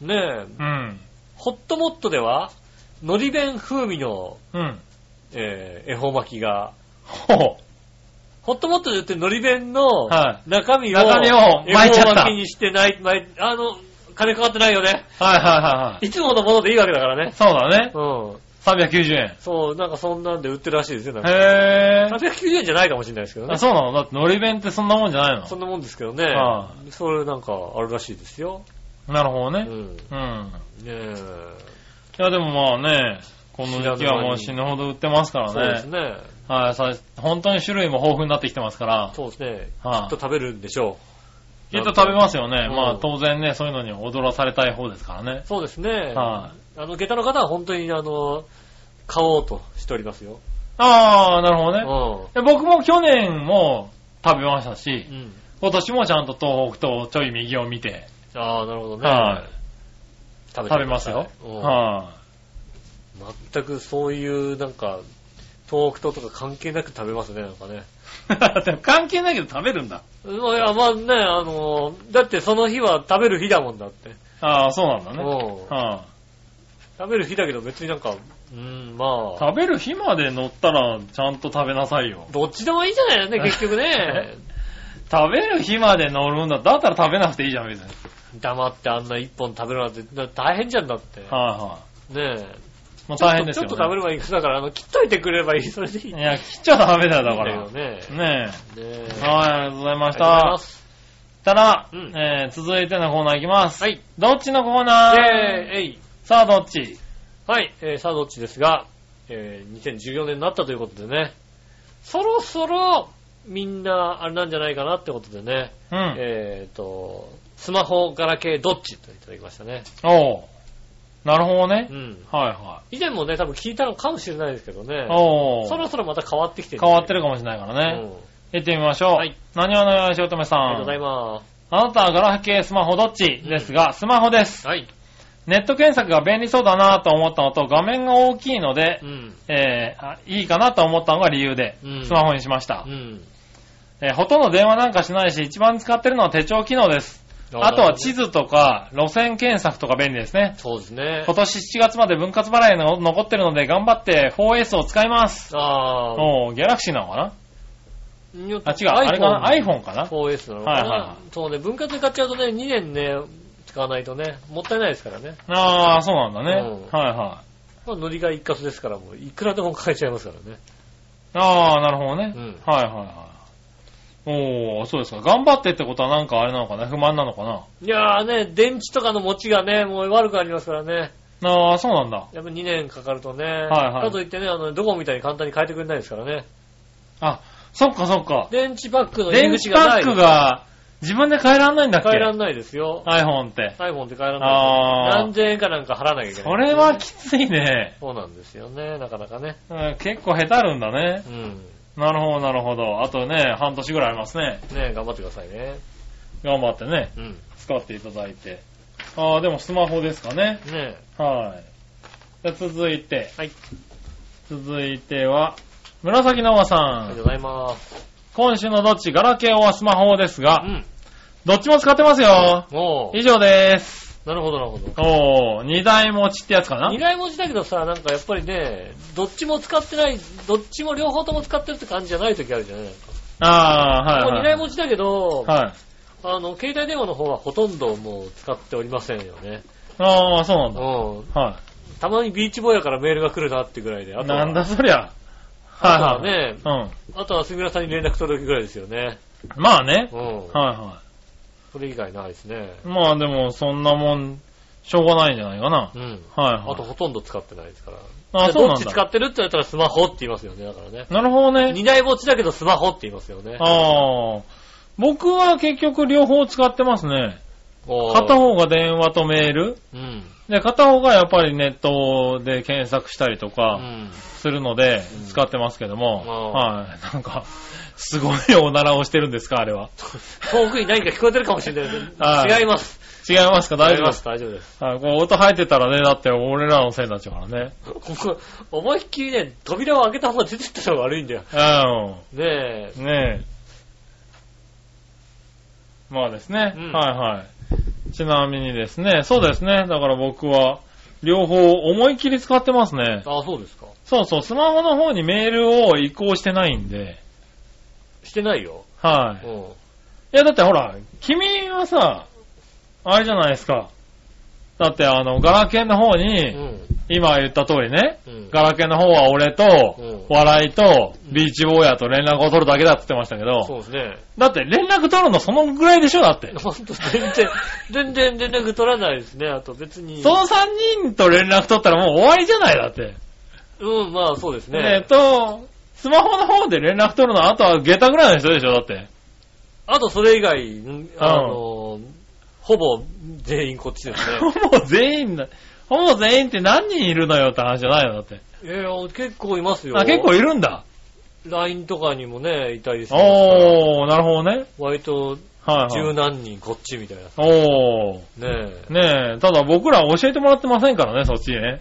S2: ねえ、
S3: うん。
S2: ホットモットでは、のり弁風味の、
S3: うん。
S2: えー恵方巻きが、
S3: ほう。
S2: ホットモットで売ってるのり弁の
S3: は
S2: 中身を、
S3: 中身を巻いちゃった
S2: 恵方巻きにしてない、巻いあの、金かかってないよね。
S3: はいはいはいはい。
S2: いつものものでいいわけだからね。
S3: そうだね。
S2: うん。
S3: 390円。
S2: そう、なんかそんなんで売ってるらしいですよ。なんか
S3: へぇ
S2: 390円じゃないかもしれないですけど
S3: ー。あ、
S2: ね。
S3: そうなのだって、海苔弁ってそんなもんじゃない
S2: そんなもんですけどね
S3: あ。
S2: それなんかあるらしいですよ。
S3: のなるほど
S2: う
S3: ね。
S2: ん。ね
S3: うん。
S2: え。
S3: いや、でもまあね、この時期はもう死ぬほど売ってますか
S2: そうで
S3: ら
S2: す
S3: ね。
S2: ね。
S3: はい、さ、本当に種類も豊富になってきてますから、
S2: そうですね。き
S3: は
S2: っ
S3: い
S2: と食べるんでしょう。
S3: きっと食べますよ
S2: う
S3: ね。
S2: ん
S3: まあ当然ね、そういうのに踊らされたい方ですからね。
S2: そうですね。
S3: は
S2: あの、下駄の方は本当に、あの、買おうとしておりますよ。
S3: ああ、なるほど
S2: う
S3: ね。で僕も去年も食べましたし
S2: ん。う、ん。
S3: 今年もちゃんと東北とちょい右を見て
S2: ああ、なるほどね。
S3: は
S2: 食
S3: 食べますよ。
S2: うん
S3: は
S2: 全くそういう、なんか、東北ととか関係なく食べますね、なんかね。
S3: い。 [laughs] でも関係ないけど食べるんだ。
S2: うんいや、まあね、あの、だってその日は食べる日だもんだって。
S3: ああ、そうなんだね。
S2: うん
S3: は
S2: 食べる日だけど別になんか、うん、ま
S3: い
S2: あ、
S3: 食べる日まで乗ったらちゃんと食べなさいよ。
S2: どっちでもいいじゃないよ
S3: [laughs]
S2: ね、結局ね。
S3: 食べる日まで乗るんだ。だったら食べなくていいじゃん、別に。
S2: 黙ってあんな一本食べるなんてだ大変じゃんだって。
S3: はいはい。
S2: ねえ。
S3: もう大変ですよ、
S2: ちょっとちょ
S3: ね。
S2: っと食べればいいです。だから、あの、切っといてくれればいい。それでいい。
S3: いや、切っちゃダメだよ、だか
S2: いい
S3: ら。
S2: んだよね。
S3: ね
S2: ね
S3: え。
S2: あ
S3: はい、ありがとう
S2: りがとうご
S3: ございまし
S2: ざいま
S3: た。
S2: す。
S3: たら、
S2: うん
S3: えー、続いてのコーナーいきます。
S2: はい。
S3: どっちのコーナー
S2: えー、えい。
S3: さあ、どっち
S2: はい。えー、さあどっちですが、えー、2014年になったということでね、そろそろ、みんな、あれなんじゃないかなってことでね、
S3: うん。
S2: えーと、スマホ、ガラケー、どっちといただきましたね。
S3: おうなるほどね
S2: う。ん。
S3: はいは
S2: 以前もね、多分聞いたのかもしれないですけどね
S3: い。、おう
S2: そろそろまた変わってきて
S3: 変わって
S2: る
S3: るかもしれないから
S2: ね。う
S3: ね。
S2: ん
S3: 行ってみましょう。
S2: はい。
S3: 何話のよしおとめさ
S2: ありがとうござい
S3: ん。
S2: ま
S3: あなたはガラケー、スマホどっちですが、スマホです。
S2: す。はい。
S3: ネット検索が便利そうだなと思ったのと、画面が大きいので
S2: う、ん。
S3: えーあいいかなと思ったのが理由で
S2: うん、
S3: スマホにしました。
S2: うん。
S3: えーほとんど電話なんかしないし、一番使ってるのは手帳機能です。あとは地
S2: 図。
S3: 図とか、路線検索とか便利ですね。
S2: そうですね
S3: 今。年7月まで分割払いの残ってるので、頑張って 4S を使います。
S2: ああ。
S3: おー、ギャラクシーなのかな
S2: によって
S3: あ、違う、あれかな ?iPhone かな
S2: 4S なのかな、
S3: はいはいはい
S2: そうね、分割で買っちゃうとね、2年ね、使わないとね、もったいないですからね。
S3: あー、そうなんだね。
S2: うん
S3: はいはい。
S2: まあ、乗りが一括ですから、もういくらでも買えちゃいますからね。
S3: あー、なるほどね。
S2: うん
S3: はいはいはい。おー、そうですか。頑張ってってことはなんかあれなのかな不満なのかない
S2: やーね、電池とかの持ちがね、もう悪くなりますからね。
S3: あー、そうなんだ。
S2: やっぱ2年かかるとね。
S3: いはい
S2: かといってね、あの、ドコモみたいに簡単に変えてくれないですからね。
S3: あ、そっかそっか。
S2: 電池パックの入
S3: 電
S2: り口
S3: 池
S2: が
S3: パ
S2: ない。
S3: ックが自分で変えらんないんだっけ
S2: 変えらんないですよ。
S3: iPhone って。
S2: iPhone って変えらん
S3: あ
S2: ない。
S3: ー
S2: 何千円かなんか払わなきゃいけない。
S3: それはきついね。
S2: そうなんですよね、なかなかね。
S3: うん結構下手るんだね
S2: う。ん。
S3: なるほど、なるほど。あとね、半年ぐらいありますね。
S2: ね頑張ってくださいね。
S3: 頑張ってね、
S2: うん。
S3: 使っていただいて。ああ、でもスマホですかね。
S2: ね
S3: はい。じゃあ続いて、
S2: はい。
S3: 続いては、紫のおば
S2: あり
S3: さ。
S2: がとうんございます。
S3: 今週のどっち、ガラケーはスマホですが
S2: う、ん。
S3: どっちも使ってますよ。
S2: も
S3: 以上です。
S2: う、なるほどなるほど。
S3: おー、二台持ちってやつかな
S2: 二台文字だけどさ、なんかやっぱりね、どっちも使ってない、どっちも両方とも使ってるって感じじゃない時あるじゃないなんか。
S3: ああ、
S2: もう
S3: は
S2: 二
S3: い、はい。
S2: 台文字だけど、
S3: はい。
S2: あの、携帯電話の方はほとんどもう使っておりませんよね。
S3: ああ、そうなんだ。
S2: うん。
S3: は
S2: たまにビーチボーイヤからメールが来るなってぐらいで。あ
S3: い。
S2: とは
S3: なんだそりゃ。
S2: あとは
S3: はいはい。
S2: ね、
S3: うん。
S2: あとは杉村さんに連絡取るぐらいですよね。
S3: まあね
S2: う。ん。
S3: はいは
S2: それ以外ないですね。
S3: い。まあでも、そんなもん、しょうがないんじゃないかな。
S2: うん。
S3: はい
S2: あと
S3: はい。
S2: ほとんど使ってないですから。
S3: あ
S2: で
S3: そうなんだ
S2: どっち使ってるって言ったらスマホって言いますよね、だからね。
S3: なるほどね。
S2: 二台持ちだけどスマホって言いますよね。
S3: ああ。僕は結局両方使ってますね。
S2: おー
S3: 片方が電話とメール。
S2: うん。
S3: で、片方がやっぱりネットで検索したりと
S2: う
S3: か
S2: ん。
S3: するので
S2: うん
S3: 使ってますけども。
S2: あ
S3: はい。 [laughs] なんか、すごいおならをしてるんですかあれは。
S2: 遠くに何か聞こえてるかもしれな
S3: はいい
S2: 違います。
S3: 違いますか大
S2: 違い
S3: 丈夫で
S2: ますす。大丈夫です。
S3: はい、こう音入ってたらね、だって俺らのせいになっちゃうからね。
S2: ここ、思いっきりね、扉を開けた方が出てった方が悪いんだよ。
S3: う
S2: ねえ。
S3: ん。ねえ。まあですね。
S2: うん
S3: はいはい。ちなみにですね、そうですね。だから僕は、両方思い切り使ってますね。
S2: あ、そうですか。
S3: そうそう、スマホの方にメールを移行してないんで。
S2: してないよ。
S3: は
S2: う
S3: い。
S2: ん。
S3: いや、だってほら、君はさ、あれじゃないですか。だってあの、ガラケンの
S2: う
S3: 方に、
S2: ん。
S3: 今言った通りね、
S2: うん。
S3: ガラケーの方は俺と
S2: うん、
S3: 笑いと、ビーチ坊やと連絡を取るだけだって言ってましたけ
S2: そう
S3: ど、
S2: ですね。
S3: だって連絡取るのそのぐらいでしょだって。
S2: ほんと、全然、全然連絡取らないですね。あと別に。
S3: その3人と連絡取ったらもう終わりじゃないだって。
S2: うん、まあそうですね。
S3: えっと、スマホの方で連絡取るのあとは下駄ぐらいの人でしょだって。
S2: あとそれ以外、んあの、ほぼ全員こっちですね。
S3: [laughs] ほぼ全員だ。ほぼ全員って何人いるのよって話じゃないのだって。
S2: いやいや、結構いますよ。
S3: あ、結構いるんだ。
S2: LINE とかにもね、いたりするから。
S3: おー、なるほどね。
S2: 割と
S3: はい、は
S2: 十
S3: い。
S2: 何人こっちみたいな。ね
S3: おー。
S2: え。
S3: ねえ、ただ僕ら教えてもらってませんからね、そっちね。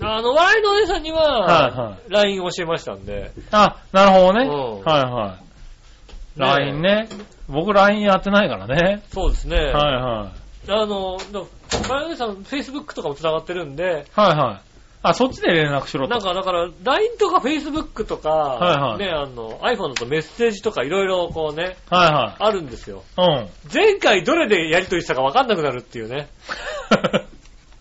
S2: あの、笑いのお姉さんに
S3: はいは
S2: は、LINE 教えましたんで。
S3: あ、なるほどね。
S2: うん
S3: はいはい。LINE ね。僕 LINE やってないからね。
S2: そうですね。
S3: はいはい。
S2: あの、だ笑いのお姉さん、Facebook とかも繋がってるんで、
S3: はいはい。あ、そっちで連絡しろと。
S2: なんかだから、LINE とか Facebook とか、
S3: はいはい
S2: ね、あの、iPhone だとメッセージとかいろいろこうね、
S3: は
S2: あるんですよ。
S3: いはい。うん。 [laughs]
S2: 前回どれでやりとりしたか分かんなくなるっていうね。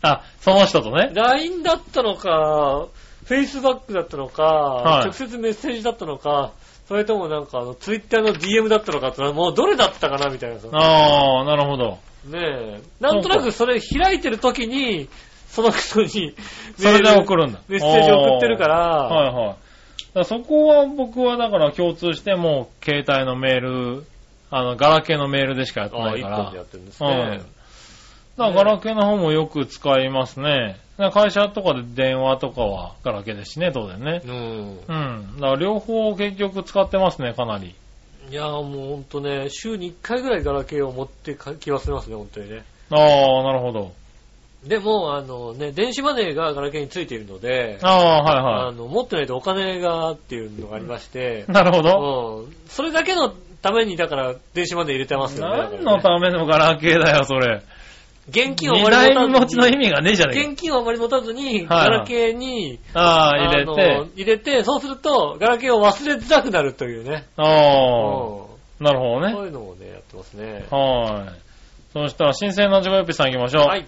S3: あ、その人とね。
S2: LINE だったのか、Facebook だったのか、
S3: い
S2: 直接メッセージだったのか、それともなんかあの、Twitter の DM だったのかってのはもうどれだったかなみたいなさ。ね
S3: ああ、なるほど。
S2: え。なんとなくそれ開いてる時に、その人に
S3: それで送るんだ。
S2: メッセージ送ってるから、
S3: あーはいはい。だからそこは僕はだから共通してもう携帯のメール、あの、ガラケーのメールでしかやって
S2: ああ、
S3: ない
S2: 一
S3: か
S2: 本
S3: ら
S2: でや。ってるんです
S3: うん
S2: ね。
S3: だからガラケーの方もよく使いますね。だから会社とかで電話とかはガラケーですしね、当然ね。
S2: うん。
S3: うん。だから両方結局使ってますね、かなり。
S2: いやーもうほんとね、週に1回ぐらいガラケーを持ってか気はせますね、ほんとにね。
S3: ああ、なるほど。
S2: でも、あのね、電子マネーがガラケーについているので、
S3: ああ、はい
S2: あ
S3: は
S2: の、持ってないとお金がっていうのがありまして
S3: い。、なるほど。
S2: うん、それだけのために、だから、電子マネー入れてますよね。
S3: 何の
S2: だからね
S3: ためのガラケーだよ、それ。
S2: 現金を
S3: 二
S2: あ
S3: 台
S2: まり
S3: 持
S2: 持た
S3: ち
S2: ず
S3: の意
S2: に、
S3: 味がねえじゃねえ
S2: 現金をあまり持たずに、ガ
S3: はい
S2: ラケーに、
S3: か。ああ、入れ
S2: あの
S3: て。
S2: 入れて、そうすると、ガラケーを忘れづらくなるというね。うん
S3: ああ、なる
S2: そ
S3: ほど
S2: う
S3: ね。
S2: いうのもね、やってますね。
S3: はーい。そしたら、新鮮なジョヨピさん行きましょう。
S2: はい。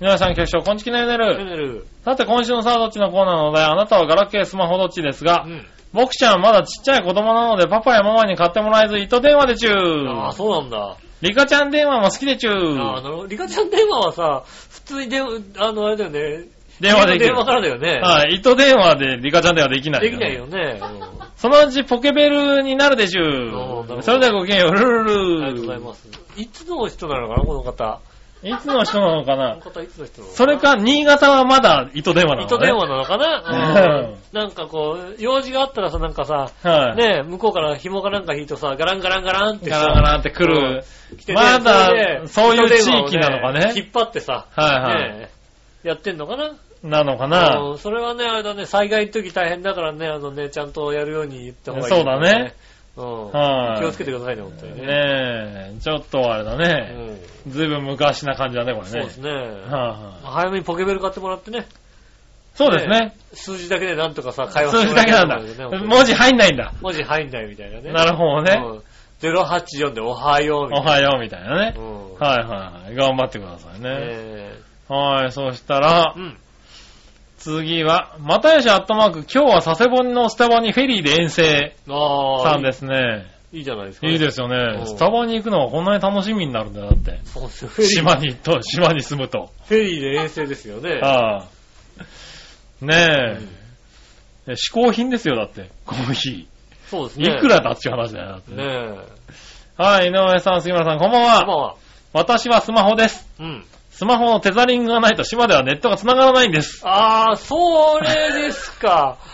S3: 皆さん、局長、こんちきねるね
S2: チャ
S3: る
S2: ン。ネル。
S3: さて、今週のさあどっちのコーナーなので、あなたはガラケー、スマホどっちですが
S2: う、ん。
S3: 僕ちゃんまだちっちゃい子供なので、パパやママに買ってもらえず、糸電話でちゅ
S2: ああ、
S3: ー。
S2: そうなんだ。
S3: リカちゃん電話も好きでちゅ
S2: ああ、
S3: ー。
S2: なるほど。リカちゃん電話はさ、普通に電話、あの、あれだよね。
S3: 電話でき
S2: 電
S3: る。
S2: 話からだよね。
S3: はい、糸電話でリカちゃん電話できない。
S2: できないよ。ね。うん
S3: そのうちポケベルになるでちゅ
S2: ほど
S3: ー。それではごきげんよう、ルルル。
S2: ありがとうございますす。いつの人なのかな、この方。
S3: いつの人なのか
S2: この
S3: な
S2: 方はいつの人なの
S3: それか、新潟はまだ糸電話なのね。
S2: 糸電話なのかな、
S3: うん
S2: うんなんかこう、用事があったらさ、なんかさ、
S3: はい。
S2: ねえ、向こうから紐かなんか引いてさ、ガランガランガランって
S3: ガ
S2: さ、
S3: ラガラって来る。
S2: 来てね
S3: まだ
S2: それで
S3: そういう
S2: 糸電話を
S3: 地域なのかね
S2: 引っ張ってさ、
S3: はいはい
S2: ねえやってんのかな
S3: なのかな
S2: うんそれはね、あれだね、災害の時大変だからね、あのね、ちゃんとやるように言った方がいい、
S3: そうだね。
S2: うん。
S3: はい
S2: 気をつけてくださいね、本当にね。
S3: ねえ、ちょっとあれだ
S2: う
S3: ね。
S2: ん、
S3: ずいぶん昔な感じだね、これね。
S2: そうですね。
S3: はいはい
S2: まあ早めにポケベル買ってもらってね、
S3: そうですね。
S2: 数字だけでなんとかさ、会話
S3: 数
S2: して
S3: 字
S2: もら
S3: だ
S2: え
S3: け
S2: た
S3: な
S2: ら
S3: ん
S2: いい
S3: だ。
S2: よね
S3: 文字入んないんだ。
S2: 文字入んないみたいなね。
S3: なるほどね。
S2: うん。084でおはようみ
S3: お
S2: たいな。
S3: はようみたいなね
S2: う。ん。
S3: はいはい。頑張ってくださいね。
S2: え
S3: はい、そしたら
S2: ー、うん。
S3: 次は、またよしアットマーク、今日は佐世保のスタバにフェリーで遠征
S2: ああ。
S3: さんですね。
S2: いいじゃないですか、。
S3: いいですすよ
S2: う
S3: ね。
S2: ん
S3: スタバに行くのはこんなに楽しみになるんだよ、だって。
S2: そうですよ。フェリー、
S3: 島にと、島に住むと。
S2: フェリーで遠征ですよね。
S3: ああ。
S2: う
S3: ね
S2: ん
S3: え。嗜好品ですよ、だって。コーヒ
S2: そうですね。
S3: ー。いくらだっていう話だよ、だって
S2: ね
S3: ね
S2: え。
S3: はい、井上さん、杉村さん、こんばん
S2: まあま
S3: は。
S2: あ、
S3: 私はスマホです。
S2: うん。
S3: スマホのテザリングがないと島ではネットが繋がらないんです。
S2: あー、それですか。 [laughs]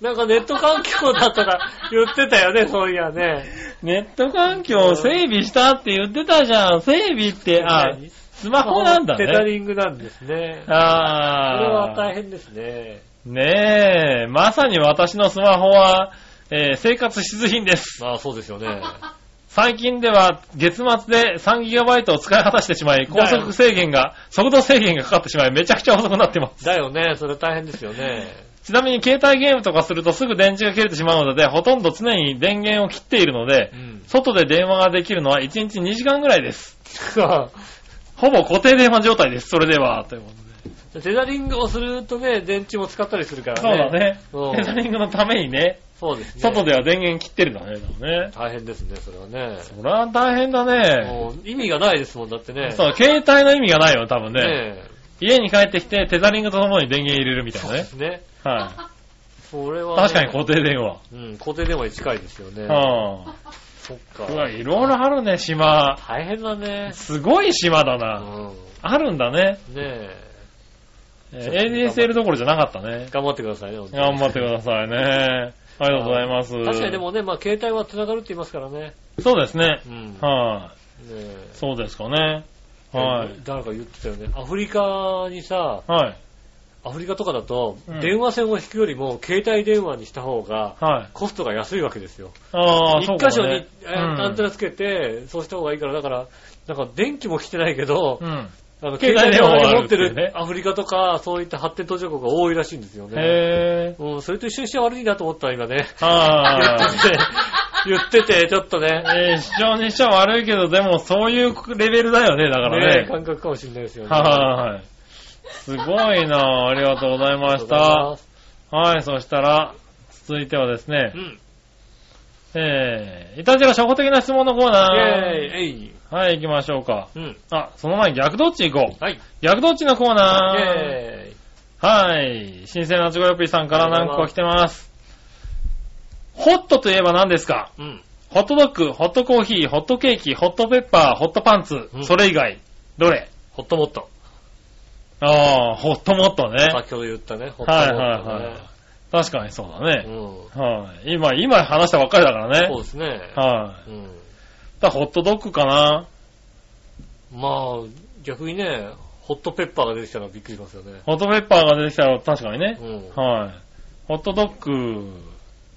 S2: なんかネット環境だったら言ってたよね、そういやね。
S3: ネット環境を整備したって言ってたじゃん。整備って、あ、
S2: 何
S3: スマホなんだ
S2: テザ
S3: ね。
S2: リングなんですね。これは
S3: あ
S2: 大
S3: あ。
S2: 変ですね。
S3: ねえ、まさに私のスマホは、えー生活必需品です。
S2: まあそうですよね。
S3: 最近では月末で 3GB を使い果たしてしまい、高
S2: だよ
S3: 速制限が、速度制限がかかってしまい、めちゃくちゃ遅くなってます。
S2: だよね、それ大変ですよね。
S3: ちなみに携帯ゲームとかするとすぐ電池が切れてしまうので、ほとんど常に電源を切っているので
S2: う、ん。 [laughs]
S3: 外で電話ができるのは1日2時間ぐらいです。
S2: さあ
S3: ほぼ固定電話状態です、それでは。ということで
S2: テザリングをするとね、電池も使ったりするから
S3: そうだ
S2: ね。
S3: ね。
S2: うん
S3: テザリングのためにね、
S2: そうですね。
S3: 外では電源切ってるんだね。でもね
S2: 大変ですね、それはね。
S3: それは大変だね。
S2: もう意味がないですもん、だってね。
S3: そう、携帯の意味がないよ、多分ね。
S2: ね
S3: 家に帰ってきて、テザリングとともに電源入れるみたいな
S2: え。
S3: ね
S2: です。ね。
S3: は
S2: それ [laughs]
S3: い。
S2: はね、
S3: 確かに固定電話。
S2: うん、固定電話に近いですよね。
S3: う
S2: そっか
S3: ん。う。わ、いろいろあるね、島。
S2: 大変だね。
S3: すごい島だ
S2: う
S3: な。
S2: ん。
S3: あるんだね。
S2: ねえ。
S3: えー ADSL どころじゃなかったね。
S2: 頑張ってくださいね、本当に
S3: 頑張ってくださいね。ありがとうございます。
S2: 確かにでもね、まあ携帯は繋がるって言いますからね。
S3: そうですね。
S2: うん。ね
S3: はい、
S2: え
S3: そうですかね。はい、
S2: 誰か言ってたよね。アフリカにさ、
S3: はい。
S2: アフリカとかだと
S3: う、ん
S2: 電話線を引くよりも、携帯電話にした方が、
S3: はい。
S2: コストが安いわけですよ。
S3: ああ、
S2: 一
S3: そうか
S2: 箇所
S3: も
S2: に、
S3: ね
S2: えーアンテナつけて、そうした方がいいから、だから、なんか電気も来てないけど、
S3: うん。うん
S2: あの、携
S3: 携
S2: 帯
S3: 帯
S2: 電
S3: 電
S2: 話
S3: 話はあ
S2: を持
S3: る
S2: っ
S3: ってていうね
S2: るアフリカとか、そういった発展途上国が多いらしいんですよね。
S3: へえ。
S2: うん、それと一緒にして悪いなと思った、今ね。 [laughs]
S3: は
S2: 言ってて、ちょっとね
S3: い。、えー、主張にしちゃ悪いけど、でもそういうレベルだよね、だから
S2: ね
S3: ね。
S2: 感覚かもしれないですよね。
S3: はい。すごいなありがとうござい
S2: あ
S3: ま
S2: りがとうご
S3: し
S2: ざいま
S3: た。
S2: す
S3: はい、そしたら、続いてはですね
S2: う、ん。
S3: えー、いたじら初歩的な質問のコーナー。
S2: イェーイ、えい。
S3: はい、行きましょうか。
S2: うん。
S3: あ、その前に逆どっち行こう。
S2: はい。
S3: 逆どっちのコー
S2: イ
S3: ナー。
S2: ェーイ。
S3: はい。新鮮なチョコヨッピーさんから何個か来てます。ホットといえば何ですか
S2: うん。
S3: ホットドッグ、ホットコーヒー、ホットケーキ、ホットペッパー、ホットパンツ、
S2: うん
S3: それ以外、どれ
S2: ホットモット。
S3: ああ、ホットモットね。
S2: 先ほど言ったね、ホットモット、ね。
S3: はいはいはい。確かにそうだ
S2: う
S3: ね。
S2: ん。
S3: はい。今、今話したばっかりだか
S2: そ
S3: ら
S2: う
S3: ね。
S2: ですね。
S3: はい。
S2: うん。
S3: だからホットドッグかな
S2: まあ、逆にね、ホットペッパーが出てきたらびっくりしますよね。
S3: ホットペッパーが出てきたら確かにね
S2: う。ん。
S3: はい。ホットドッグ、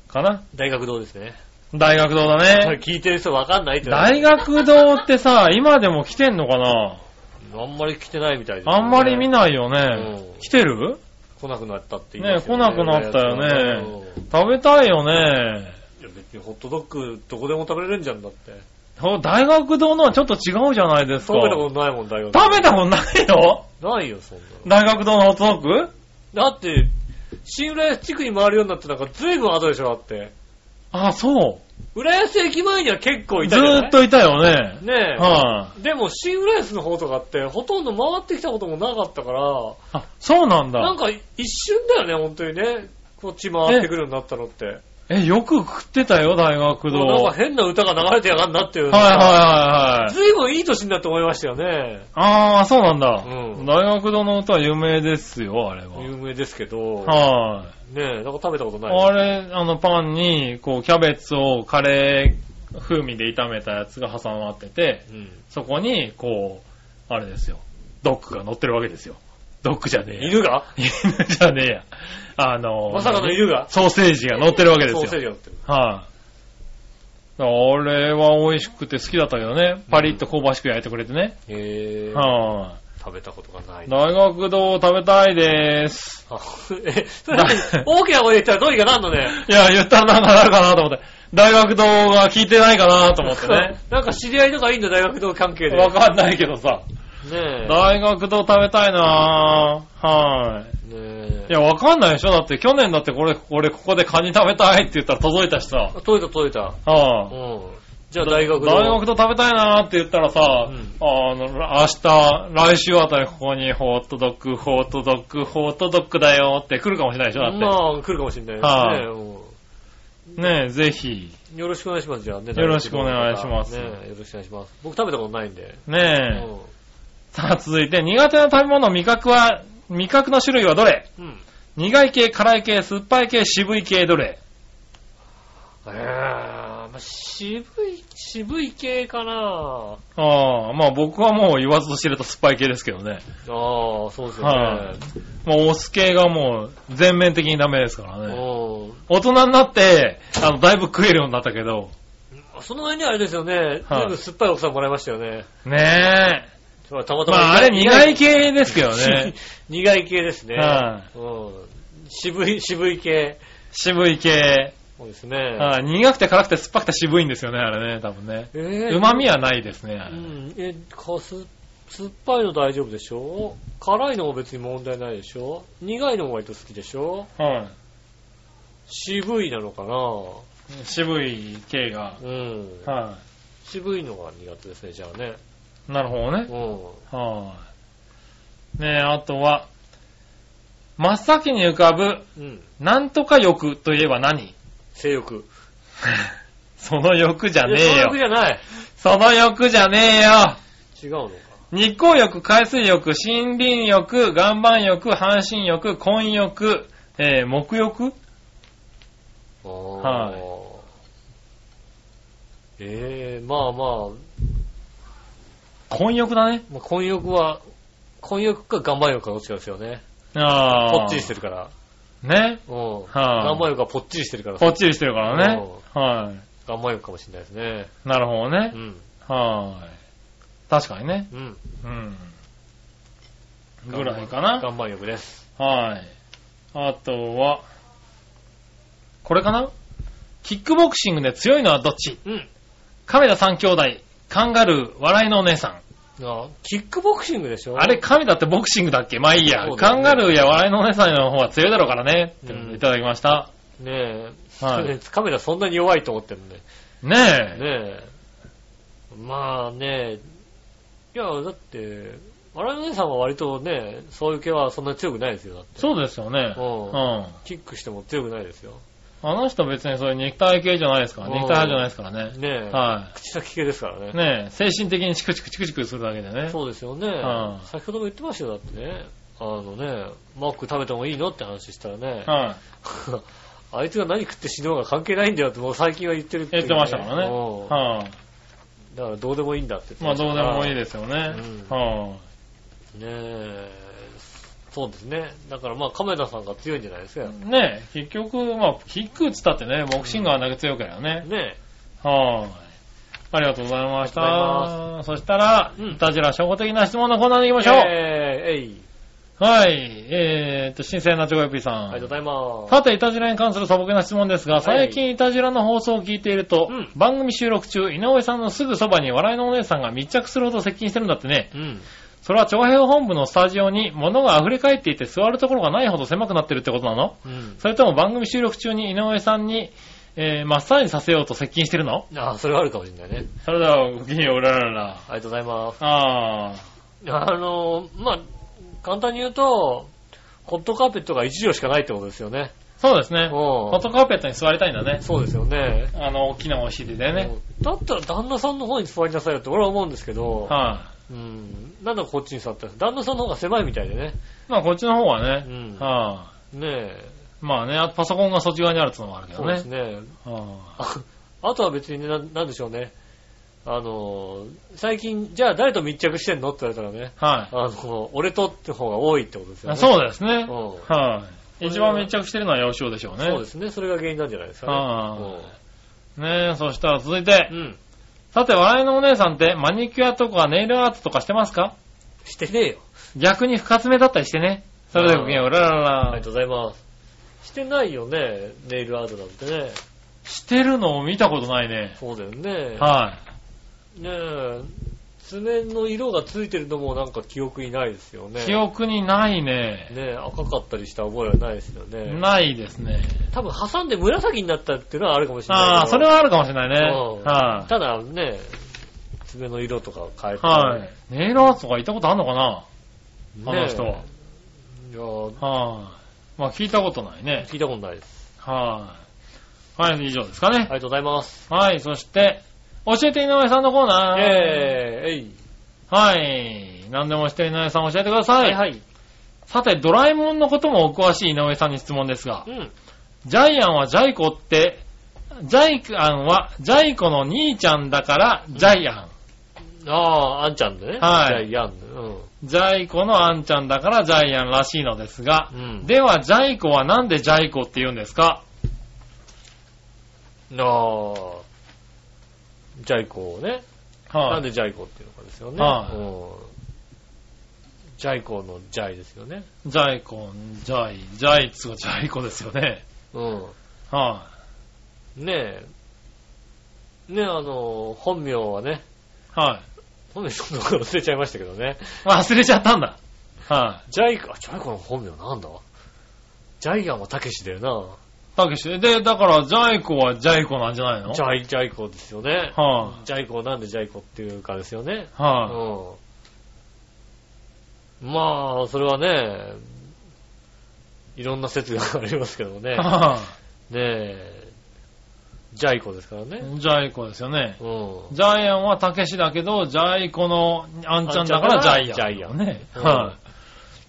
S3: かな
S2: 大学堂ですね。
S3: 大学堂だね。
S2: これ聞いてる人わかんないってなる
S3: 大学堂ってさ、今でも来てんのかな
S2: あんまり来てないみたいです、
S3: あんまり見ないよね。
S2: うん
S3: 来てる
S2: 来なくなったって言い
S3: ね
S2: ま
S3: え、
S2: す
S3: 来なくなったよ
S2: うん
S3: ね。食べたいよね。
S2: いや別にホットドッグどこでも食べれるんじゃんだって。
S3: ほ大学堂のはちょっと違うじゃないですか。
S2: 食べたことないもん、大学。
S3: 食べたことないよ
S2: ないよ、そんな
S3: 大学堂のホットドッグ
S2: の。だって、新浦安地区に回るようになってなんか随分後でしょ、だって。
S3: あ、そ
S2: 浦安駅前には結構
S3: う。
S2: い
S3: ず
S2: たじゃ
S3: ー
S2: な
S3: っ
S2: い
S3: といたよね。
S2: ねえ。
S3: は
S2: でも、新浦安の方とかって、ほとんど回ってきたこともなかったから、
S3: い。あ、そうなん
S2: なん
S3: だ。
S2: か一瞬だよね、本当にね。こっち回ってくるようになったのって。
S3: え、よく食ってたよ、大学堂。
S2: もうなんか
S3: はい
S2: 変な歌が流れてやがんなっていう。
S3: はいはいはい。
S2: 随分いい年になって思いましたよね。
S3: あー、そうなんだ。
S2: うん
S3: 大学堂の歌は有名ですよ、あれは。
S2: 有名ですけど、
S3: はい。
S2: ねえ、なんか食べたことない。
S3: あれ、あの、パンに、こう、キャベツをカレー風味で炒めたやつが挟まってて、
S2: うん
S3: そこに、こう、あれですよ。ドッグが乗ってるわけですよ。ドッグじゃねえや。
S2: 犬が
S3: 犬じゃねえや。あの、
S2: まさかの犬が
S3: ソーセージが乗ってるわけですよ。
S2: ソーセー
S3: はい、
S2: ジをってる。
S3: あれは美味しくて好きだったけどね。パリッと香ばしく焼いてくれてね。
S2: へえ、
S3: はい、
S2: 食べたことがない。
S3: 大学堂食べたいです。
S2: あえ、それ何大きな声で言ったらどうにかなんのね。
S3: いや、言ったらなんかなるかなと思って。大学堂が聞いてないかなと思ってね。
S2: [laughs] なんか知り合いとかいいんだ、大学の関係で。
S3: わかんないけどさ。
S2: ねえ。
S3: 大学堂食べたいなぁ。はい。
S2: ねえ
S3: い。や、わかんないでしょだって去年だってこれ、俺ここでカニ食べたいって言ったら届いたしさ。
S2: あ届いた届いた。
S3: ああ
S2: うん。じゃあ大学の
S3: 大学と食べたいなーって言ったらさ、
S2: うん
S3: あの、明日、来週あたりここにホットドッグ、ホットドッグ、ホットドッグだよって来るかもしれないでしょだって。
S2: まあ、来るかもしれないですね
S3: はい
S2: うん
S3: ねえ、ぜひ。
S2: よろしくお願いします、じゃあね。
S3: よろしくお願いします
S2: ねよろしくお願いします。僕食べたことないんで。
S3: ねえ。さあ、続いて、苦手な食べ物、味覚は、味覚の種類はどれ
S2: うん。うん。
S3: 苦い系、辛い系、酸っぱい系、渋い系、どれ
S2: ええまあ、渋い、渋い系かな
S3: ああ、まあ僕はもう言わずと知れた酸っぱい系ですけどね。
S2: ああ、そうですよ
S3: は
S2: ね。
S3: もうお酢系がもう全面的にダメですからね。
S2: うん。
S3: 大人になって、あの、だいぶ食えるようになったけど、
S2: その前にあれですよね、
S3: はい
S2: 全部酸っぱい奥さんもらいましたよね。
S3: ねえ。
S2: たまたま。
S3: まああれ苦い系ですけどね。
S2: [laughs] 苦い系ですね。
S3: は
S2: うん。渋い、渋い系。
S3: [laughs] 渋い系。
S2: そうですね。
S3: はい苦くて辛くて酸っぱくて渋いんですよね、あれね、多分ね。
S2: えー
S3: 旨味はないですね、あ
S2: う
S3: れ
S2: ん。え、かす、酸っぱいの大丈夫でしょ辛いのも別に問題ないでしょ苦いのも割と好きでしょ
S3: は。
S2: 渋いなのかない
S3: 渋い系が。
S2: うん。
S3: は
S2: 渋いのが苦手ですね、じゃあね。
S3: い。なるほどね。
S2: う
S3: はい。ねえ、あとは、真っ先に浮かぶ、
S2: ん。うん。
S3: なんとか欲といえば何 [laughs]
S2: 性欲。
S3: その欲じゃ
S2: い
S3: ね
S2: や
S3: え
S2: 性
S3: よ
S2: 欲。じゃない。
S3: その欲じゃねえよ。
S2: 違うのか。
S3: 日光浴、海水浴、森林浴、岩盤浴、半身浴、混浴、えー、木浴
S2: あー
S3: はい
S2: ええまあま
S3: 混浴だね。
S2: あ、まあ、婚欲は、婚欲か岩盤浴かどっちかですよね。
S3: ああ。
S2: ぽっちりしてるから。
S3: ね。
S2: うん。
S3: あ
S2: 岩盤浴はぽっちりしてるから。
S3: ぽっちりしてるからね。は
S2: 岩盤浴かもしれないですね。
S3: い。なるほどね
S2: う。ん。
S3: はい。確かにね。
S2: うん。
S3: うん。ぐらいかな。
S2: 岩盤浴です。
S3: はい。あとは、これかなキックボクシングで強いのはどっち
S2: うん。
S3: 亀田三兄弟、カンガルー、笑いのお姉さん。
S2: あキックボクシングでしょ
S3: あれ、亀田ってボクシングだっけまあいいや、
S2: そうだ
S3: カ
S2: よね
S3: ンガルーや笑いのお姉さんの方が強いだろうからね。ってことでいただきました。
S2: ねえ。
S3: はい
S2: カメラそんなに弱いと思ってるんで。ね
S3: ねえ。
S2: え。まあねいや、だって、笑いの姉さんは割とね、そういう系はそんなに強くないですよ、だって。
S3: そうですよね。う。
S2: うんん。
S3: あ
S2: キックしても強くないですよ。
S3: の人別にそういう肉体系じゃないですから、
S2: うん
S3: 肉体派じゃないですからね。
S2: ねえ。
S3: は
S2: 口先系ですからね。
S3: い。ねえ、精神的にチクチクチクチクするだけでね。
S2: そうですよね、
S3: うん
S2: 先ほども言ってましたよ、だってね。あのね、マック食べてもいいのって話したらね、
S3: はい。
S2: [laughs] あいつが何食って死のうが関係ないんだよってもう最近は言ってるって、
S3: 言ってましたからね。
S2: うん
S3: はい。
S2: だからどうでもいいんだって
S3: まあどうでもいい
S2: で
S3: ですよね。
S2: う
S3: はい。
S2: す。ねえ。そうですね。だからまあ、亀田さんが強いんじゃないですか。ね
S3: ねえ、結局、まあ、キック打つったってね、ボクシングは投げ強いからね。
S2: え。
S3: はーい。ありがとうございまし
S2: あ
S3: た。そしたら、
S2: うん
S3: いたじら初歩的な質問のコーナーに行きましょう。
S2: えーえい。
S3: はい。えーっと、新鮮なチョコヨッピーさん。
S2: ありがとうございます。
S3: さて、イタジラに関する素朴な質問ですが、最近イタジラの放送を聞いていると、
S2: うん
S3: 番組収録中、井上さんのすぐそばに笑いのお姉さんが密着するほど接近してるんだってね。
S2: うん。
S3: それは長編本部のスタジオに物が溢れ返っていて座るところがないほど狭くなってるってことなの
S2: うん。
S3: それとも番組収録中に井上さんに、えー、マッサージさせようと接近してるの
S2: ああ、それはあるかもしれないね。
S3: それでは、ごきげんよう、ららら。
S2: ありがとうございます。
S3: あー。
S2: あの、まあ、簡単に言うと、ホットカーペットが1畳しかないってことですよね。
S3: そうです
S2: う
S3: ね
S2: ん。。
S3: ホットカーペットに座りたいんだね。
S2: そうですよね。
S3: あの、大きなお尻でね。
S2: だったら旦那さんの方に座りなさいよって俺は思うんですけど、
S3: は
S2: うん。なんだかこっちに座ったら旦那さんの方が狭いみたいでね。
S3: い。まあ、こっちの方は
S2: う
S3: ね、
S2: ん。
S3: は
S2: ねえ。
S3: い。まあね、あとパソコンがそっち側にあるってのもあるけ
S2: そ
S3: ど
S2: うです
S3: ね。
S2: ね。
S3: は
S2: ああとは別にね、ななんでしょうね。あの、最近、じゃあ誰と密着してんのって言われたらね、
S3: い。は
S2: あの、俺とって方が多いってことですよ
S3: い。
S2: ね。
S3: そうですね。
S2: うん
S3: はい。一番密着してるのは幼少でしょうね。
S2: そうですね。それが原因なんじゃないですか
S3: あ
S2: ね。
S3: ねえ、そしたら続いて
S2: う、ん。うん。
S3: さて、笑いのお姉さんってマニキュアとかネイルアートとかしてますか
S2: してねえよ。
S3: 逆に深爪だったりしてね。それではごきげんよう、らら
S2: あ
S3: ら
S2: りがとうございます。してないよね、ネイルアートなんてね。
S3: してるのを見たことないね。
S2: そうだよね。
S3: は
S2: ねえ、爪の色がついてるのもなんか記憶にないですよね。
S3: 記憶にないね。
S2: ね赤かったりした覚えはないですよね。
S3: ないですね。
S2: 多分挟んで紫になったっていうのはあるかもしれないけど。
S3: ああ、それはあるかもしれないね。
S2: うん
S3: は
S2: ただね、爪の色とか変え
S3: い。
S2: て、
S3: はい。ネイルアートとか行ったことあんのかな
S2: ね
S3: あの人は。
S2: いやー
S3: はい。まあ聞いたことないね。
S2: 聞いたことないです。
S3: はい。はい、以上ですか
S2: あ。
S3: ね
S2: りがとうございます。
S3: はい、そして、教えて井上さんのコーナー。
S2: えー、えい。
S3: はい。何でもして井上さん教えてください。
S2: はいはい。
S3: さて、ドラえもんのこともお詳しい井上さんに質問ですが
S2: う、ん。
S3: ジャイアンはジャイコって、ジャイアンはジャイコの兄ちゃんだから、ジャイアン。
S2: ああ、あんちゃんでね。
S3: はい
S2: ジャイアンで。うん。
S3: ジャイコのあんちゃんだからジャイアンらしいのですが
S2: う、ん。
S3: では、ジャイコはなんでジャイコって言うんですか
S2: ああ、ジャイコをね。
S3: はい、
S2: なんでジャイコっていうのかですよね。
S3: はい
S2: うんジャイコのジャイですよね。
S3: ジャイコ、ジャイ、ジャイツはジャイコですよね。
S2: うん。
S3: は
S2: ねえ。ねえ、あの、本名はね、
S3: い、はい、
S2: 本名ちょっと忘れちゃいましたけどね。
S3: 忘れちゃったんだ。はい、
S2: ジャイコ、あジャイコの本名なんだジャイアンはたけしだよ
S3: たけし。で、だから、ジャイコはジャイコなんじゃないの
S2: な。ジャイ、ジャイコですよね。
S3: はい、
S2: ジャイコをなんでジャイコっていうかですよね。う
S3: はい、
S2: ん。まあ、それはね、いろんな説がありますけどもね。ね
S3: は
S2: え、ジャイコですからね。
S3: いジャイコですよね。
S2: うん。
S3: ジャイアンはたけしだけど、ジャイコのあんちゃんだからジャイアン。
S2: ジャイアン
S3: ね。
S2: うん
S3: は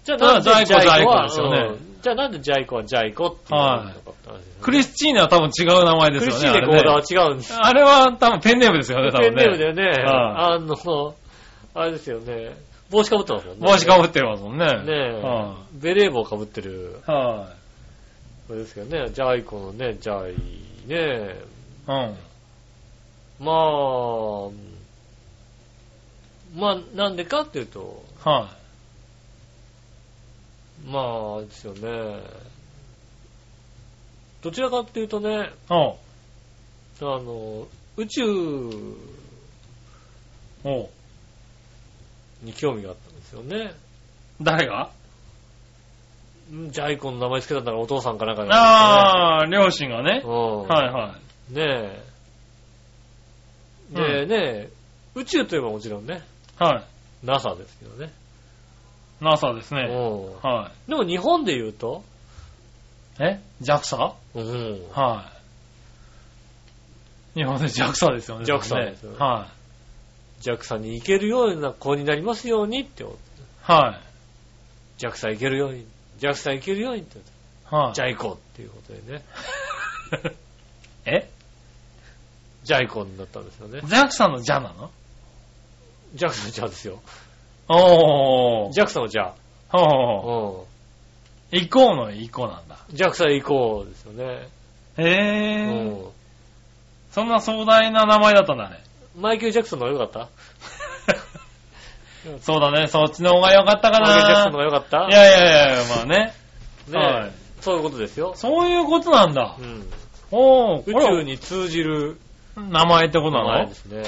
S2: じゃあなんでジ
S3: た
S2: ャ
S3: だ
S2: イコは
S3: ジャイコですよね
S2: うんじゃあなんでジャイコはジャイコっていうのかって話ですよね
S3: い。クリスチーナは多分違う名前 [laughs] です
S2: 苦
S3: よね。
S2: しいレコーダーは違うんです。
S3: あれねあれは多分ペンネームですよね、多
S2: ペ
S3: 分
S2: ン
S3: ね。
S2: ネームだよね。
S3: は
S2: あの、あれですよね。帽子かぶってますもんね。
S3: 帽子か
S2: ぶ
S3: ぶってますもんね。
S2: ってねえ
S3: は
S2: ベレー帽かぶってる、
S3: い、は
S2: あれですけどね。ジャイコのね、ジャイ、ねえ。
S3: い、うん。
S2: まあ、まあ、なんでかっていうと、
S3: はい、
S2: まあ、あれですよね。どちらかっていうとね、
S3: おう
S2: あの、宇宙
S3: おう
S2: に興味があったんですよね。
S3: 誰が
S2: うんジャイコの名前つけたんだからお父さんかなんかなん
S3: ああ、両親がね
S2: です。よね。あ
S3: はいはい。
S2: ねえ。
S3: う
S2: で、ねえ、宇宙といえばもちろんね、
S3: は
S2: NASA ですけどね。
S3: い。NASA です
S2: うん
S3: ね。は
S2: でも日本で言うと、
S3: い。え ?JAXA?
S2: うん
S3: はい。日本で JAXA ですよね。
S2: JAXA
S3: それね
S2: ですよ
S3: は
S2: JAXA に行けるような子になりますようにって、
S3: い。は
S2: JAXA 行けるように、JAXA 行けるようにって、
S3: い。はい。
S2: ジャイコっていうことでね、
S3: え
S2: ジャイコになったんですよね。
S3: ?JAXA のジャなの
S2: JAXA のジャですよ。
S3: おー。
S2: JAXA のジャ。う
S3: ほう。行こうの行こうなんだ。
S2: ん。JAXA 行こうですよね。う
S3: へー。
S2: ん。
S3: そんな壮大な名前だったんだね。
S2: マイケル・ジャクソンの方が良かった
S3: そうだね、そっちの方が良かったか
S2: マイケル・ジャクソンの方
S3: な。
S2: が良かった
S3: いやいやいや、まあね。
S2: ね、
S3: はい
S2: そういうことですよ。
S3: そういうことなんだ
S2: う。ん、
S3: おー、
S2: 宇
S3: これ
S2: 宙に通じる
S3: 名前ってこと
S2: 名
S3: な
S2: 前
S3: の
S2: ですね。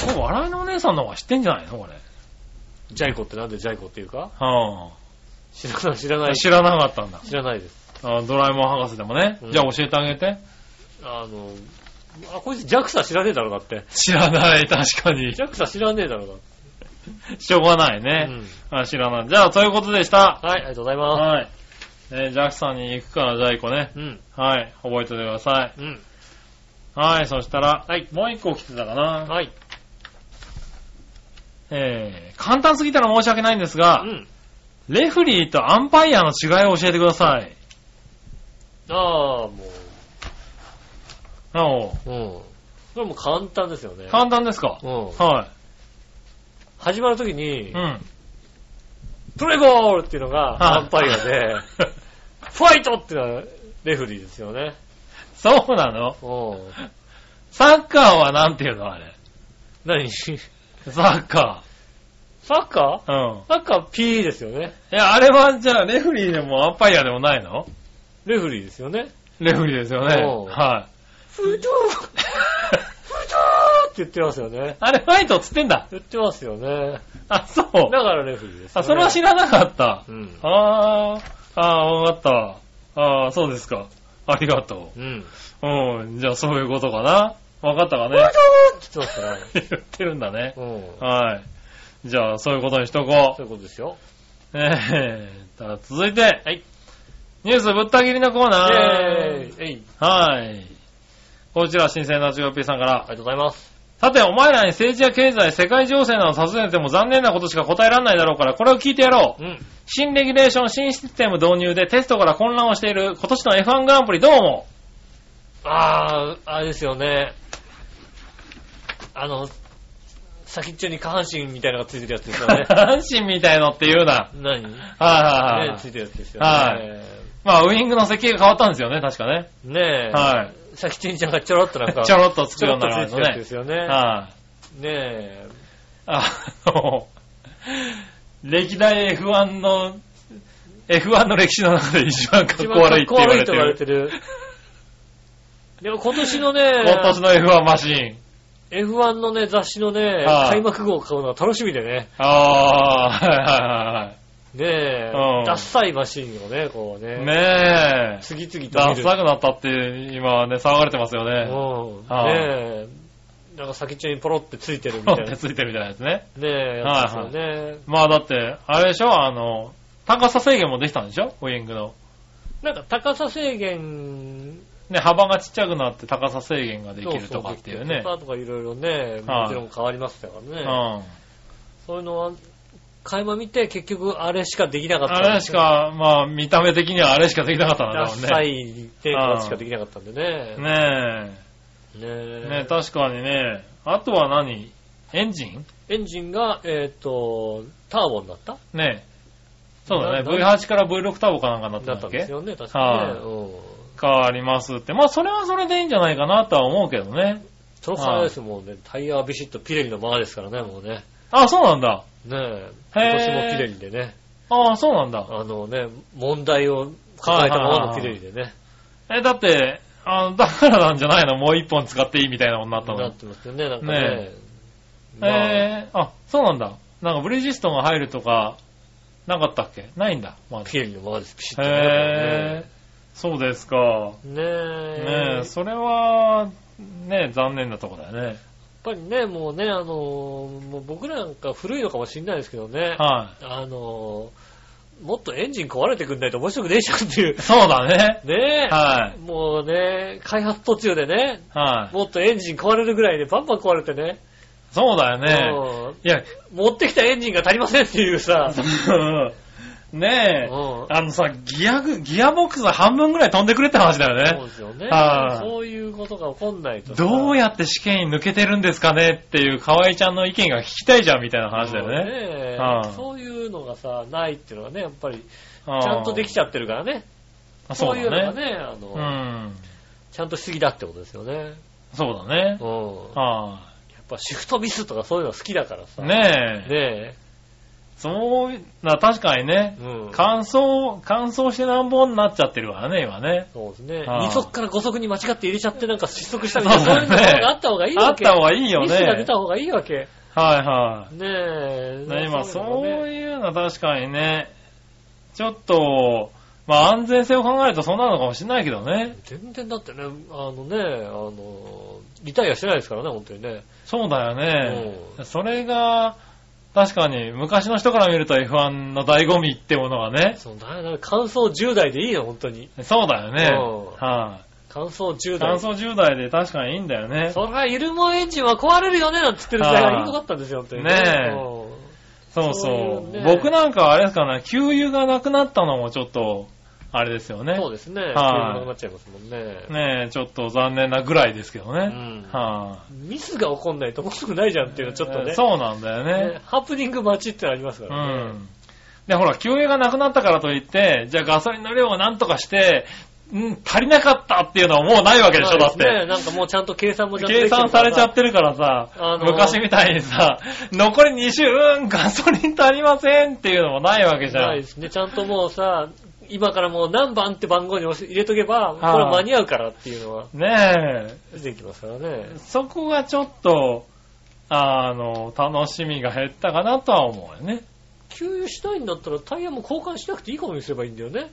S3: これ笑いのお姉さんの方が知ってんじゃないのこれ。
S2: ジャイコってなんでジャイコっていうか
S3: は
S2: 知らない、知らな
S3: あ、
S2: い。
S3: 知らなかったんだ。
S2: 知らないです。
S3: あドラえもん博士でもね。
S2: うん
S3: じゃあ教えてあげて。
S2: あの、あ、こいつ JAXA 知らねえだろだって。
S3: 知らない、確かに。
S2: JAXA 知らねえだろだって。
S3: しょうがないね。
S2: うん
S3: あ知らない。じゃあ、ということでし
S2: は
S3: た。
S2: い、ありがとうございま
S3: はい。えージャックさんに行くから、じゃあ行こうね。
S2: す。うん、
S3: はい。覚えておいてください。
S2: うん。
S3: はい、そしたら、
S2: はい
S3: もう一個来てたかな。
S2: はい、
S3: えー、簡単すぎたら申し訳ないんですが
S2: う、ん。
S3: レフリーとアンパイアの違いを教えてください。
S2: ああ、も
S3: な
S2: う、う
S3: お、
S2: ん。これもう簡単ですよね。
S3: 簡単ですか
S2: うん。
S3: は
S2: 始まるときに
S3: い。う、ん。 [laughs]
S2: プレイゴールっていうのが
S3: は
S2: ア
S3: い
S2: ンパイアで、ファイトっていうのはレフリーですよね。
S3: そうなの
S2: うん。
S3: サッカーはなんていうのあれ。
S2: 何サ
S3: サッカ
S2: ッカ
S3: ー。うん。
S2: ーサッカー P ですよね。
S3: いや、あれはじゃあ、レフリーでもアンパイアでもないの
S2: レフリーですよね。
S3: レフリーですよね。
S2: おう
S3: は [laughs]
S2: フードゥーフードゥーっって言ってますよね。
S3: あれ、ファイトっつってんだ。
S2: 言ってますよね。
S3: あ、そう。
S2: だからレフリーです、ね。
S3: あ、それは知らなかった。
S2: うん。
S3: あー、あー、わかった。あー、そうですか。ありがと
S2: うん。
S3: う。うん、じゃあそういうことかな。わかったかね。
S2: 知ってますからね。
S3: [laughs] 言ってるんだね。
S2: うん。
S3: はい。じゃあ、そういうことにしとこ
S2: そう
S3: う。
S2: いうことですよ。
S3: えー、ただ続いて、はい。ニュースぶった切りのコーナー。
S2: イェーイえい。あり
S3: はい。こちら、新鮮な GOP さんから。
S2: がとうございます。
S3: さて、お前らに政治や経済、世界情勢など尋ねても残念なことしか答えられないだろうから、これを聞いてやろう
S2: う。ん。
S3: 新レギュレーション、新システム導入でテストから混乱をしている今年の F1 グランプリどう思
S2: あー、あれですよね。あの、先っちょに下半身みたいなのがついてるやつです
S3: う。
S2: よね
S3: [laughs] 阪神みたいのって言うな。
S2: 何ね
S3: はいはいはい。
S2: ついてるやつですよね。
S3: はいまあ、ウィングの設計が変わったんですよね、確かね。
S2: ねえ。
S3: は
S2: 先っちょになんかちょろっとなんか、
S3: い。ちょろっとつ
S2: ち
S3: く
S2: ょ
S3: よう
S2: ろ
S3: に
S2: っ
S3: な
S2: と
S3: るんで
S2: つい
S3: す
S2: て
S3: よ
S2: るやつで。すよね。
S3: ねはい。
S2: ねえ。
S3: あの、歴代 F1 の、F1 の歴史の中で一番かっこ悪い
S2: 一番かっ
S3: って言われて
S2: こ悪い
S3: る
S2: っ。て言われてる。でも今年のね、
S3: 今年の F1 マシーン。
S2: F1 のね、雑誌のね、
S3: はい
S2: 開幕号を買うのが楽しみでね。
S3: ああ、は
S2: ねえ
S3: うん、
S2: ダッサいマシンをね、こう
S3: い
S2: ね、
S3: はいはい。ねえ。
S2: 次々と
S3: ダ
S2: 見
S3: ッ
S2: る。
S3: サくなったって今ね、騒がれてます
S2: う
S3: よね。
S2: ん。
S3: はい
S2: ねえ、なんか先っちょにポロってついてるみた
S3: ポ
S2: い
S3: ロ [laughs]
S2: な。
S3: っ
S2: ね
S3: てついてるみたいなやつね。
S2: え、やつですよね。
S3: まあだって、あれでしょあの、高さ制限もできたんでしょウイングの。
S2: なんか高さ制限
S3: ね、幅がちっちゃくなって高さ制限ができるとかっていうね。
S2: そうそうできるとかとかいろいろね、
S3: はい
S2: もちろん変わりましたからね。
S3: うん。
S2: そういうのは、垣間見て結局あれしかできなかったんで
S3: あれしか、まあ見た目的にはあれしかできなかった
S2: ダ
S3: んだろ
S2: ッ
S3: う
S2: サ
S3: ね。
S2: いテーマしかできなかったんでね。ね
S3: ねえ。
S2: え
S3: ねえ、確かにね。あとは何エンジン
S2: エンジンが、えっ、と、ターボになった
S3: ねえ。そうだ
S2: な
S3: ね。
S2: な
S3: V8 から V6 ターボかなんかになった
S2: なんった
S3: だっ
S2: んです
S3: け
S2: よね、確かにね。うん。
S3: 変わりますって。まあそれはそれでいいんじゃないかなとは思うけどね。
S2: そのからです、もうね、タイヤはビシッとピレリのままですからね、もうね。
S3: あ、そうなんだ。
S2: ねえ、
S3: へえ
S2: 今年もピレリでね、
S3: ああ、そうなんだ。
S2: あのね、問題を抱えたままのピレリでね、
S3: え、だって、あだからなんじゃないのもう一本使っていいみたいなことになった
S2: な
S3: の
S2: っ。てますよね、なんか
S3: ね
S2: ね。まあ
S3: えー、あ、そうなんだ。なんかブリヂストンが入るとか、なかったっけないんだ。まだ
S2: ピレリのままです、ピシッとね。
S3: へーそうですか。
S2: ね
S3: ね
S2: え。
S3: え、それは、ねえ、残念なとこだよね。
S2: やっぱりね、もうね、あのーもう僕なんか古いのかもしれないですけどね、
S3: は
S2: あのーもっとエンジン壊れてくんないと面白くねえじゃんっていう
S3: い。。そうだね。
S2: ねえ、
S3: はい。
S2: もうね、開発途中でね、
S3: はい。
S2: もっとエンジン壊れるぐらいでバンバン壊れてね、
S3: そうだよね。
S2: うん
S3: いや、 [laughs]
S2: 持ってきたエンジンが足りませんっていうさ、
S3: ねえ、
S2: うん
S3: あのさ、ギアグ、ギアボックスが半分ぐらい飛んでくれって話だよね。
S2: そうですよね
S3: はい。
S2: そういうことが起こんないとさ。
S3: どう
S2: や
S3: やって試験に抜けてるんですかねっていう河合ちゃんの意見が聞きたいじゃんみたいな話だよね。
S2: ね
S3: うん
S2: そういうのがさ、ないっていうのはね、やっぱり、ち
S3: ち
S2: ゃんとできちゃってるからね。
S3: た。そ
S2: そうういう
S3: だ
S2: のが
S3: ね。
S2: ね、あの、
S3: うん。
S2: ちゃんとしすぎだってことですよね。
S3: そうだね
S2: う。ん。
S3: は
S2: やっぱシフトミスとかそういうの好きだからさ。
S3: い。ねえ。
S2: ね
S3: そうい、な、確かにね
S2: え。。うん。
S3: 乾燥、乾燥してなんぼになっちゃってるからね、今ね。
S2: そうですね。
S3: ああ
S2: 2足から5足に間違って入れちゃってなんか失速したみたいな、そういうのがあった方がいい
S3: あ
S2: わ
S3: っ
S2: け。
S3: た方がいいよ
S2: ミスが出
S3: ね。
S2: た方がいいわけ。
S3: はいは
S2: ねえ。
S3: い。ね今、そ
S2: いうの
S3: う
S2: ね
S3: いうの確かにね、ちょっと、まあ安全性を考えるとそうなのかもしれないけどね。
S2: 全然だってね、あのね、あの、リタイアしてないですからね、本当にね。
S3: そうだよね。それが、確かに昔の人から見ると F1 の醍醐味ってものがね。
S2: そのなな感想10代でいいよ、本当に。
S3: そうだよね。
S2: うん
S3: は
S2: 感想10
S3: い。
S2: 代
S3: 乾。燥10代で確かにいいんだよね。
S2: そりゃ、イルモエンジンは壊れるよね、なんて言ってる時代がいなかったんですよ、本当に
S3: ねえ
S2: うん
S3: そう
S2: そうい
S3: そう
S2: うね
S3: 僕なんかあれですかね、給油がなくなったのもちょっと、あれですよね。
S2: そうですね。
S3: い
S2: そういうものになっちゃいますもんね。
S3: ねえ、ちょっと残念なぐらいですけど
S2: う
S3: ね。
S2: ん
S3: は
S2: ミスが起こんないと面白くないじゃんっていうの
S3: い。
S2: はちょっと
S3: えー
S2: ね。
S3: そうなんだよ
S2: ね
S3: ね。
S2: ハプニング待ちってのありますか
S3: う
S2: らね。
S3: ん。で、ほら、給油がなくなったからといって、じゃあガソリンの量をなんとかして、うん、足りなかったっていうのはもうないわけでしょ、
S2: ま
S3: だ
S2: あ
S3: っ
S2: ね
S3: て。
S2: なんかもうちゃんと計算もちゃんとで
S3: 計
S2: きてる
S3: 算
S2: か
S3: さ
S2: ら
S3: れちゃってるからさ、
S2: あのー
S3: 昔みたいにさ、残り2周、うん、ガソリン足りませんっていうのもないわけじゃん。
S2: ないですね。ちゃんともうさ、今からもう何番って番号に押し入れとけば、こ
S3: あー
S2: れ間に合うからっていうのは
S3: ねえ。
S2: 出てきますからね。
S3: そこがちょっと、あの、楽しみが減ったかなとは思うよね。
S2: 給油したいんだったらタイヤも交換しなくていいことにすればいいんだよね。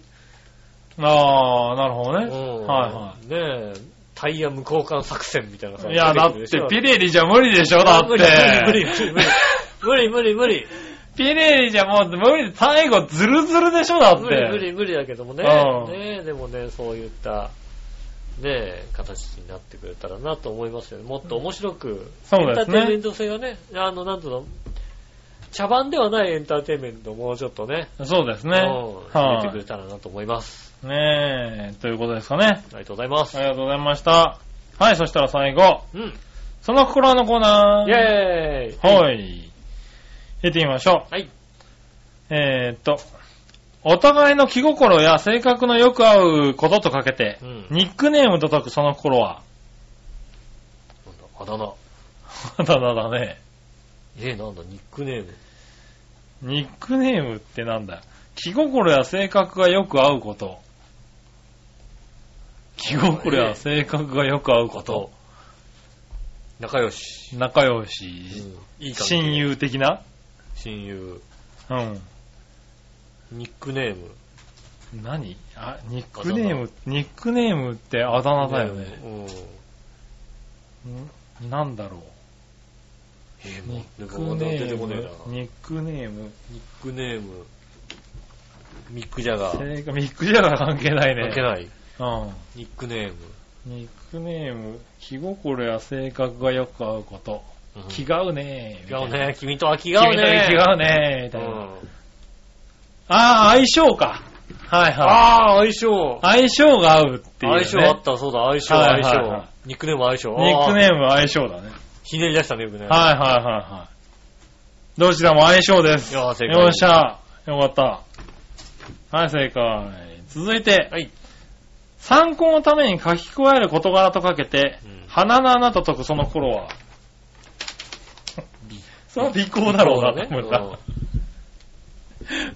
S3: ああ、なるほど
S2: う
S3: ね。
S2: ん。。
S3: はいはい
S2: ねえ、タイヤ無交換作戦みたいなさ
S3: い。や、だっ
S2: 出きるで
S3: て
S2: しょ
S3: ピレリじゃ無理でしょ、だって。
S2: 無理無理無理無理無理無理無理
S3: ピレリじゃもう無理で、最後ズルズルでしょ、だって。
S2: 無理無理無理だけどもね。
S3: うん
S2: ねえでもね、そういった、ねえ、形になってくれたらなと思いますよね。もっと面白く、
S3: そうですね
S2: エンターテインメント性がね、あの、なんとの、茶番ではないエンターテインメントをもうちょっとね、
S3: そうですね。
S2: うん入れてくれたらなと思います。
S3: い。ねえ、ということですかね。
S2: ありがとうございます
S3: あ。りがとうございました。はい、そしたら最後、
S2: うん。イ
S3: その心のコーナー。
S2: ェーイ
S3: はい。行ってみましょ
S2: はい。
S3: う。えーっと、お互いの気心や性格のよく合うこととかけて、
S2: うん
S3: ニックネームと解くその心は、 [laughs]
S2: なんだあだ名。
S3: だだだね。
S2: えー、なんだ、ニックネーム。
S3: ニックネームってなんだ気心や性格がよく合うこと。気心や性格がよく合うこと。
S2: 仲良し。
S3: 仲良
S2: う
S3: し、
S2: んいい関係
S3: 親。友的な
S2: 親友。
S3: うん。
S2: ニックネーム。
S3: 何あ、ニックネーム、ニックネームってあだ名だよね。
S2: うん。
S3: んなんだろう。
S2: えー、も
S3: ニ
S2: う
S3: ッ
S2: 出て
S3: ク
S2: こね
S3: ネ
S2: えな。出てこねえな
S3: ーム、ニックネーム、
S2: ニックネーム。ミック・ジャガー。
S3: 性格ミックジャガー関係ないね。
S2: 関係ない。
S3: うん。
S2: ニックネーム。
S3: ニックネーム、気心や性格がよく合うこと。
S2: うん
S3: 気が合うね
S2: 気が合う。ね。君とは気
S3: み
S2: が
S3: た
S2: 合う
S3: いな
S2: ね。
S3: 君と気が合うねみ
S2: う
S3: たいな。
S2: ん。
S3: ああ、相性か。はいはい。
S2: ああ、相性。
S3: 相性が合うっていう、
S2: 相
S3: ね。
S2: 性あった、そうだ、相性、
S3: はいはい
S2: 相
S3: は
S2: 性。ニックネーム、相性。
S3: ニック
S2: ム。
S3: ネーム相性だね。
S2: ひねり出したね、よくね。
S3: はいはいはいはい。どちらも相性です。
S2: よー正解
S3: よっしゃ。よかった。はい、正解。続いて。
S2: はい
S3: 参考のために書き加える事柄とかけて、
S2: うん
S3: 鼻の穴と解くその頃は。
S2: 美
S3: それは尾行だろうな、
S2: ね。
S3: 多分な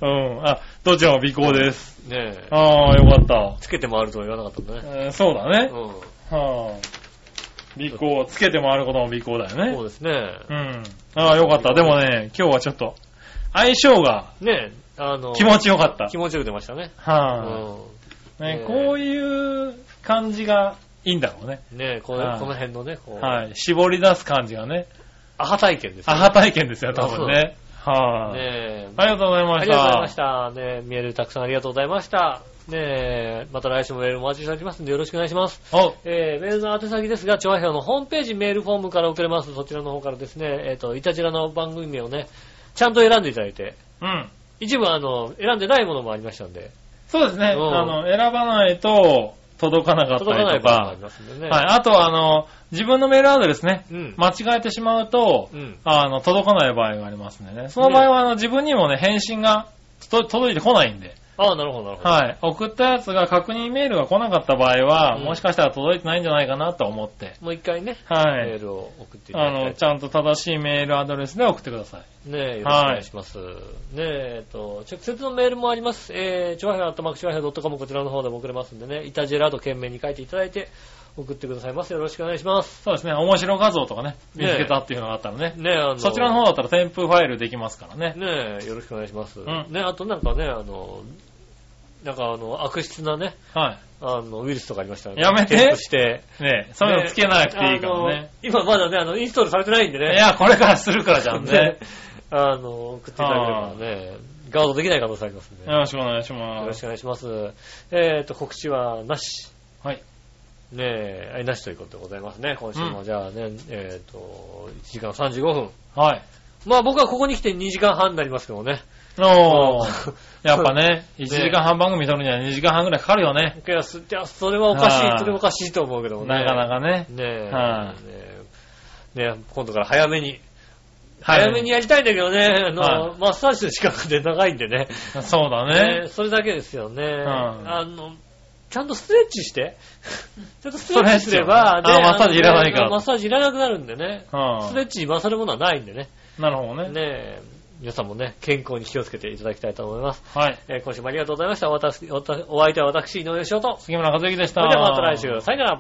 S3: うん。あ、どちらも尾行です。
S2: うんねえ。
S3: ああ、よかった。
S2: つけて回るとは言わなかったんだね。
S3: えーそうだね。
S2: うん。
S3: はあ。尾行、つけて回ることも尾行だよ
S2: そう
S3: ね。
S2: ですね。
S3: うん。ああ、よかった。でもね、今日はちょっと、相性が
S2: ねえ、あの、
S3: 気持ちよかった
S2: 気。持ちよく出ましたね。う
S3: は
S2: ん。
S3: い、ね
S2: ええ
S3: こういう感じがいいんだろうね。
S2: ねえ、この
S3: はい
S2: この辺のね、こう、
S3: はい。絞り出す感じがね。
S2: アハ体験です
S3: ア
S2: ね。
S3: ハ体験ですよ、多分ね。
S2: ね
S3: はい、
S2: え。
S3: ありがとうございま
S2: あ
S3: し
S2: りがとうござい
S3: た。
S2: ました。ねえ、メールたくさんありがとうございました。ねえ、また来週もメールお待ちしておりますんでよろしくお願いします。
S3: お、
S2: えー、メールの宛先ですが、調和表のホームページメールフォームから送れます。そちらの方からですね、えっ、と、いたじらの番組名をね、ちゃんと選んでいただいて、
S3: うん。
S2: 一部あの、選んでないものもありましたんで、
S3: そうですね。あ
S2: うん
S3: の、選ばないと届かなかった
S2: 届かな
S3: り
S2: い
S3: と
S2: 場合もあ
S3: か
S2: り。ますんでね。
S3: はい。あと、あの、自分のメールアドレスね。
S2: うん。
S3: 間違えてしまうと、
S2: うん。
S3: あの、届かない場合がありますんでね。その場合は、あの、自分にもね、返信がと届いてこないんで。
S2: ああ、なるほど、なるほど。
S3: はい。送ったやつが確認メールが来なかった場合は、
S2: うん
S3: もしかしたら届いてないんじゃないかなと思って。
S2: もう一回ね、
S3: は
S2: メー
S3: い。
S2: ルを送っていた
S3: あ
S2: だきた
S3: の、
S2: い
S3: ちゃんと正しいメールアドレスで送ってください。
S2: ねえ、よろしくお願いします。ねえ、えっと、直接のメールもあります。えー、ちょわひょう、あとまくちょわひょう .com こちらの方でも送れますんでね、いたじらと懸命に書いていただいて、送ってくださいます。よろしくお願いします。
S3: そうですね。面白画像とかね、見
S2: ね
S3: つけたっていうのがあったらね。
S2: ねえ、あの、
S3: そちらの方だったら添付ファイルできますからね。
S2: ねえ、よろしくお願いします。
S3: ん
S2: ねあとなんかね、あの、なんかあの、悪質なね、
S3: は
S2: あの、ウイルスとかありましたらね。
S3: やめて
S2: 検索して。
S3: い。ねそういうのつけなくていいか
S2: あ
S3: らね。
S2: の今まだね、あの、インストールされてないんでね。
S3: いや、これからするからじゃんね
S2: ね。。あの、送っていただければね、ガードできない可能性ありますんでね。
S3: よろしくお願いし
S2: よ
S3: ま
S2: ろし
S3: す。
S2: くお願いします。えっ、と、告知はなし。
S3: はい。
S2: ねえ、あなしということでございますね。今週
S3: う
S2: もじゃあね、えっ、と、1時間35分。
S3: はい。
S2: まあ僕はここに来て2時間半になりますけどね。
S3: おー。
S2: うん
S3: やっぱね、1時間半番組撮るには2時間半くらいかかるよね。
S2: [laughs] いや、すいやそれはおかし、
S3: はいい
S2: それはおかしいと思うけどもね。
S3: なかなかね。
S2: ねえ。
S3: は
S2: ねえねえ今度から早めに。早めにやりたいんだけどね、あの、
S3: は
S2: マッサージの時間がね長いんでね。
S3: そうだ
S2: ね
S3: ね。
S2: それだけですよね。
S3: ん
S2: あの、ちゃんとストレッチ
S3: [laughs]
S2: して、ちょっとストレッチすれば、
S3: ストレッチをねあマッサージいらないから
S2: あのマッサージいらなくなるんでね。
S3: うん
S2: ストレッチに勝るものはないんでね。
S3: なるほどね。
S2: ねえ、皆さんもね、健康に気をつけていただきたいと思います。
S3: はい。
S2: えー今週もありがとうございました。おわたすおたお相手は私、井上翔と。
S3: 杉村和之でし
S2: そ
S3: た。
S2: れではまた来週。さよなら。